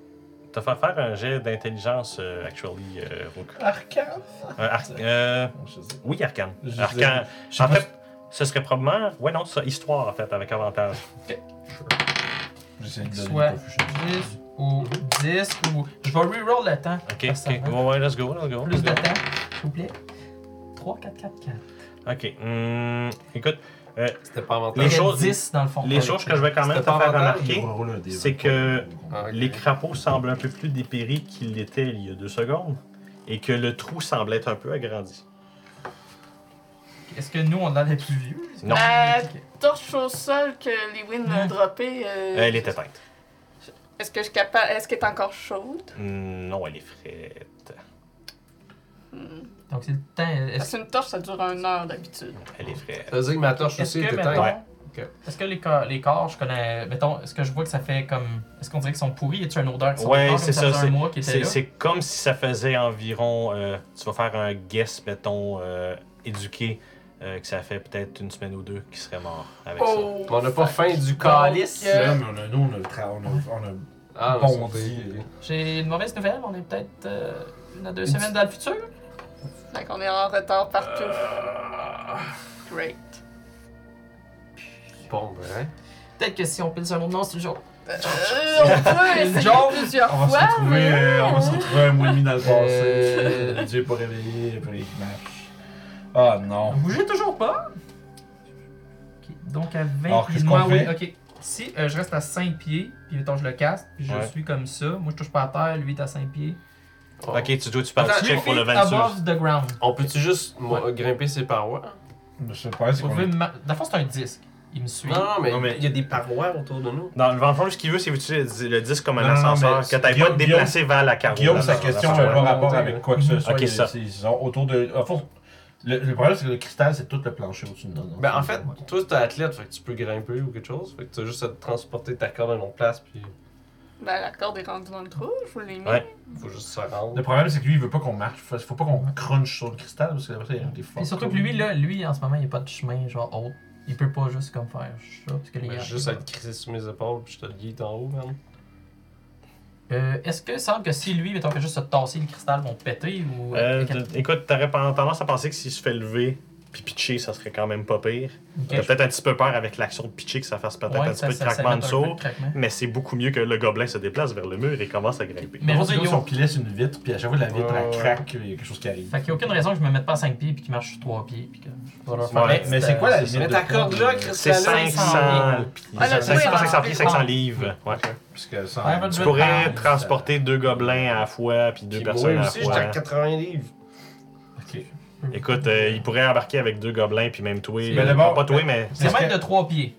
S1: te faire faire un jet d'intelligence, euh, actually, euh, Rook.
S2: Arcane!
S1: Un ar- euh,
S2: Je sais-
S1: oui, arcane.
S2: je
S1: Arcane.
S2: sais- je sais
S1: En
S2: pas
S1: fait, ce serait probablement. Ouais, non, ça, histoire, en fait, avec avantage.
S2: si- J'essaie de donner
S4: Soit
S2: des coups, je sais
S4: 10 ou 10 ou. Je vais reroll le temps.
S2: Ah,
S1: Ok,
S4: Ça
S1: ok.
S4: va.
S1: Ouais, ouais, let's go, let's go.
S4: Plus
S1: let's
S4: de
S1: go.
S4: temps, s'il vous plaît. 3, 4, 4, 4.
S1: Ok. hum, écoute,
S5: C'était pas
S1: Les
S5: avantageux.
S4: Les
S1: choses-
S4: choses. 10 dans le fond.
S1: les choses que je vais quand même te
S5: C'était pas
S1: faire
S5: avantage,
S2: pas.
S1: remarquer.
S2: On va rouler un dé,
S1: c'est
S2: vingt,
S1: que-
S2: pas.
S5: Ah, ok.
S1: Les crapauds semblent un peu plus dépéris qu'ils l'étaient il y a deux secondes et que le trou semble être un peu agrandi.
S4: Est-ce que nous, on a l'air d'être plus vieux
S1: Non,
S3: Euh,
S4: Ok.
S3: torche au sol que les winds
S4: Hmm.
S3: ont droppé, euh,
S1: elle est éteinte.
S3: est-ce que je suis capable, est-ce qu'elle est encore chaude?
S1: Hmm, Non, elle est frette.
S4: Donc, c'est le temps.
S3: Parce
S4: Est-ce
S3: qu'une torche, ça dure un heure d'habitude.
S1: Elle est frette.
S5: Ça veut dire que ma torche
S4: est-ce
S5: aussi est
S4: que,
S5: éteinte.
S4: mettons,
S5: Ok.
S4: est-ce que les, corps, les corps, je connais. Mettons, est-ce que je vois que ça fait comme. Est-ce qu'on dirait qu'ils sont pourris Y a-tu une odeur qui sort
S1: Ouais,
S4: des corps
S1: c'est
S4: comme
S1: ça,
S4: faisait un mois qui était
S1: C'est
S4: là
S1: c'est comme si ça faisait environ. euh, tu vas faire un guess, mettons, euh, éduqué, euh, que ça fait peut-être une semaine ou deux qu'il serait mort avec
S3: Oh!
S5: On n'a pas faim du
S3: calice.
S5: calice.
S3: Donc, euh,
S2: Non, mais on a, nous, on a, le tra- on a, on a
S5: Ah,
S2: bondi.
S4: J'ai une mauvaise nouvelle, on est peut-être. euh, dans deux
S2: Une-
S4: semaines dans le futur
S3: Fait qu'on est en retard partout.
S5: Euh.
S3: Great.
S5: Bon, ben.
S4: Peut-être que si on pile sur un autre nom, c'est le jour.
S3: Euh, on peut essayer
S4: Genre,
S3: plusieurs
S2: On va se
S3: fois,
S2: retrouver,
S3: mais...
S2: euh, on va se retrouver un mois et demi dans le
S5: Euh,
S2: passé. Dieu pas réveillé, puis il marche. Ah non.
S4: Bougez toujours pas Ok, Donc à 20
S2: Alors,
S4: pieds
S2: qu'est-ce
S4: de moi,
S2: qu'on
S4: oui,
S2: fait?
S4: ok. Si euh, je reste à 5 pieds, puis mettons je le casse, puis je
S1: Ouais.
S4: suis comme ça, moi je touche pas à terre, lui est à 5 pieds.
S1: ça. Ok, tu dois tu parles
S4: Attends,
S1: check
S4: huit
S1: pour le
S4: feet
S1: 26.
S4: above the ground.
S5: On peut-tu juste moi, grimper ses parois?
S2: Je sais pas, c'est
S4: Vous
S2: qu'on
S4: pouvez
S2: est-
S4: ma- Dans le fond, c'est un disque. Il me suit.
S5: Non, non, mais,
S2: Non, mais-
S5: il y a des parois autour de nous.
S1: Dans, dans le fond, ce qu'il veut, c'est utiliser le disque comme un
S2: Non, non,
S1: ascenseur,
S2: mais
S1: que t'ailles pas te
S2: Guillaume-
S1: déplacer vers la carrière.
S2: Guillaume, sa question
S5: ça,
S2: n'a
S5: ça,
S2: pas rapport
S5: ça,
S2: avec
S5: ça.
S2: quoi que ce soit.
S1: Ok,
S2: Ils-
S1: ça.
S2: Ils sont autour de. en fait, le, le problème, c'est que le cristal, c'est tout le plancher au-dessus de nous.
S5: Ben, en fait, toi, t'es athlète, fait que tu peux grimper ou quelque chose. Fait que tu as juste à te transporter ta corde à une autre place, puis
S3: Ben, la corde est rendue dans le trou, je vous l'ai mis.
S1: Ouais.
S5: faut juste se
S2: Le
S5: rendre.
S2: problème, c'est que lui, il veut pas qu'on marche. Faut, faut pas qu'on crunch sur le cristal parce que après, ça, il y a des forces.
S4: Et surtout que lui, là, lui en ce moment, il n'y a pas de chemin genre haut. Il peut pas juste comme faire ça. Parce que les
S5: Mais
S4: gars-
S5: juste à te crisser sur mes épaules, puis je te le guide en haut, man.
S4: Euh, Est-ce que ça semble que si lui, mettons que juste se tasser, le cristal vont péter ou.
S1: Euh,
S4: Ok.
S1: t- écoute, t'aurais pas- tendance à penser que s'il se fait lever puis pitcher, ça serait quand même pas pire. T'as peut-être un petit peu peur avec l'action de pitcher que ça fasse peut-être
S4: Ouais,
S1: un petit
S4: ça-
S1: peu de
S4: ça- ça
S1: craquement de
S4: met un peu
S1: saut,
S4: craquement.
S1: mais c'est beaucoup mieux que le gobelin se déplace vers le mur et commence à grimper.
S4: Mais
S2: Mais
S4: je
S2: on
S4: veux dire,
S2: si
S4: ils ont-
S2: on pilesse une vitre, puis à chaque fois la vitre, elle
S5: Ouais.
S2: craque, il y a quelque chose qui arrive.
S4: Fait qu'il n'y a aucune raison que je me mette pas à 5 pieds puis qu'il marche sur 3 pieds. Puis que je vais leur
S1: Ouais,
S4: faire un
S2: Mais,
S4: petit,
S2: mais c'est
S4: euh,
S2: quoi la
S5: Mais
S2: limite
S5: mets
S2: de
S5: ta corde là,
S2: poids de-
S5: Christian.
S1: C'est 500
S4: 500
S1: pieds.
S3: Ah, là,
S1: 500,
S3: oui,
S1: 500 pieds,
S3: oui.
S1: 500 livres. Ouais.
S2: Parce que ça-
S4: Ouais,
S1: Tu
S4: Je
S1: pourrais
S4: parle,
S1: transporter deux gobelins à la fois puis deux
S5: Puis moi
S1: personnes à la
S5: aussi, j'étais à
S1: fois. hein.
S5: 80 livres.
S2: Ok.
S1: Écoute, euh, il pourrait embarquer avec deux gobelins puis même toi.
S4: Mais
S1: euh,
S2: d'abord-
S1: pas toi, mais
S4: C'est
S2: Parce
S4: même
S2: que-
S4: de 3 pieds.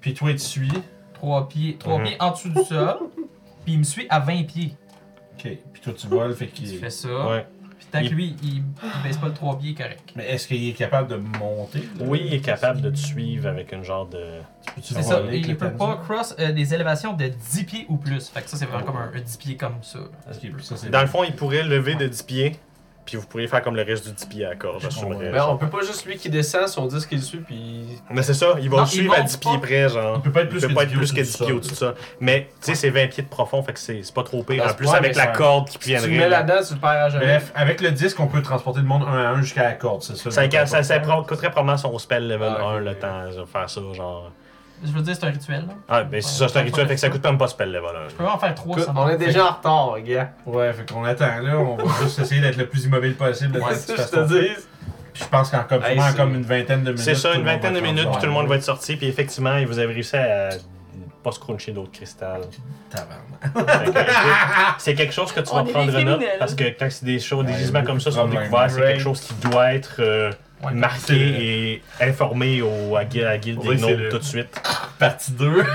S2: Puis toi, tu suis.
S4: 3 pieds, 3
S1: Mhm.
S4: pieds en dessous du sol. Puis il me suit à 20 pieds.
S2: Ok. Puis toi, tu voles, fait
S4: Tu
S2: qu'il.
S4: fais ça.
S1: ouais.
S4: Puis tant que
S1: Il-
S4: lui, il, il baisse pas le 3 pieds correct.
S2: Mais est-ce qu'il est capable de monter là?
S1: Oui, il est capable de te suivre avec une genre de.
S2: Tu peux-tu
S4: C'est
S2: voler
S4: ça.
S2: avec
S4: Et il
S2: le
S4: peut
S2: canne?
S4: pas cross euh, des élévations de 10 pieds ou plus. Fait que ça, c'est vraiment comme un, un 10 pieds comme ça.
S2: Ok, puis ça, c'est-
S1: Dans le fond, il pourrait lever de 10 pieds puis vous pourriez faire comme le reste du 10 pieds à la corde.
S2: Je
S1: j'assumerais.
S5: Ben, on peut pas juste lui qui descend, son disque qu'il suit, puis.
S1: Mais c'est ça, ils vont
S4: Non,
S1: le
S4: ils
S1: suivre à
S4: montent
S1: 10
S4: pas.
S1: pieds près, genre.
S2: Il peut pas être
S1: Il
S2: plus
S1: peut
S2: que
S1: pas
S2: 10
S1: être plus que 10
S2: au-dessus du
S1: pieds
S2: sol.
S1: au-dessus de ça. Mais tu sais, c'est 20 pieds de profond, fait que c'est c'est pas trop pire.
S5: Dans
S1: En
S5: ce
S1: plus,
S5: point,
S1: avec
S5: mais
S1: la
S2: ça-
S1: corde qui
S5: Tu le mets
S1: viendrait. là.
S5: là-dedans, tu le perds à jamais.
S2: Bref, avec le disque, on peut transporter le monde un à un jusqu'à la corde, c'est ça?
S1: Ça,
S2: le-
S1: ça, ça, prend- coûterait probablement son spell level
S5: Ah, ok,
S1: 1 le
S5: ok.
S1: temps de faire ça, genre.
S4: Je veux dire, c'est un rituel. Là.
S1: Ah, ben c'est ça, c'est un rituel, fait que ça coûte même pas spell level. là.
S4: Je peux en faire trois,
S5: Écoute,
S4: ça
S5: on
S4: marche.
S5: est déjà en retard, gars.
S2: Ouais, fait qu'on attend là, on va juste essayer d'être le plus immobile possible. de
S5: Ouais,
S2: toute
S5: c'est ça, je
S2: façon.
S5: te dis.
S2: Puis je pense qu'en comme,
S5: Hey,
S2: sûrement
S5: c'est-
S2: comme une vingtaine de minutes.
S1: C'est ça,
S2: tout
S1: une
S2: le monde va
S1: vingtaine de
S2: être
S1: minutes,
S2: rendu
S1: tout le monde va être sorti, puis effectivement, vous avez réussi à pas se cruncher d'autres cristals.
S2: Tabarnak.
S1: Fait que, écoute, c'est quelque chose que tu
S3: On
S1: vas
S3: est des
S1: prendre note,
S3: criminels.
S1: parce que quand c'est des choses, des
S2: Ouais,
S1: gisements comme ça sont
S2: beaucoup de
S1: découverts, c'est quelque
S2: problèmes.
S1: chose qui doit être euh,
S4: Ouais,
S1: marqué et informé au, à, Guild- à Guild
S2: Oui,
S1: des
S2: c'est le-
S1: Gnomes tout de suite.
S2: Partie 2.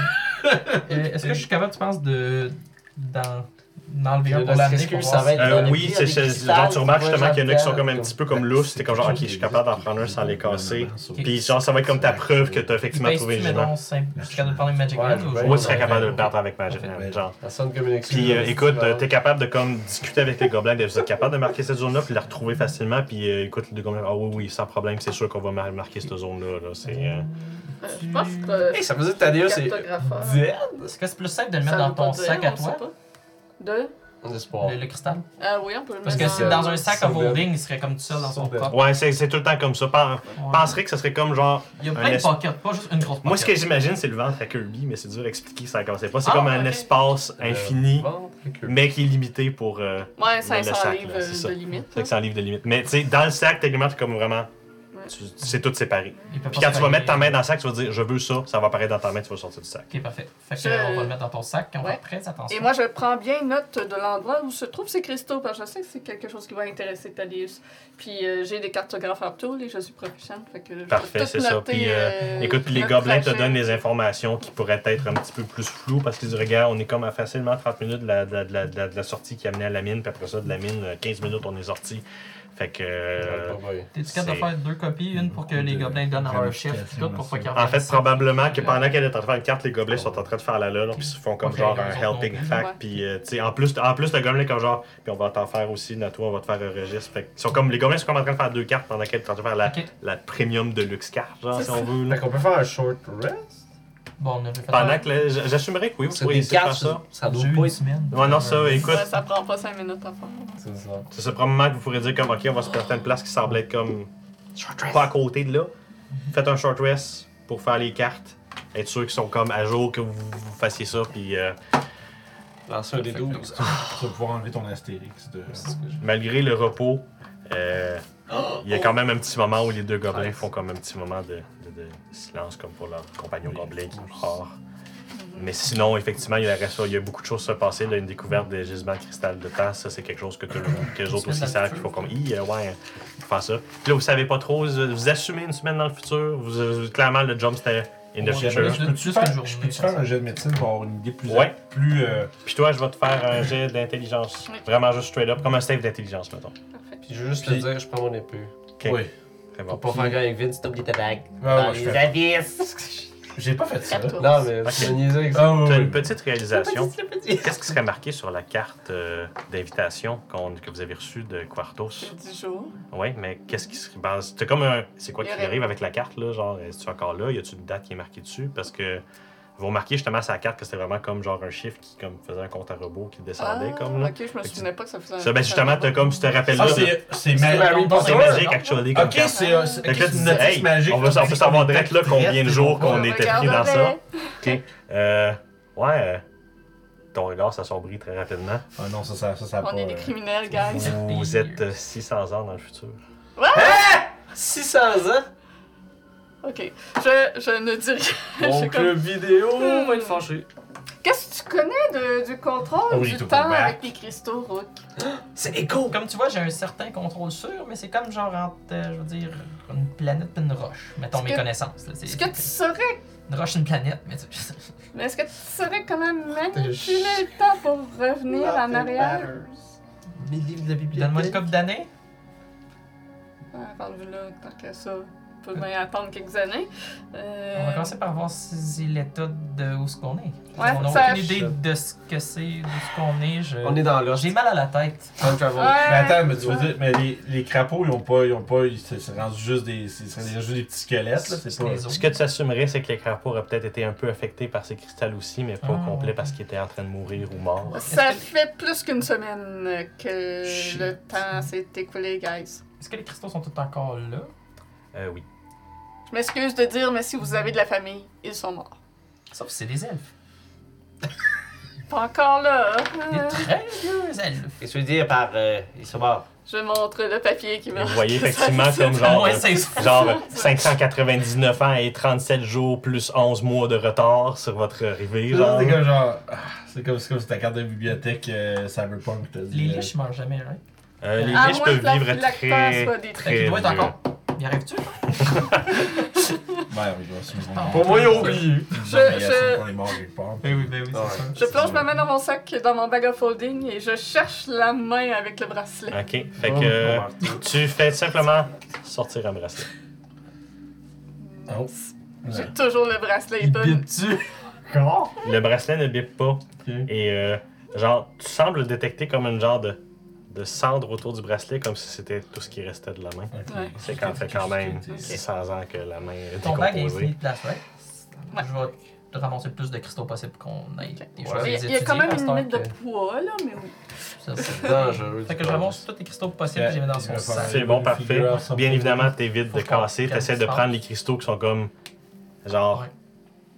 S4: Euh, Est-ce que je suis capable, tu penses, de d'en- d'enlever un
S5: Le
S4: pour l'amener
S5: risque,
S4: pour
S5: ça
S4: voir
S5: va
S4: si-
S5: être-
S1: Euh,
S5: dans les
S1: oui,
S5: prix,
S1: c'est
S5: il y a des
S1: c'est- genre tu
S5: cristals,
S1: remarques
S5: tu
S1: justement
S5: vois,
S1: qu'il y en a qui sont
S5: j'entends,
S1: comme un petit peu comme lousses, t'es comme genre ok, je suis capable d'en prendre un sans les casser.
S4: Ok.
S1: Puis genre ça va être comme ta preuve que t'as effectivement
S4: Ben, si
S1: trouvé
S4: tu
S1: le
S4: mets
S1: giment.
S4: donc simple, je suis capable de parler de Magic
S5: Ouais,
S4: Hand ou
S5: ouais.
S1: Moi, tu serais
S5: Ouais.
S1: capable de le perdre avec Magic
S4: Parfait.
S1: Hand, genre.
S5: Ça sonne comme une excuse.
S1: Puis euh, écoute, euh, t'es capable de comme discuter avec les gobelins, de vous êtes capable de marquer cette zone-là, puis la retrouver facilement. Puis euh, écoute, les gobelins, ah oui, oui, sans problème, c'est sûr qu'on va mar- marquer cette zone-là. Là, c'est, euh,
S3: Euh, Je pense que
S5: Hey, ça veut dire que Tadeo, c'est.
S3: cartographeur.
S5: Dead?
S4: Est-ce que c'est plus simple de le
S3: ça
S4: mettre
S3: veut
S4: dans
S3: pas
S4: ton
S3: dire,
S4: sac à
S3: on sait
S4: toi,
S3: pas. Deux?
S5: Un espoir.
S4: le, le cristal?
S3: Ah oui, on peut le
S4: Parce
S3: mettre
S4: que c'est dans un sac
S5: c'est
S4: à
S5: bien.
S4: holding, il serait comme tout seul dans son
S5: C'est bien.
S4: propre.
S1: Ouais, c'est, c'est tout le temps comme ça. Pen-
S4: Ouais.
S1: Penserais que ce serait comme genre.
S4: Il y a
S1: un
S4: plein de
S1: es-
S4: pockets, pas juste une grosse pocket.
S1: Moi, ce que j'imagine, c'est le ventre à Kirby, mais c'est dur à expliquer, ça commençait pas. C'est
S4: Ah,
S1: comme un
S4: ok.
S1: espace infini,
S5: Euh, Ventre, queue.
S1: mais qui est limité pour. euh,
S3: Ouais,
S1: le
S3: 500
S1: sac,
S3: livres
S1: là, c'est ça.
S3: euh, de limite.
S1: c'est 500 livres de limite. Mais tu sais, dans le sac, techniquement, t'es comme vraiment.
S3: Ouais.
S1: tu- c'est tout séparé.
S4: Il peut
S1: Puis
S4: pas
S1: quand
S4: se
S1: tu vas mettre ta
S4: varier.
S1: main dans le sac, tu vas dire je veux ça, ça va apparaître dans ta main, tu vas sortir du sac.
S4: Ok, parfait. Fait que
S3: Je-
S4: euh, on va le mettre dans ton sac, quand on
S3: Ouais.
S4: va prêt, attention.
S3: Et moi, je prends bien note de l'endroit où se trouvent ces cristaux, parce que je sais que c'est quelque chose qui va intéresser Thaddeus. Puis euh, j'ai des cartographes en tout, et je suis proficient, fait que je vais
S1: Parfait,
S3: tout
S1: c'est ça.
S3: noter,
S1: Puis, euh,
S3: euh,
S1: Écoute, puis les
S3: notre
S1: gobelins te
S3: trajet.
S1: donnent des informations qui pourraient être un petit peu plus floues parce qu'ils disent Regarde, on est comme à facilement 30 minutes de la, de la- de la- de la- de la sortie qui amenait à la mine, puis après ça, de la mine, euh, 15 minutes, on est sorti. Fait que. euh,
S5: Ouais, pas vrai.
S4: T'es-tu capable de
S1: c'est-
S4: faire deux copies, une pour que
S2: Beaucoup
S4: les
S2: de
S4: gobelins donnent à leur chef, puis
S2: ramifications
S4: tout pour pas
S2: là-dessus.
S4: qu'ils
S1: en fait,
S4: refassent ça?
S1: probablement que pendant qu'elle est en train de faire une carte, les gobelins sont en train de faire la lol, puis ils se font comme
S4: Ok,
S1: genre
S4: ils
S1: un
S4: sont
S1: helping
S4: contents.
S1: fact.
S3: Ouais.
S1: Puis, euh, tu sais, en plus, en plus, le gobelin est comme genre, puis on va t'en faire aussi, dans toi, on va te faire un registre. Fait que ils sont comme, les gobelins sont comme en train de faire deux cartes pendant qu'elle est en train de faire la,
S4: Ok.
S1: la premium de luxe carte, genre,
S3: C'est
S1: si on
S3: ça.
S1: veut. là.
S5: Fait qu'on peut faire un short rest?
S4: Bon, on a fait
S1: Pendant que le- j- j'assumerais que oui, vous
S5: C'est
S1: pourriez
S5: des
S1: essayer de faire
S5: cartes,
S1: ça.
S5: ça, ça doit
S4: J'ai eu
S5: pas
S4: une
S5: être.
S4: semaine.
S1: Ouais, non, ça,
S4: Euh,
S1: écoute,
S3: Ouais, ça prend pas 5 minutes à faire.
S5: C'est ça.
S1: c'est ça, probablement que vous pourrez dire comme, ok, on va se porter une place qui semble être comme pas à côté de là. Faites un short rest pour faire les cartes, être sûr qu'ils sont comme à jour, que vous, vous fassiez ça, puis euh,
S5: Lance un des 12.
S2: Tu vas pouvoir enlever ton astérix de.
S1: malgré le repos, euh, il y a quand même un petit moment où les deux gobelins font comme un petit moment de, de- de silence, comme pour leur compagnon gobelin qui part. Mais sinon, effectivement, il, y a la reste- il y a beaucoup de choses qui se sont passées. là, une découverte des gisements de cristal de temps, ça, c'est quelque chose que, tout le monde- que les autres aussi savent. Il faut comme, Hi, euh, ouais, faut faire ça. Puis là, vous savez pas trop, vous, vous assumez une semaine dans le futur. Vous, vous- clairement, le jump, c'était in the
S4: Ouais,
S1: future.
S4: j'avais-
S2: Je peux-tu
S4: Juste
S2: faire,
S4: une journée,
S2: je peux-tu
S4: ça,
S2: faire
S4: ça.
S2: un jeu de médecine pour avoir une idée plus.
S1: Ouais.
S2: Plus. euh,
S1: Puis toi, je vais te faire un jet d'intelligence.
S3: Oui.
S1: Vraiment juste straight up, comme un save d'intelligence, mettons.
S5: Puis je veux juste te
S2: Puis-
S5: dire, je prends mon épée.
S1: Ok,
S2: ouais.
S1: très bon.
S5: Pour pas faire grand avec Vince, t'as oublié ta bague.
S2: Ah, ouais, je fais-
S5: Davis!
S2: J'ai pas fait ça.
S3: Quatre tours.
S5: Non, mais
S1: Ok.
S5: tu me niaisais avec ça.
S2: Ah, ouais,
S1: T'as
S2: ouais.
S1: une petite réalisation.
S5: C'est petit.
S1: Qu'est-ce qui serait marqué sur la carte euh, d'invitation qu'on- que vous avez reçue de Quartos?
S3: C'est 10 jours.
S1: Oui, mais qu'est-ce qui se base? C'est comme un. C'est quoi
S3: Il
S1: qui
S3: y aurait-
S1: arrive avec la carte, là? Genre, est-ce encore là? Y a-tu une date qui est marquée dessus? Parce que. Vous remarquez justement sur la carte que c'était vraiment comme genre un chiffre qui comme faisait un compte à rebours qui descendait comme là.
S3: Ah, ok, je me
S1: Fait que
S3: souvenais pas que ça faisait un.
S1: Ça, ben justement, t'as comme ce rappel-là.
S2: Ah,
S1: de-
S2: c'est. C'est
S5: C'est
S2: ma-
S5: Harry
S1: c'est
S5: Potter.
S1: magique, actually. Comme
S2: Ok,
S1: carte.
S2: c'est. euh, c'est-
S1: Fait que là,
S2: ok,
S1: tu
S2: c'est
S1: nous dis,
S2: une
S1: hey,
S2: notice magique.
S1: on veut on veut savoir direct là combien de jours qu'on
S5: On
S1: était pris dans ça.
S3: Ok.
S1: Euh. Ouais. euh, Ton regard s'assombrit très rapidement.
S2: Ah non, ça, ça, ça, ça a pas.
S3: On est des
S2: euh,
S3: criminels, guys.
S1: Vous êtes euh, 600 ans dans le futur.
S5: 600 ans!
S3: Ok. Je, je ne dis rien. Je
S5: Mon
S3: suis comme-
S5: club vidéo
S3: Hmm.
S5: va être fâché.
S3: Qu'est-ce que tu connais de- du
S1: Oh,
S3: contrôle
S2: Only
S3: du
S2: to go
S3: temps
S2: back.
S3: avec les cristaux, Rook?
S5: C'est écho!
S4: Comme tu vois, j'ai un certain contrôle sûr, mais c'est comme genre entre, euh, je veux dire, une planète pis une roche. Mettons
S3: Est-ce
S4: mes
S3: que-
S4: connaissances. là, c'est-
S3: Est-ce que tu saurais,
S4: Une roche, une planète, mais tu
S3: mais est-ce que tu saurais comment manipuler le temps pour revenir en arrière?
S5: Mes livres de la bibliothèque.
S4: Donne-moi une couple d'années.
S3: Ah, rendu là, tant que ça, on peut bien attendre quelques années. Euh,
S4: On va commencer par voir si l'état de où ce qu'on est.
S3: Ouais,
S4: on n'a
S3: ça-
S4: aucune idée de ce que c'est, de ce qu'on est. je-
S5: On est dans l'os.
S4: J'ai mal à la tête.
S5: Time travel.
S3: Ouais,
S2: Mais attends, mais tu veux dire, mais les, les crapauds, ils ont pas, ils ont pas, ils- c'est c'est rendu juste des, c'est c'est rendu juste des petits squelettes, là, Ah, c'est
S4: C'est
S2: pas.
S4: les autres.
S1: Ce que tu assumerais, c'est que le crapaud aurait peut-être été un peu affecté par ces cristals aussi, mais pas au
S4: Ah.
S1: complet parce qu'il était en train de mourir ou mort.
S3: Ça fait plus qu'une semaine que
S4: Shit.
S3: le temps s'est écoulé, guys.
S4: Est-ce que les cristaux sont tout encore là?
S1: Euh, oui.
S3: Je m'excuse de dire, mais si vous avez de la famille, ils sont morts.
S5: Sauf que c'est des elfes.
S3: Pas encore là.
S5: Des
S3: Euh,
S5: très vieux elfes. Et se dire par. euh, ils sont morts.
S3: Je montre le papier qui
S1: Et
S3: me.
S1: Vous voyez effectivement comme genre,
S4: Ouais,
S1: euh,
S4: c'est ça.
S1: genre euh, 599 ans et 37 jours plus 11 mois de retard sur votre arrivée.
S2: Là,
S1: Genre.
S2: C'est comme genre. ah, C'est comme, c'est comme si ta carte de bibliothèque euh, Cyberpunk te dit.
S4: Les
S2: euh,
S4: liches, ils meurent jamais, hein. right?
S1: Euh, les
S3: À
S1: liches
S3: moins
S1: peuvent
S3: que la-
S1: vivre
S3: l'acteur
S1: très,
S3: soit des traits.
S4: Fait qu'il
S1: très
S4: doit être
S1: vieux.
S4: encore. Y arrive-tu?
S2: Ouais, oui, je me
S4: Ah,
S2: souviens.
S4: Pour moi, il a
S5: oublié.
S2: Je.
S3: Je- je-
S2: les morts quelque part.
S4: Ben oui, ben oui,
S5: Ouais.
S4: c'est
S3: Je plonge ma main dans mon sac, dans mon bag of holding, et je cherche la main avec le bracelet.
S1: Ok, fait
S4: Oh,
S1: que euh, tu fais simplement sortir un bracelet.
S2: Oh.
S3: J'ai toujours le bracelet,
S4: Il
S3: Ethan.
S4: bip-tu? Comment?
S1: Le bracelet ne bip pas et euh, genre tu sembles détecter comme une genre de, de cendre autour du bracelet comme si c'était tout ce qui restait de la main.
S3: Ouais.
S1: C'est quand, c'est quand même
S2: Ok.
S1: 100 ans que la main est
S4: Ton bag est fini
S1: décomposée.
S4: de place, right?
S3: Ouais.
S4: Je vais te ramasser le plus de cristaux possible qu'on aille les choses.
S5: Ouais.
S3: Il y a- il
S4: les
S3: y a
S4: étudier,
S3: quand même
S4: parce
S3: une
S4: que
S3: limite de poids, là, mais oui.
S4: ça, c'est-
S5: C'est dangereux.
S4: Fait que je ramasse tous les cristaux possibles
S2: Ouais,
S4: que j'ai mis dans
S2: il va
S4: son
S2: falloir-
S4: sac.
S1: C'est bon,
S2: Une
S1: parfait.
S2: figure, ça,
S1: Bien
S2: pour-
S1: évidemment, t'évites
S4: Faut
S1: de
S4: qu'on
S1: casser.
S4: calme
S1: T'essaies de
S4: ça.
S1: prendre les cristaux qui sont comme genre
S4: Ouais.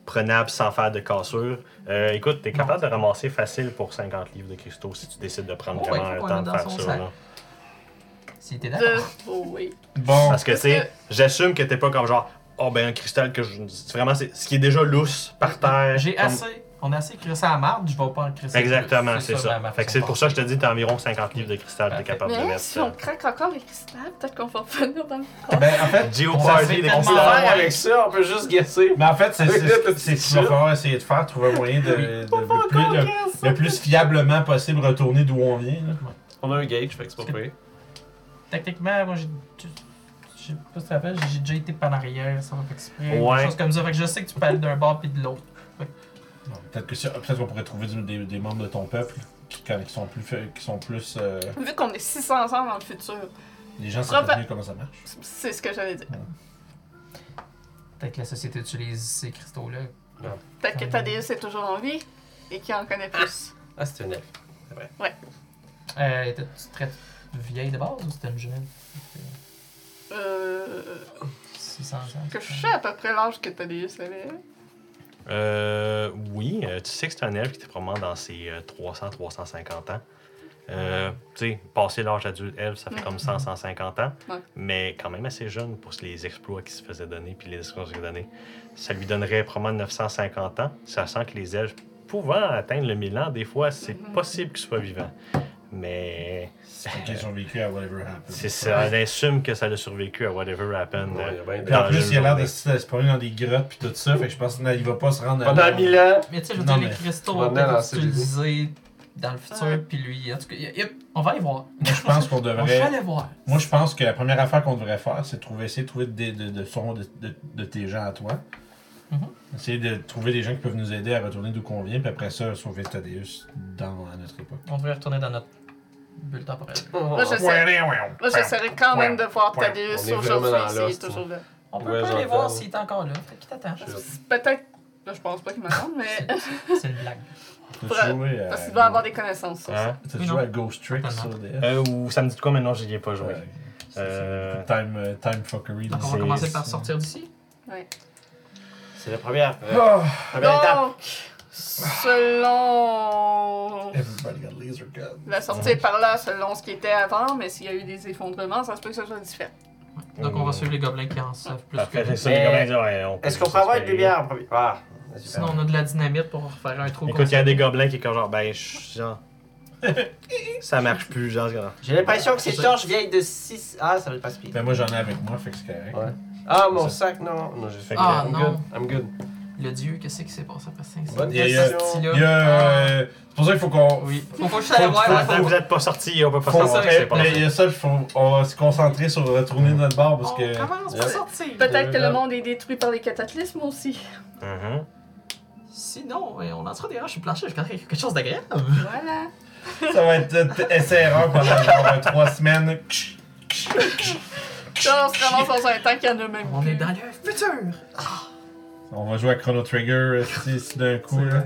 S1: prenables sans faire de cassure. Euh, écoute, t'es
S4: Non.
S1: capable de ramasser facile pour 50 livres de cristaux si tu décides de prendre
S4: Oh,
S1: vraiment
S4: ouais, faut
S1: le
S4: qu'on
S1: temps
S4: le
S1: de
S4: mette
S1: faire
S4: dans son
S1: ça.
S4: sac.
S1: là.
S4: Si t'es
S3: De...
S4: d'accord.
S3: Oh oui.
S2: Bon.
S1: Parce que, tu sais, j'assume que t'es pas comme genre, oh ben un cristal que je. c'est Vraiment, c'est ce qui est déjà lousse par terre.
S4: J'ai
S1: comme-
S4: assez. On a assez crissé à la marde, je vais pas en crisser.
S1: Exactement, c'est ça. Fait que c'est pour ça que je te dis, t'as environ 50 livres de cristal que t'es
S4: Parfait.
S1: capable de
S3: Mais
S1: mettre.
S3: si on craque encore les cristals, peut-être qu'on va revenir dans le
S2: Ben, en fait.
S4: Ça fait
S1: Geoparty des
S4: tellement
S3: Ah,
S5: On peut
S1: cristals.
S5: faire avec ça, on peut juste guesser.
S2: Mais en fait, c'est
S5: Arrête,
S2: c'est ce qu'il va
S5: c'est
S2: falloir essayer de faire, trouver un moyen de, de- le, plus, le- le plus fiablement possible retourner d'où on vient. là.
S5: On a un gauge, fait que c'est pas pire.
S4: Techniquement, moi j'ai. tu- Je sais pas si tu te rappelles, j'ai déjà été par l'arrière, ça va pas exprès.
S1: Ouais.
S4: Des choses comme ça. Fait que je sais que tu peux aller d'un bord puis de l'autre.
S2: Bon, Peut-être que si- peut-être qu'on pourrait trouver du- des, des membres de ton peuple qui, quand- qui sont plus. fa- Qui sont plus euh,
S3: Vu qu'on est 600 ensemble dans le futur,
S2: les gens
S3: Ah,
S2: savent
S3: ben-
S2: mieux comment ça marche.
S3: c'est ce que j'allais dire.
S4: Peut-être que la société utilise ces cristaux-là.
S3: Peut-être que Thaddeus est toujours en vie et qu'il en connaît plus.
S5: Ah, c'est un elfe.
S4: Euh, Étais-tu très vieille de base ou c'était une jeune
S3: Euh.
S4: 600 ans.
S3: Que je sais à peu près l'âge que Thaddeus avait.
S1: Euh, oui, euh, tu sais que c'est un elfe qui était probablement dans ses euh, 300-350 ans. Euh, tu sais, passer l'âge adulte, elfe, ça fait
S3: Ouais.
S1: comme 100-150 ans,
S3: Ouais.
S1: mais quand même assez jeune pour les exploits qui se faisaient donner puis les escrocs qui se donnaient. Ça lui donnerait probablement 950 ans, sachant que les elfes pouvant atteindre le 1000 ans, des fois, c'est
S3: Mhm.
S1: possible qu'ils soient vivants. Mais
S2: C'est une question vécue à whatever happens.
S1: c'est ça, on assume que ça a survécu à whatever happened.
S5: Ouais,
S1: euh,
S5: il y a bien des-
S2: Puis en
S1: dans
S2: plus,
S1: une
S2: il a l'air de
S1: journée.
S2: se de se promener dans des grottes puis tout ça, fait que je pense qu'il va pas se rendre à.
S5: Pendant mille ans,
S4: Mais tu sais, je veux
S2: Non,
S4: dire, les
S2: mais-
S4: cristaux
S5: On
S4: vont
S5: va venir
S4: peut-être
S5: lancer des
S4: utilisés dans le futur, puis lui. En tout cas, y a- y a- on va aller voir.
S2: Moi, je pense qu'on
S4: On va
S2: devrait.
S4: aller voir.
S2: Moi, je pense que la première affaire qu'on devrait faire, c'est de trouver, essayer de trouver des, de, de, son- de, de- de tes gens à toi.
S4: Mhm.
S2: Essayer de trouver des gens qui peuvent nous aider à retourner d'où qu'on vient, puis après ça, sauver Thaddeus dans, à notre époque.
S4: On devrait retourner dans notre bulle temporelle.
S3: Là, je sais. Là, j'essaierais quand même de voir Thaddeus
S5: On est vraiment
S3: aujourd'hui
S5: dans
S3: s'il est
S5: l'os,
S3: toujours là.
S4: On peut
S5: Ouais,
S4: pas aller
S5: j'entends.
S4: voir s'il est encore là. Fait qu'il t'attend.
S3: Peut-être. Là, je pense pas qu'il m'attende, mais.
S4: C'est une blague.
S2: T'as joué à.
S3: Parce qu'il doit avoir des connaissances sur ça.
S1: Hein?
S2: T'as
S4: Oui,
S2: joué
S4: non.
S2: à Ghost Trick sur DS?
S1: Euh, ou ça me dit de quoi, mais non, j'y ai pas joué.
S2: Ouais. C'est-
S1: Euh,
S2: c'est Time, euh, time fuckery.
S4: Donc on va
S1: C'est-
S4: commencer par
S2: c'est-
S4: sortir d'ici.
S5: C'est la première. euh,
S2: Ah!
S5: Première étape.
S3: Donc, selon
S2: Everybody got laser gun.
S3: la sortie par là, selon ce qui était avant, mais s'il y a eu des effondrements, ça se peut que ça soit différent.
S4: Donc
S2: Euh,
S4: on va suivre les gobelins qui en savent plus
S1: Parfait,
S4: que
S1: c'est
S4: nous.
S1: ça,
S5: Mais-
S1: les gobelins disent, ouais, on peut
S5: Est-ce qu'on
S1: juste
S5: peut avoir une
S1: espérer.
S5: lumière en premier? Ah, c'est
S4: Sinon
S5: super.
S4: on a de la dynamite pour faire un trou.
S1: Écoute, il y a des gobelins qui est comme genre, ben, je- genre. ça marche plus, genre. genre.
S5: J'ai l'impression que ces
S4: C'est-
S5: torches viennent de 6. Ah, ça va être pas speed.
S2: Ben moi j'en ai avec moi, fait que c'est correct.
S5: Ouais. Ah, mon sac, non. Non, je
S1: Fait
S5: fais
S1: que-
S4: Ah,
S5: I'm
S4: non.
S5: good. I'm good. Oh,
S4: Le dieu, qu'est-ce qui s'est passé après 5
S5: Bonne
S2: Il y a- il y a-
S5: question.
S2: Il y a, euh, c'est pour ça qu'il faut qu'on.
S4: Ah. Oui. Faut faut juste aller voir.
S2: Faut-
S4: ouais,
S1: Attends,
S4: faut-
S1: vous n'êtes pas sorti, on peut pas
S2: Faut-
S1: savoir ce qui
S2: mais-
S1: s'est
S2: mais il
S1: passé.
S2: y a ça, il faut on va se concentrer sur retourner de notre bar parce
S3: Oh,
S2: que.
S4: On commence par
S5: Yep.
S4: sortir.
S3: Peut-être que le monde est détruit par les cataclysmes aussi.
S1: Mhm.
S4: Sinon, euh, on lancera des roches sur le plancher jusqu'à ce qu'il y ait quelque chose d'agréable.
S3: Voilà.
S2: Ça va être euh, essai-erreur pendant genre, euh, trois semaines.
S3: Là, on se ramasse dans un temps qu'il y en a même
S4: On
S3: plus.
S4: est dans le futur.
S2: On va jouer à Chrono Trigger euh, si, si d'un coup. Là.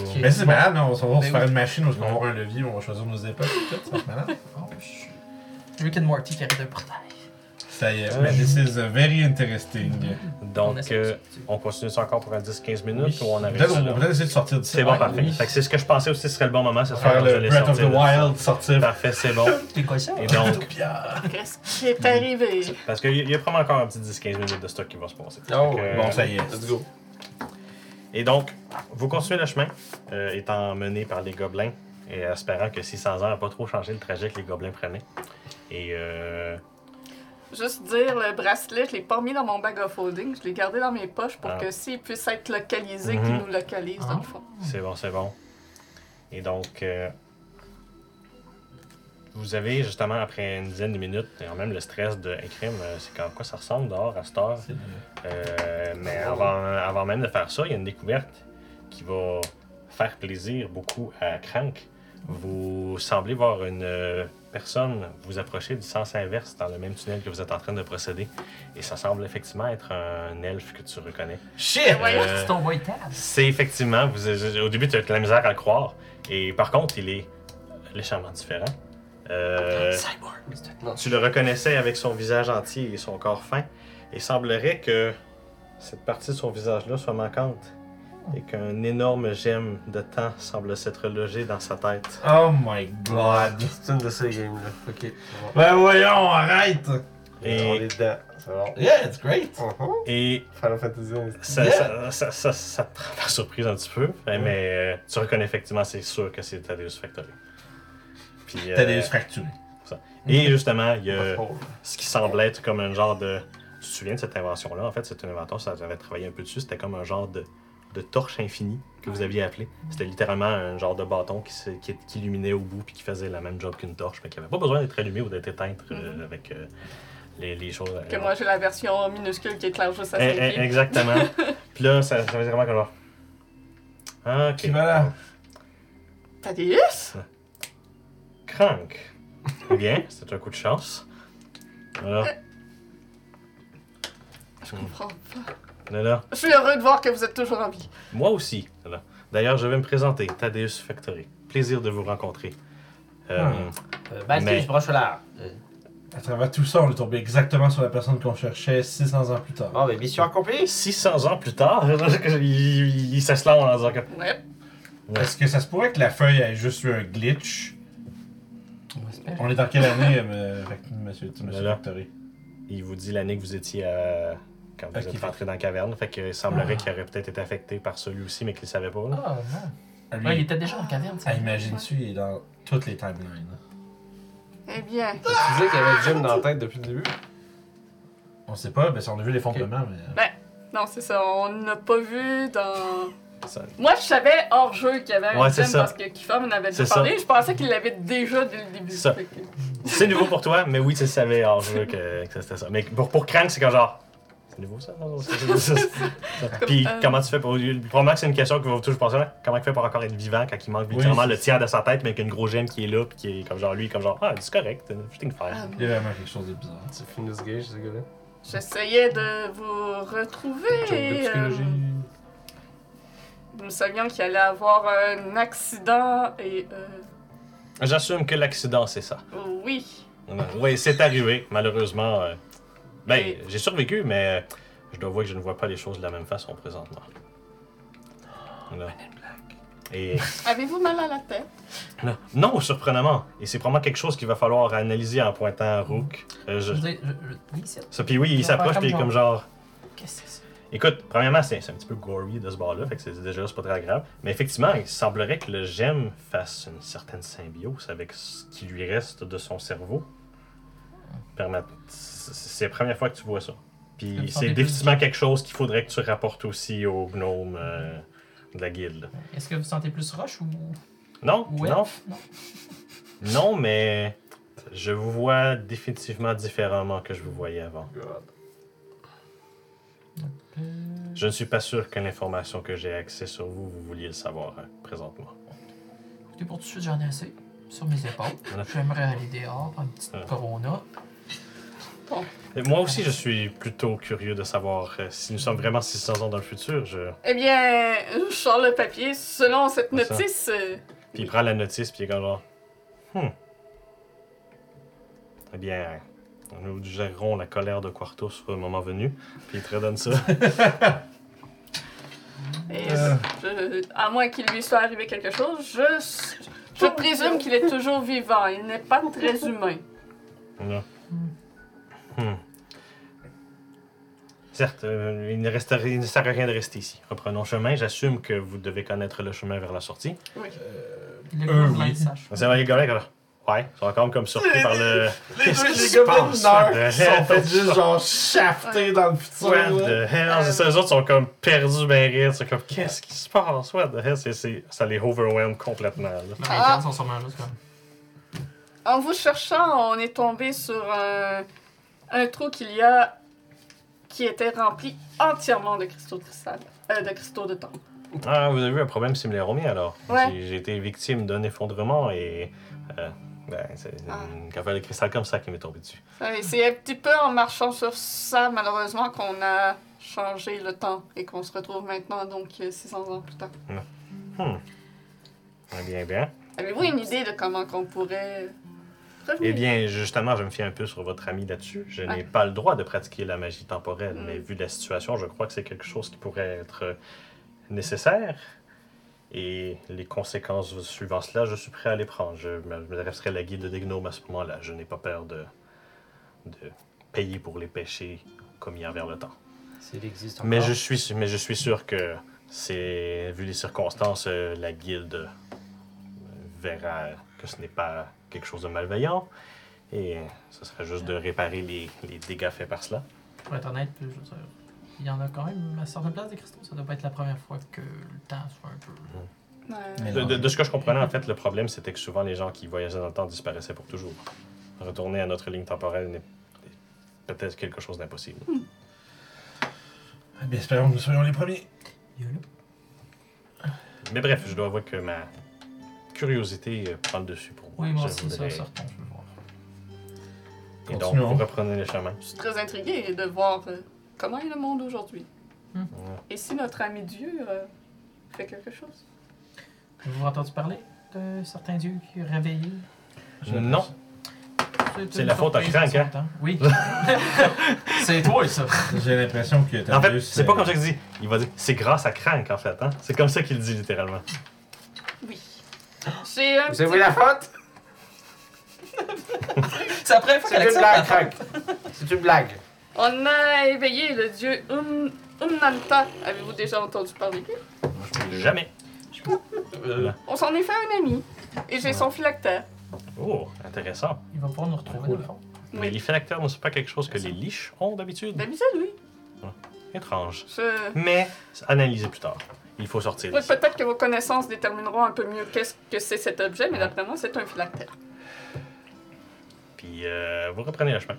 S4: Ok.
S2: Mais c'est malade, non? On va se
S4: Ben
S2: faire
S4: oui.
S2: une machine où on va avoir un levier, on va choisir nos époques. tout ça, Ça va être malade.
S4: Oh, je- Rick and Morty qui arrive d'un portail.
S2: Ça y est,
S1: Euh,
S2: mais this is uh, very interesting.
S4: On
S1: Donc,
S4: essaie de
S1: euh,
S4: sortir.
S1: on continue ça encore pour un 10-15 minutes ou
S4: Oui.
S1: on arrête
S2: Peut-être
S1: ça
S2: on
S1: là?
S2: va peut-être essayer de sortir d'ici.
S1: C'est bon,
S2: Ouais.
S1: parfait. Fait que c'est ce que je pensais aussi serait le bon moment, ce serait
S2: Faire
S1: quand je
S2: le
S1: l'ai
S2: Breath of the
S1: sorti.
S2: Wild, sortir.
S1: Parfait, c'est bon.
S4: C'est quoi ça?
S1: Et euh, donc,
S2: Utopia.
S3: Qu'est-ce qui est arrivé?
S1: parce qu'il y a- il y a probablement encore un petit 10-15 minutes de stock qui va se passer.
S5: Oh,
S1: Fait que,
S2: Bon, ça y est.
S5: Let's go.
S1: Et donc, vous continuez le chemin, euh, étant mené par les gobelins, et espérant que 600 ans n'a pas trop changé le trajet que les gobelins prenaient. Et euh,
S3: Juste dire, le bracelet, je l'ai pas mis dans mon bag of holding, je l'ai gardé dans mes poches pour
S1: Ah.
S3: que s'il puisse être localisé,
S1: Mhm.
S3: qu'il nous localise dans le fond.
S1: c'est bon, c'est bon. Et donc, euh, vous avez justement, après une dizaine de minutes, quand même le stress de un crime, euh, c'est quand quoi ça ressemble dehors à cette heure. Euh, mais avant, avant même de faire ça, il y a une découverte qui va faire plaisir beaucoup à Crank. Vous semblez voir une euh, personne vous approcher du sens inverse dans le même tunnel que vous êtes en train de procéder. Et ça semble effectivement être un elfe que tu reconnais.
S2: Shit!
S3: Ouais.
S1: Euh,
S4: C'est ton white tab.
S1: c'est effectivement, vous, au début, tu as de la misère à le croire. Et par contre, il est légèrement différent. Euh,
S4: Cyborg, Mr.
S1: tu le reconnaissais avec son visage entier et son corps fin. Il semblerait que cette partie de son visage-là soit manquante et qu'un énorme gemme de temps semble s'être logé dans sa tête.
S2: Oh my god.
S5: C'est une de ces games-là. Ok. c'est bon.
S2: Ben voyons, arrête!
S5: On
S1: Et,
S5: est dedans. C'est bon.
S2: Yeah, it's great!
S5: Mhm.
S1: et
S5: Final Fantasy. on est-
S1: ça, ça,
S2: Yeah.
S1: ça, ça- ça te prend par surprise un petit peu, mais euh, tu reconnais effectivement, c'est sûr que c'est Tadeus Factory. Puis, euh,
S2: T'as des fractures.
S1: et justement, il y a
S5: Oh.
S1: ce qui semblait être comme un genre de. Tu te souviens de cette invention-là? En fait, c'est une invention, ça j'avais travaillé un peu dessus. C'était comme un genre de, de torche infinie que vous aviez appelé. C'était littéralement un genre de bâton qui, se- qui, qui illuminait au bout puis qui faisait la même job qu'une torche, mais qui n'avait pas besoin d'être allumé ou d'être éteinte euh, avec euh, les, les choses.
S3: Mm-hmm. Que moi, j'ai la version minuscule qui éclaire juste à
S1: Eh,
S3: ses
S1: eh,
S3: pieds.
S1: exactement. puis là, ça, ça faisait vraiment comme genre. Ok.
S2: Puis voilà.
S3: Thaddeus?
S1: Crank. Eh Bien, c'est un coup de chance. Voilà,
S3: Euh. Je comprends pas.
S1: là, là.
S3: Oh, Je suis heureux de voir que vous êtes toujours en vie.
S1: Moi aussi. Voilà. D'ailleurs, je vais me présenter, Tadeus Factory. Plaisir de vous rencontrer. Euh,
S5: Euh,
S1: Mais-
S5: Balthus, broche là.
S2: À travers tout ça, on est tombé exactement sur la personne qu'on cherchait 600 ans plus tard.
S5: Bon, ben, mission accomplie.
S1: 600 ans plus tard, il, il- il se lance en disant que...
S3: Ouais.
S2: Est-ce que ça se pourrait que la feuille ait juste eu un glitch?
S4: On espère.
S2: On est dans quelle année, euh, fac- monsieur, monsieur
S1: Voilà.
S2: Factory?
S1: Il vous dit l'année que vous étiez euh, quand vous
S2: Ok.
S1: êtes rentré dans la caverne. Fait qu'il semblerait qu'il aurait peut-être été affecté par celui-ci, mais qu'il ne savait pas. là.
S4: Ah, non.
S2: Lui,
S4: Ouais, il était déjà en caverne, ça.
S2: ah, imagine-tu, il est dans toutes les timelines.
S3: Eh bien.
S5: Tu disais qu'il y avait Jim dans la tête depuis le début.
S2: On sait pas, ben, si on a vu l'effondrement, mais...
S3: Non, c'est ça, on n'a pas vu dans.
S1: Ça-
S3: Moi, je savais hors jeu qu'il y avait un
S1: Ouais, c'est
S3: thème
S1: ça.
S3: parce que Kifam en avait déjà
S1: C'est ça.
S3: parlé. Je pensais qu'il l'avait déjà dès le début.
S1: Ça.
S3: Fait que-
S1: C'est nouveau pour toi, mais oui, tu le savais hors jeu que, que c'était ça. Mais pour, pour Crank, c'est comme genre... C'est nouveau ça? C'est- c'est- Puis
S3: Comme, euh,
S1: comment tu fais pour. Probablement que c'est une question qui va vous toujours penser. hein, Comment il fait pour encore être vivant quand il manque littéralement
S2: c'est
S1: le tiers de sa tête, mais qu'une gros gemme qui est là, puis qui est comme genre lui, comme genre Ah, c'est correct, euh, je t'ai une faire.
S2: Il y a vraiment quelque chose de bizarre.
S5: Tu finis de ce gage, ce gars-là.
S3: J'essayais de vous retrouver.
S5: Joke de psychologie.
S3: euh, nous savions qu'il allait avoir un accident et. euh, oh
S1: J'assume que l'accident, c'est ça.
S3: oui.
S1: oui, c'est arrivé, malheureusement. euh, ben,
S3: Et-
S1: j'ai survécu, mais euh, je dois avouer que je ne vois pas les choses de la même façon présentement. Là. Et
S3: Avez-vous mal à la tête?
S1: là, non, surprenamment. Et c'est probablement quelque chose qu'il va falloir analyser en pointant à Rook. Euh,
S4: Je
S1: je-
S4: veux dire, je- je- oui, c'est-
S1: Ça, puis oui,
S4: On
S1: il
S4: Mm. va
S1: s'approche,
S4: faire
S1: puis il est
S4: comme
S1: comme genre.
S4: Qu'est-ce que c'est ça?
S1: Écoute, premièrement, c'est c'est un petit peu gory de ce bord-là, fait que c'est déjà c'est pas très grave. Mais effectivement, il semblerait que le gemme fasse une certaine symbiose avec ce qui lui reste de son cerveau. Permet- C'est c'est la première fois que tu vois ça.
S4: Ça me
S1: Puis
S4: semble
S1: c'est définitivement quelque chose qu'il faudrait que tu rapportes aussi au gnome euh, de la guilde.
S4: Est-ce que vous sentez plus rush ou.
S1: Non,
S4: ou
S1: non,
S4: elf? Non.
S1: non, mais je vous vois définitivement différemment que je vous voyais avant.
S5: God.
S4: Euh,
S1: Je ne suis pas sûr que l'information que j'ai accès sur vous, vous vouliez le savoir hein, présentement.
S4: Écoutez, pour tout de suite, j'en ai assez. Sur mes épaules.
S1: Voilà.
S4: J'aimerais aller dehors, prendre une petite
S1: Voilà.
S4: corona.
S1: Et Moi aussi, je suis plutôt curieux de savoir euh, si nous sommes vraiment 600 ans dans le futur. Je...
S3: Eh bien, je sors le papier. Selon cette
S1: C'est ça.
S3: notice, euh,
S1: Puis il prend la notice, puis il est comme genre. Hmm. Eh bien, Nous gérerons la colère de Quartus au moment venu. Puis il te redonne ça.
S3: Et
S2: Euh.
S3: je- à moins qu'il lui soit arrivé quelque chose, je, je présume qu'il est toujours vivant. Il n'est pas très humain.
S1: Non. Hmm. Certes, euh, il ne, reste- il ne sert à rien de rester ici. Reprenons chemin. J'assume que vous devez connaître le chemin vers la sortie.
S4: Le
S2: Euh,
S4: gobelin
S2: oui.
S4: sache.
S1: C'est vrai, les gars, alors. Ouais, ils sont encore comme surpris par le.
S2: Les
S1: Qu'est-ce
S2: deux,
S1: qui
S2: les
S1: se
S2: gobelins
S1: passe, ça,
S2: mineurs
S1: de
S2: sont fait
S1: rêve,
S2: juste
S1: ça?
S2: genre shaftés dans le futur.
S1: What
S2: là.
S1: the hell? C'est ça, les autres sont comme perdus, ben rire. C'est comme, qu'est-ce qui se passe? What the hell? C'est- c'est- ça les overwhelm complètement. là.
S4: Mais
S3: Ah.
S4: les gens sont sûrement juste comme.
S3: En vous cherchant, on est tombé sur un, un trou qu'il y a qui était rempli entièrement de cristaux de cristal, euh, de cristaux de temps.
S1: Ah, vous avez eu un problème similaire au mien alors.
S3: Ouais.
S1: J'ai- J'ai été victime d'un effondrement et. euh, ben, c'est
S3: Ah.
S1: une café de cristal comme ça qui m'est tombé dessus.
S3: Euh, Et c'est un petit peu en marchant sur ça, malheureusement, qu'on a changé le temps et qu'on se retrouve maintenant, donc euh, 600 ans plus tard.
S1: Eh bien, bien.
S3: Avez-vous une idée de comment qu'on pourrait revenir?
S1: Eh bien, justement, je me fie un peu sur votre ami là-dessus. Je n'ai pas le droit de pratiquer la magie temporelle,
S3: Mm.
S1: mais vu la situation, je crois que c'est quelque chose qui pourrait être euh, nécessaire. Et les conséquences suivant cela, je suis prêt à les prendre. Je m'adresserai à la guide de Degnome à ce moment-là. Je n'ai pas peur de, de payer pour les péchés commis envers le temps.
S5: S'il existe encore.
S1: Mais je, suis, su- mais je suis sûr que c'est, vu les circonstances, euh, la guilde euh, verra que ce n'est pas quelque chose de malveillant. Et euh, ce serait juste de réparer les, les dégâts faits par cela.
S4: Pour être honnête, je veux dire, il y en a quand même à certaines places des cristaux. Ça doit pas être la première fois que le temps soit un peu.
S3: Ouais.
S2: Mais
S1: De,
S2: non.
S1: de- de ce que je comprenais, en fait, le problème, c'était que souvent les gens qui voyageaient dans le temps disparaissaient pour toujours. Retourner à notre ligne temporelle n'est peut-être quelque chose d'impossible.
S2: Eh bien, espérons que nous soyons les premiers.
S4: Yolo.
S1: Mais bref, je dois avouer que ma curiosité euh, prend le dessus pour moi.
S4: Oui, moi
S1: Je
S4: aussi, ça,
S1: voudrais-
S4: certain, je veux voir.
S1: Et donc,
S2: Continuons.
S1: vous reprenez le chemin.
S3: Je suis très intriguée de voir euh, comment est le monde aujourd'hui.
S4: Hmm.
S3: Et si notre ami Dieu euh, fait quelque chose?
S4: Vous entendu parler de certains dieux qui réveillés
S1: Non,
S4: C'est
S1: C'est
S4: une
S1: la faute à
S4: surprise
S1: Frank,
S4: en
S1: hein?
S4: son temps. Oui. c'est toi, ça.
S2: J'ai l'impression que
S1: En fait,
S2: Thaddeus,
S1: c'est pas comme ça qu'il dit. Il va dire c'est grâce à Crank en fait. Hein? C'est comme ça qu'il dit littéralement.
S3: Oui. J'ai un
S5: Vous
S3: petit...
S5: savez la faute
S4: C'est la première fois
S5: C'est
S4: qu'elle
S5: une blague, Frank. C'est une blague.
S3: On a éveillé le dieu Um... Umnanta. Avez-vous déjà entendu parler de lui?
S1: Jamais.
S3: On s'en est fait un ami. Et j'ai son phylactère.
S1: Oh, intéressant.
S4: Il va pouvoir nous retrouver, dans le fond.
S1: Mais
S3: Oui. Ben.
S1: les phylactères ne sont pas quelque chose que les liches ont d'habitude.
S3: D'habitude, oui.
S1: Étrange.
S3: Je...
S1: Mais analysez plus tard. Il faut sortir.
S3: Oui,
S1: d'ici.
S3: peut-être que vos connaissances détermineront un peu mieux qu'est-ce que c'est cet objet, mais d'après moi, c'est un phylactère.
S1: Puis euh, vous reprenez le chemin.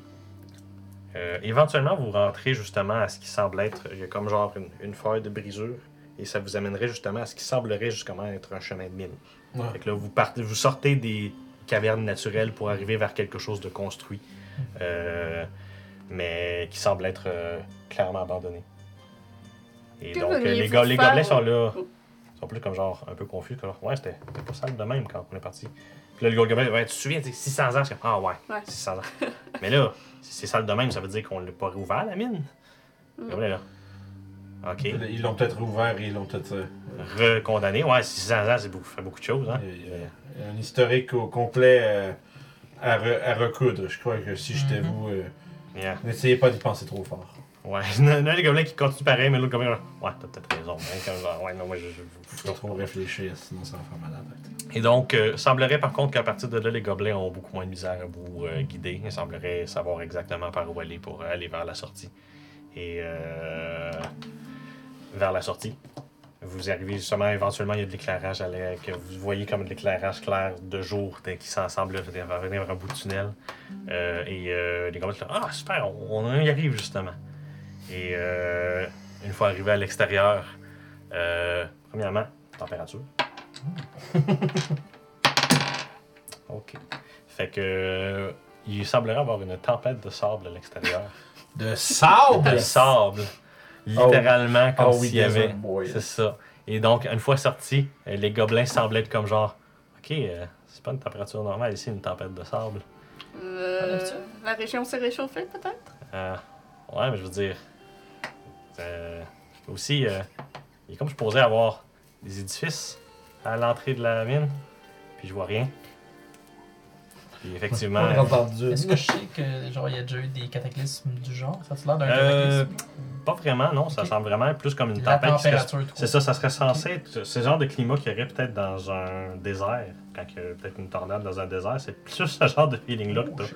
S1: Euh, éventuellement, vous rentrez justement à ce qui semble être, il y a comme genre une, une feuille de brisure, et ça vous amènerait justement à ce qui semblerait justement être un chemin de mine.
S2: Ouais.
S1: Fait que là, vous, partez, vous sortez des cavernes naturelles pour arriver vers quelque chose de construit, euh, mais qui semble être euh, clairement abandonné. Et
S3: Que
S1: donc, euh, les,
S3: veniez-vous
S1: go- les
S3: faire?
S1: gobelets sont là. Ils sont plus comme genre un peu confus, comme genre, ouais, c'était c'était pas sale de même quand on est parti. Puis là, le Golgobel, ouais, tu te souviens, tu sais, 600 ans, je suis comme, ah ouais,
S3: Ouais.
S1: 600 ans. Mais là, si c'est sale de même, ça veut dire qu'on l'a pas rouvert, la mine. Le Golgobel est là. Ok.
S2: Ils l'ont peut-être ouvert et ils l'ont peut-être. euh,
S1: Recondamné, ouais, 600 ans, c'est beaucoup, ça fait beaucoup de choses, hein.
S2: Il y a- il y a un historique au complet euh, à, re- à recoudre. Je crois que si j'étais
S4: Mhm.
S2: vous, euh,
S1: Yeah.
S2: n'essayez pas d'y penser trop fort.
S1: Ouais. Là, les gobelins qui continuent pareil, mais l'autre gobelin, genre, ouais, t'as peut-être raison. hein, comme genre, ouais, non, moi, je. je-
S2: Faut trop réfléchir, sinon ça va faire mal à la tête.
S1: Et donc, euh, semblerait par contre qu'à partir de là, les gobelins ont beaucoup moins de misère à vous euh, guider. Il semblerait savoir exactement par où aller pour aller vers la sortie. Et euh, vers la sortie, vous arrivez justement, éventuellement, il y a de l'éclairage à l'air, que vous voyez comme de l'éclairage clair de jour dès qui s'en semble venir venir vers un bout de tunnel. Euh, et euh, les gobelins sont là, Ah, super, on, on y arrive justement. Et euh, une fois arrivé à l'extérieur, euh, premièrement, température. OK. Fait que. euh, Il semblerait avoir une tempête de sable à l'extérieur.
S2: De sable!
S1: De sable! Littéralement, comme
S2: oh oui,
S1: s'il y
S2: desert
S1: avait.
S2: boy.
S1: C'est ça. Et donc, une fois sortis, euh, les gobelins semblaient être comme genre. OK, euh, c'est pas une température normale ici, une tempête de sable.
S3: Euh,
S4: Enlèves-tu?
S3: la région s'est réchauffée, peut-être?
S1: Euh, ouais, mais je veux dire. euh, aussi, euh, il est comme supposé avoir des édifices à l'entrée de la mine, puis je vois rien. Puis effectivement.
S5: On rentre dans le dur.
S4: hein. Est-ce que je sais que genre il y a déjà eu des cataclysmes du genre Ça a l'air d'un
S1: Euh,
S4: cataclysme
S1: pas vraiment, non. Ça
S4: Ok.
S1: semble vraiment plus comme une
S4: La
S1: tempête. qui serait-
S4: température trop.
S1: C'est ça, ça serait censé être ce genre de climat qu'il y aurait peut-être dans un désert, quand il y a peut-être une tornade dans un désert, c'est plus ce genre de feeling-là
S4: Oh,
S1: que t'as.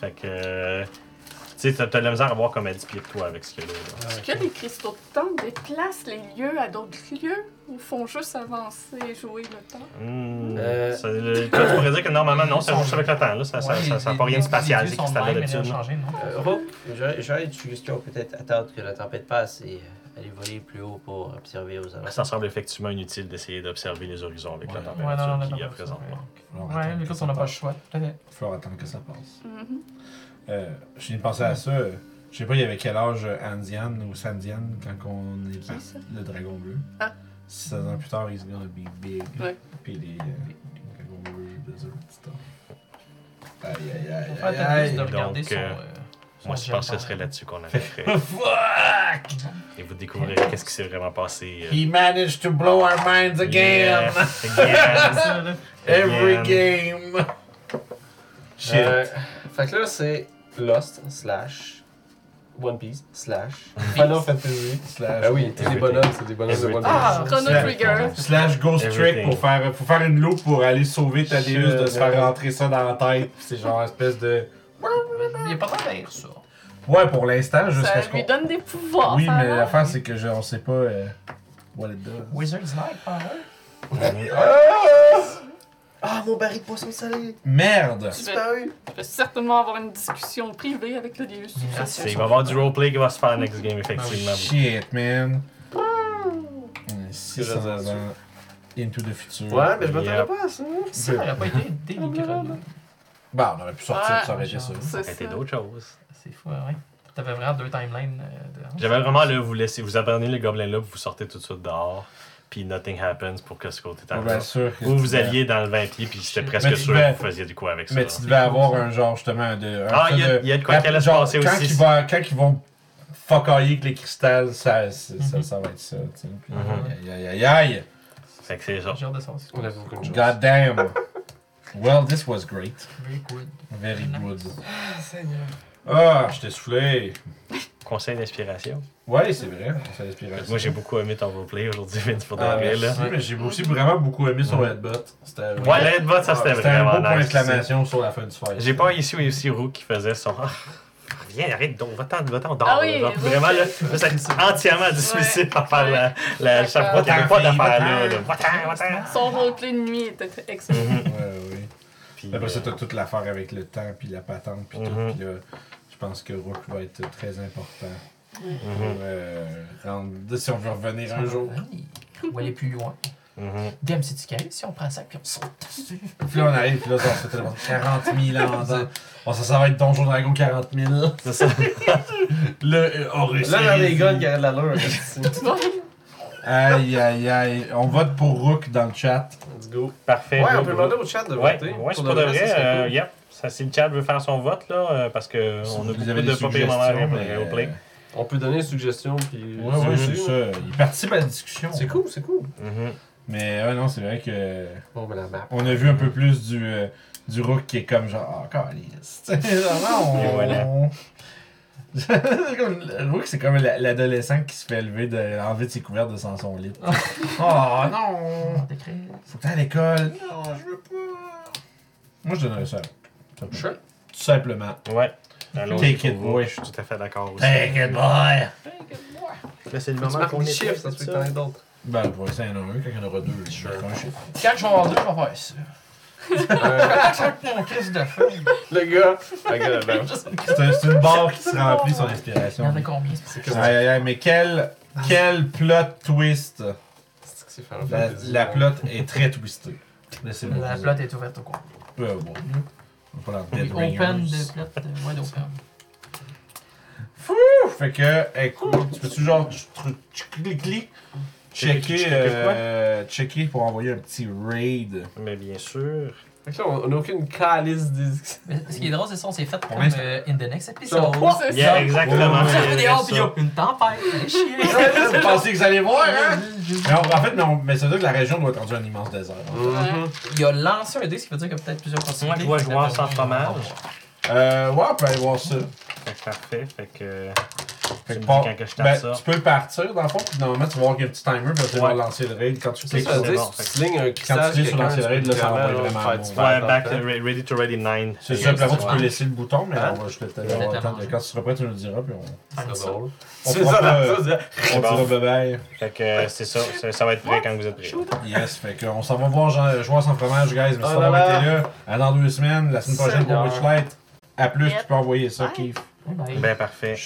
S1: Fait que. euh, Tu sais, t'as- t'as de la misère à voir comme à 10 pieds de toi avec ce que là. là.
S5: hein.
S3: Est-ce
S5: Euh,
S3: que les cristaux de temps déplacent les lieux à d'autres lieux ou font juste avancer et jouer le temps?
S1: Hmm,
S5: Euh.
S1: ça- le- toi, tu pourrais dire que normalement, non, ça
S4: Ils
S1: joue
S4: sont-
S1: juste avec le temps, là. Ça n'a
S4: Ouais, les-
S1: pas
S4: les-
S1: rien
S4: les
S1: de spatial,
S4: dieux
S1: c'est
S4: sont
S1: cristal
S4: de même, mais ils ont
S1: d'habitude.
S4: changé, non?
S5: Euh, Rope, j'aurais j'aurais une suggestion peut-être attendre que la tempête passe et euh, aller voler plus haut pour observer aux alentours.
S1: Ça semble effectivement inutile d'essayer d'observer les horizons avec la
S2: Ouais.
S1: température
S4: Ouais, non, non,
S1: qu'il y a
S4: non,
S1: présentement.
S2: Faut leur
S4: Ouais,
S2: attendre
S4: mais
S2: que
S4: écoute,
S2: ça
S4: on n'a pas le
S2: passe.
S4: choix. Tout à fait.
S2: Faut leur attendre que ça passe.
S3: Mhm.
S2: Euh, je viens de penser à ça. euh, Je sais pas, il y avait quel âge euh, Andiane ou Sandiane quand on est parti,
S3: ça?
S2: le dragon bleu.
S3: Ah.
S2: 16 ans plus tard, he's gonna be big.
S3: Ouais.
S2: Puis les, euh, les dragons bleus, desert stuff. Aïe aïe
S4: On
S2: aïe
S4: va
S2: aïe
S4: faire la
S2: aïe.
S4: liste de regarder
S1: donc,
S4: son.
S1: euh,
S4: euh, son
S1: Moi, je pense que ce
S4: agenda.
S1: serait là-dessus qu'on arrêterait.
S2: Fuck!
S1: Et vous découvrirez qu'est-ce qui s'est vraiment passé. euh,
S2: He managed to blow our minds again!
S1: Yeah. Again.
S4: Ça, là.
S2: Every
S1: Again.
S2: game! Shit.
S5: Euh, fait que là, c'est Lost slash One Piece slash
S4: Peace.
S5: Final Fantasy.
S2: Slash
S5: Ah oui, c'est des
S1: Everything.
S5: bonhommes, c'est des bonhommes de One
S1: Everything.
S5: Piece.
S3: Ah, Chrono
S2: ça-
S3: Trigger.
S2: Slash Ghost Trick
S1: Everything.
S2: pour faire, pour faire une loupe pour aller sauver Tadeus de se
S5: Je-
S2: faire rentrer ça dans la tête. Puis c'est genre une espèce de.
S4: Il n'y a pas tant d'air, ça.
S2: Ouais, pour l'instant, jusqu'à ce
S3: Ça
S2: qu'on.
S3: lui donne des pouvoirs.
S2: Oui,
S3: ça a
S2: mais
S3: l'air.
S2: l'affaire, c'est que je, on sait pas. euh, what it does.
S4: Wizard's Night, par là.
S6: Ah, mon baril de poisson salé!
S2: Merde!
S6: Disparu!
S3: Je vais certainement avoir une discussion privée avec le dieu.
S4: Ah,
S1: C'est- Il va y avoir du roleplay qui va se faire next game, effectivement.
S2: Oh, Shit, man. Si
S5: Que
S2: ça va
S5: raison
S2: Into the future.
S5: Ouais, mais je
S1: Yep.
S5: m'attendais pas à ça.
S4: Ça n'aurait pas été délicat.
S2: Bah, on aurait pu sortir,
S3: Ouais.
S2: ça aurait été ça.
S3: C'est
S1: C'était
S3: ça.
S1: d'autres choses.
S4: C'est fou, ouais. T'avais vraiment deux timelines. euh, de-
S1: J'avais vraiment là, vous laissez, vous abandonnez le gobelin là, puis vous sortez tout de suite dehors, puis nothing happens pour que ce côté
S2: Pour
S1: t'arrive.
S2: être sûr que
S1: Ou
S2: tu
S1: Ah. vous
S2: devais-
S1: alliez dans le 20 pieds, puis j'étais
S2: Mais
S1: presque
S2: tu
S1: sûr
S2: devais-
S1: que vous faisiez du quoi avec ça.
S2: Mais
S1: là.
S2: tu devais avoir un genre justement de. un
S1: Ah,
S2: ça
S1: il y, a-
S2: de-
S1: il y a de quoi qu'elle allait se
S2: genre,
S1: passer
S2: quand
S1: aussi.
S2: Ils vont, quand ils vont focailler avec les cristals, ça, c'est-
S5: Mhm.
S2: ça, ça va être ça. tu sais. Puis, Aïe,
S4: Mhm.
S2: aïe, aïe, aïe.
S1: Fait que c'est ça.
S4: J'ai hâte de savoir ce que
S5: On a beaucoup de choses.
S2: God damn. Well, this was great.
S4: Very good.
S2: Very good.
S5: Ah, Seigneur.
S2: Ah, je t'ai soufflé.
S1: Conseil d'inspiration.
S2: Ouais, c'est vrai. Ça inspire.
S1: Moi, j'ai beaucoup aimé ton roleplay aujourd'hui, Vince, pour de
S2: Ah,
S1: vrai, là.
S2: merci, mais j'ai aussi vraiment beaucoup aimé son headbutt. C'était
S1: Ouais, l'aide-bot, ça, c'était
S2: C'était un beau
S1: vraiment
S2: point
S1: nice.
S2: d'exclamation sur la fin du fight.
S1: J'ai pas ici aussi Rook qui faisait son. Ah, viens, arrête donc, va-t'en, va-t'en, dors.
S3: Ah oui,
S1: genre,
S3: Rook,
S1: vraiment, là,
S3: c'est-
S1: là, c'est entièrement dismissif à faire la, la
S3: D'accord.
S1: chapeau. T'avais pas
S2: Va-t'en,
S1: d'affaire là,
S2: fille,
S1: là. Va-t'en, va-t'en.
S3: Son roleplay de nuit était excellent.
S1: Mhm.
S2: Ouais, oui.
S1: Puis,
S2: Puis Après ça,
S1: euh,
S2: t'as toute l'affaire avec le temps, puis la patente, puis
S1: Mhm.
S2: tout. Puis là, je pense que Rook va être très important pour
S1: mhm,
S2: euh, rendre. Si on veut revenir un jour.
S4: Ou aller plus loin.
S1: mhm.
S4: Dame, c'est-tu carré si on prend ça puis on saute dessus?
S2: Puis là, on arrive, puis là, ça fait tellement 40 000 ans. ça- Bon, oh, ça, ça va être Donjon Dragon 40 000.
S1: C'est ça.
S2: Le Horus.
S5: Là, il y a des gars qui arrêtent de l'allure. Let's
S2: Aïe, aïe, aïe. On vote pour Rook dans le chat.
S5: go.
S1: Parfait.
S5: Ouais,
S1: là,
S5: on peut
S1: vous-
S5: demander au chat de
S1: Ouais,
S5: voter.
S1: ouais, c'est
S5: Pour
S1: pas de
S5: le reste,
S1: vrai.
S5: ça serait
S1: euh,
S5: cool.
S1: yep. Ça, si le chat veut faire son vote, là, euh, parce que
S2: Si
S1: on
S2: vous
S1: a beaucoup
S2: avez
S1: de
S2: des
S1: papiers moments à
S2: suggestions,
S1: répondre au play.
S5: On peut donner des suggestions. Puis
S2: Ouais, ouais,
S5: c'est
S2: c'est ça. Il participe à la discussion.
S5: C'est cool, c'est cool.
S1: Mhm.
S2: Mais ouais, non, c'est vrai que.
S5: Bon, mais la map.
S2: On a vu un peu plus du, euh, du Rook qui est comme genre, ah, calice. Tu sais, genre, non,
S1: Et
S2: on-
S1: voilà.
S2: on- C'est comme- le Rook, c'est comme la- l'adolescent qui se fait lever de, enlever de ses couvertes de son, son lit. oh non!
S4: Décret.
S2: Faut que t'ailles à l'école. Non, Ah, je veux pas. Moi, je donnerais ça. Tout
S5: Sure.
S2: simplement.
S1: Ouais. Allons,
S2: Take
S1: pour
S2: it,
S1: vous.
S2: boy.
S1: Je suis tout à fait d'accord aussi.
S2: Take it, boy!
S1: Là, c'est le
S5: Tu
S1: moment
S5: marques
S1: qu'on
S5: des
S1: est.
S5: chiffres, ça se peut que t'en aies d'autres.
S2: Ben, on va essayer un un quand il y en aura deux. Sure.
S4: Quand je vais avoir deux, je vais faire ça. Quand je vais faire mon crise de feu,
S5: Le gars. Regarde, ben,
S2: C'est un- c'est une barre qui se remplit son inspiration.
S4: il y en a combien?
S5: c'est que
S2: Aïe, aïe, aïe, mais quel, quel plot twist!
S5: c'est que c'est Final
S2: La,
S5: Fantasy,
S2: la
S5: hein.
S2: plot est très twistée. Laissez-moi.
S4: La
S2: vous
S4: plot est ouverte au coin.
S2: dire. Euh, bon. On va pas leur
S4: Oui,
S2: Dead
S4: open
S2: Ringers.
S4: de plot. euh, Ouais, d'open.
S2: Ouf, Fait que, écoute, tu peux-tu genre tch- tch- tch- clic, clic, checker, euh, checker pour envoyer un petit raid?
S1: Mais bien sûr.
S5: Fait que là, on on n'a aucune calice des.
S4: Mais ce qui est drôle, c'est ça, on s'est fait comme
S2: l'instant.
S4: euh, in the next episode.
S3: Oh, c'est
S1: Yeah,
S3: ça.
S1: exactement.
S4: Ça fait
S1: c'est
S4: des
S1: ça.
S4: hauts, puis il y a une tempête. Allez, chier.
S2: Vous pensez que vous allez voir, hein?
S4: Il
S2: Mais on- en fait, non, mais ça veut dire que la région doit être rendue un immense désert.
S5: Mhm.
S4: a lancé un dé, ce qui veut dire qu'il y a peut-être plusieurs possibilités.
S1: Ouais, doit jouer
S4: Peut-être
S1: sans
S4: un-
S1: fromage.
S2: Euh, ouais, on peut aller voir ça.
S1: Fait que parfait. Fait que. tu
S2: Fait
S1: me
S2: que
S1: dis
S2: par-
S1: quand que je tape
S2: ben,
S1: ça.
S2: tu peux partir dans le fond, puis normalement, tu vas voir qu'il y a un petit timer, puis tu vas
S1: Ouais.
S2: lancer le raid quand tu
S5: C'est
S2: cliques
S5: ça,
S2: sur
S1: c'est
S5: dire,
S1: bon,
S5: si tu signes un
S2: Quand
S5: crissage,
S2: tu lis sur
S5: quelqu'un,
S2: l'ancien
S5: tu
S2: raid,
S5: peux
S2: là, ça envoie
S5: vraiment,
S2: vraiment
S5: faire
S2: bon.
S5: du
S1: Ouais,
S5: bad,
S1: back,
S5: hein.
S1: re- ready to ready 9.
S2: C'est ça, puis là, tu
S4: Ouais.
S2: peux laisser le bouton, mais
S5: Hein?
S2: on va- je vais peut-être avoir le temps de- Quand tu seras prêt, tu nous le diras, puis on,
S4: Faire
S5: C'est
S4: ça.
S5: drôle.
S2: on
S5: C'est
S2: fera
S5: ça,
S2: pas,
S5: la
S2: euh,
S5: chose, hein.
S1: C'est
S2: on
S1: bon.
S2: dira bye-bye.
S1: Fait que euh, c'est ça, ça. ça va être prêt quand vous êtes prêt.
S2: Yes, fait qu'on s'en va voir Jean- euh, Joueur sans fromage, guys. Merci
S5: Oh
S2: d'avoir
S5: là là.
S2: été là. À dans deux semaines, la semaine prochaine pour
S5: Seigneur.
S2: Witchlight. À plus,
S3: Yep.
S2: tu peux envoyer ça,
S3: Bye.
S2: Keith.
S4: Bye bye.
S1: Ben parfait.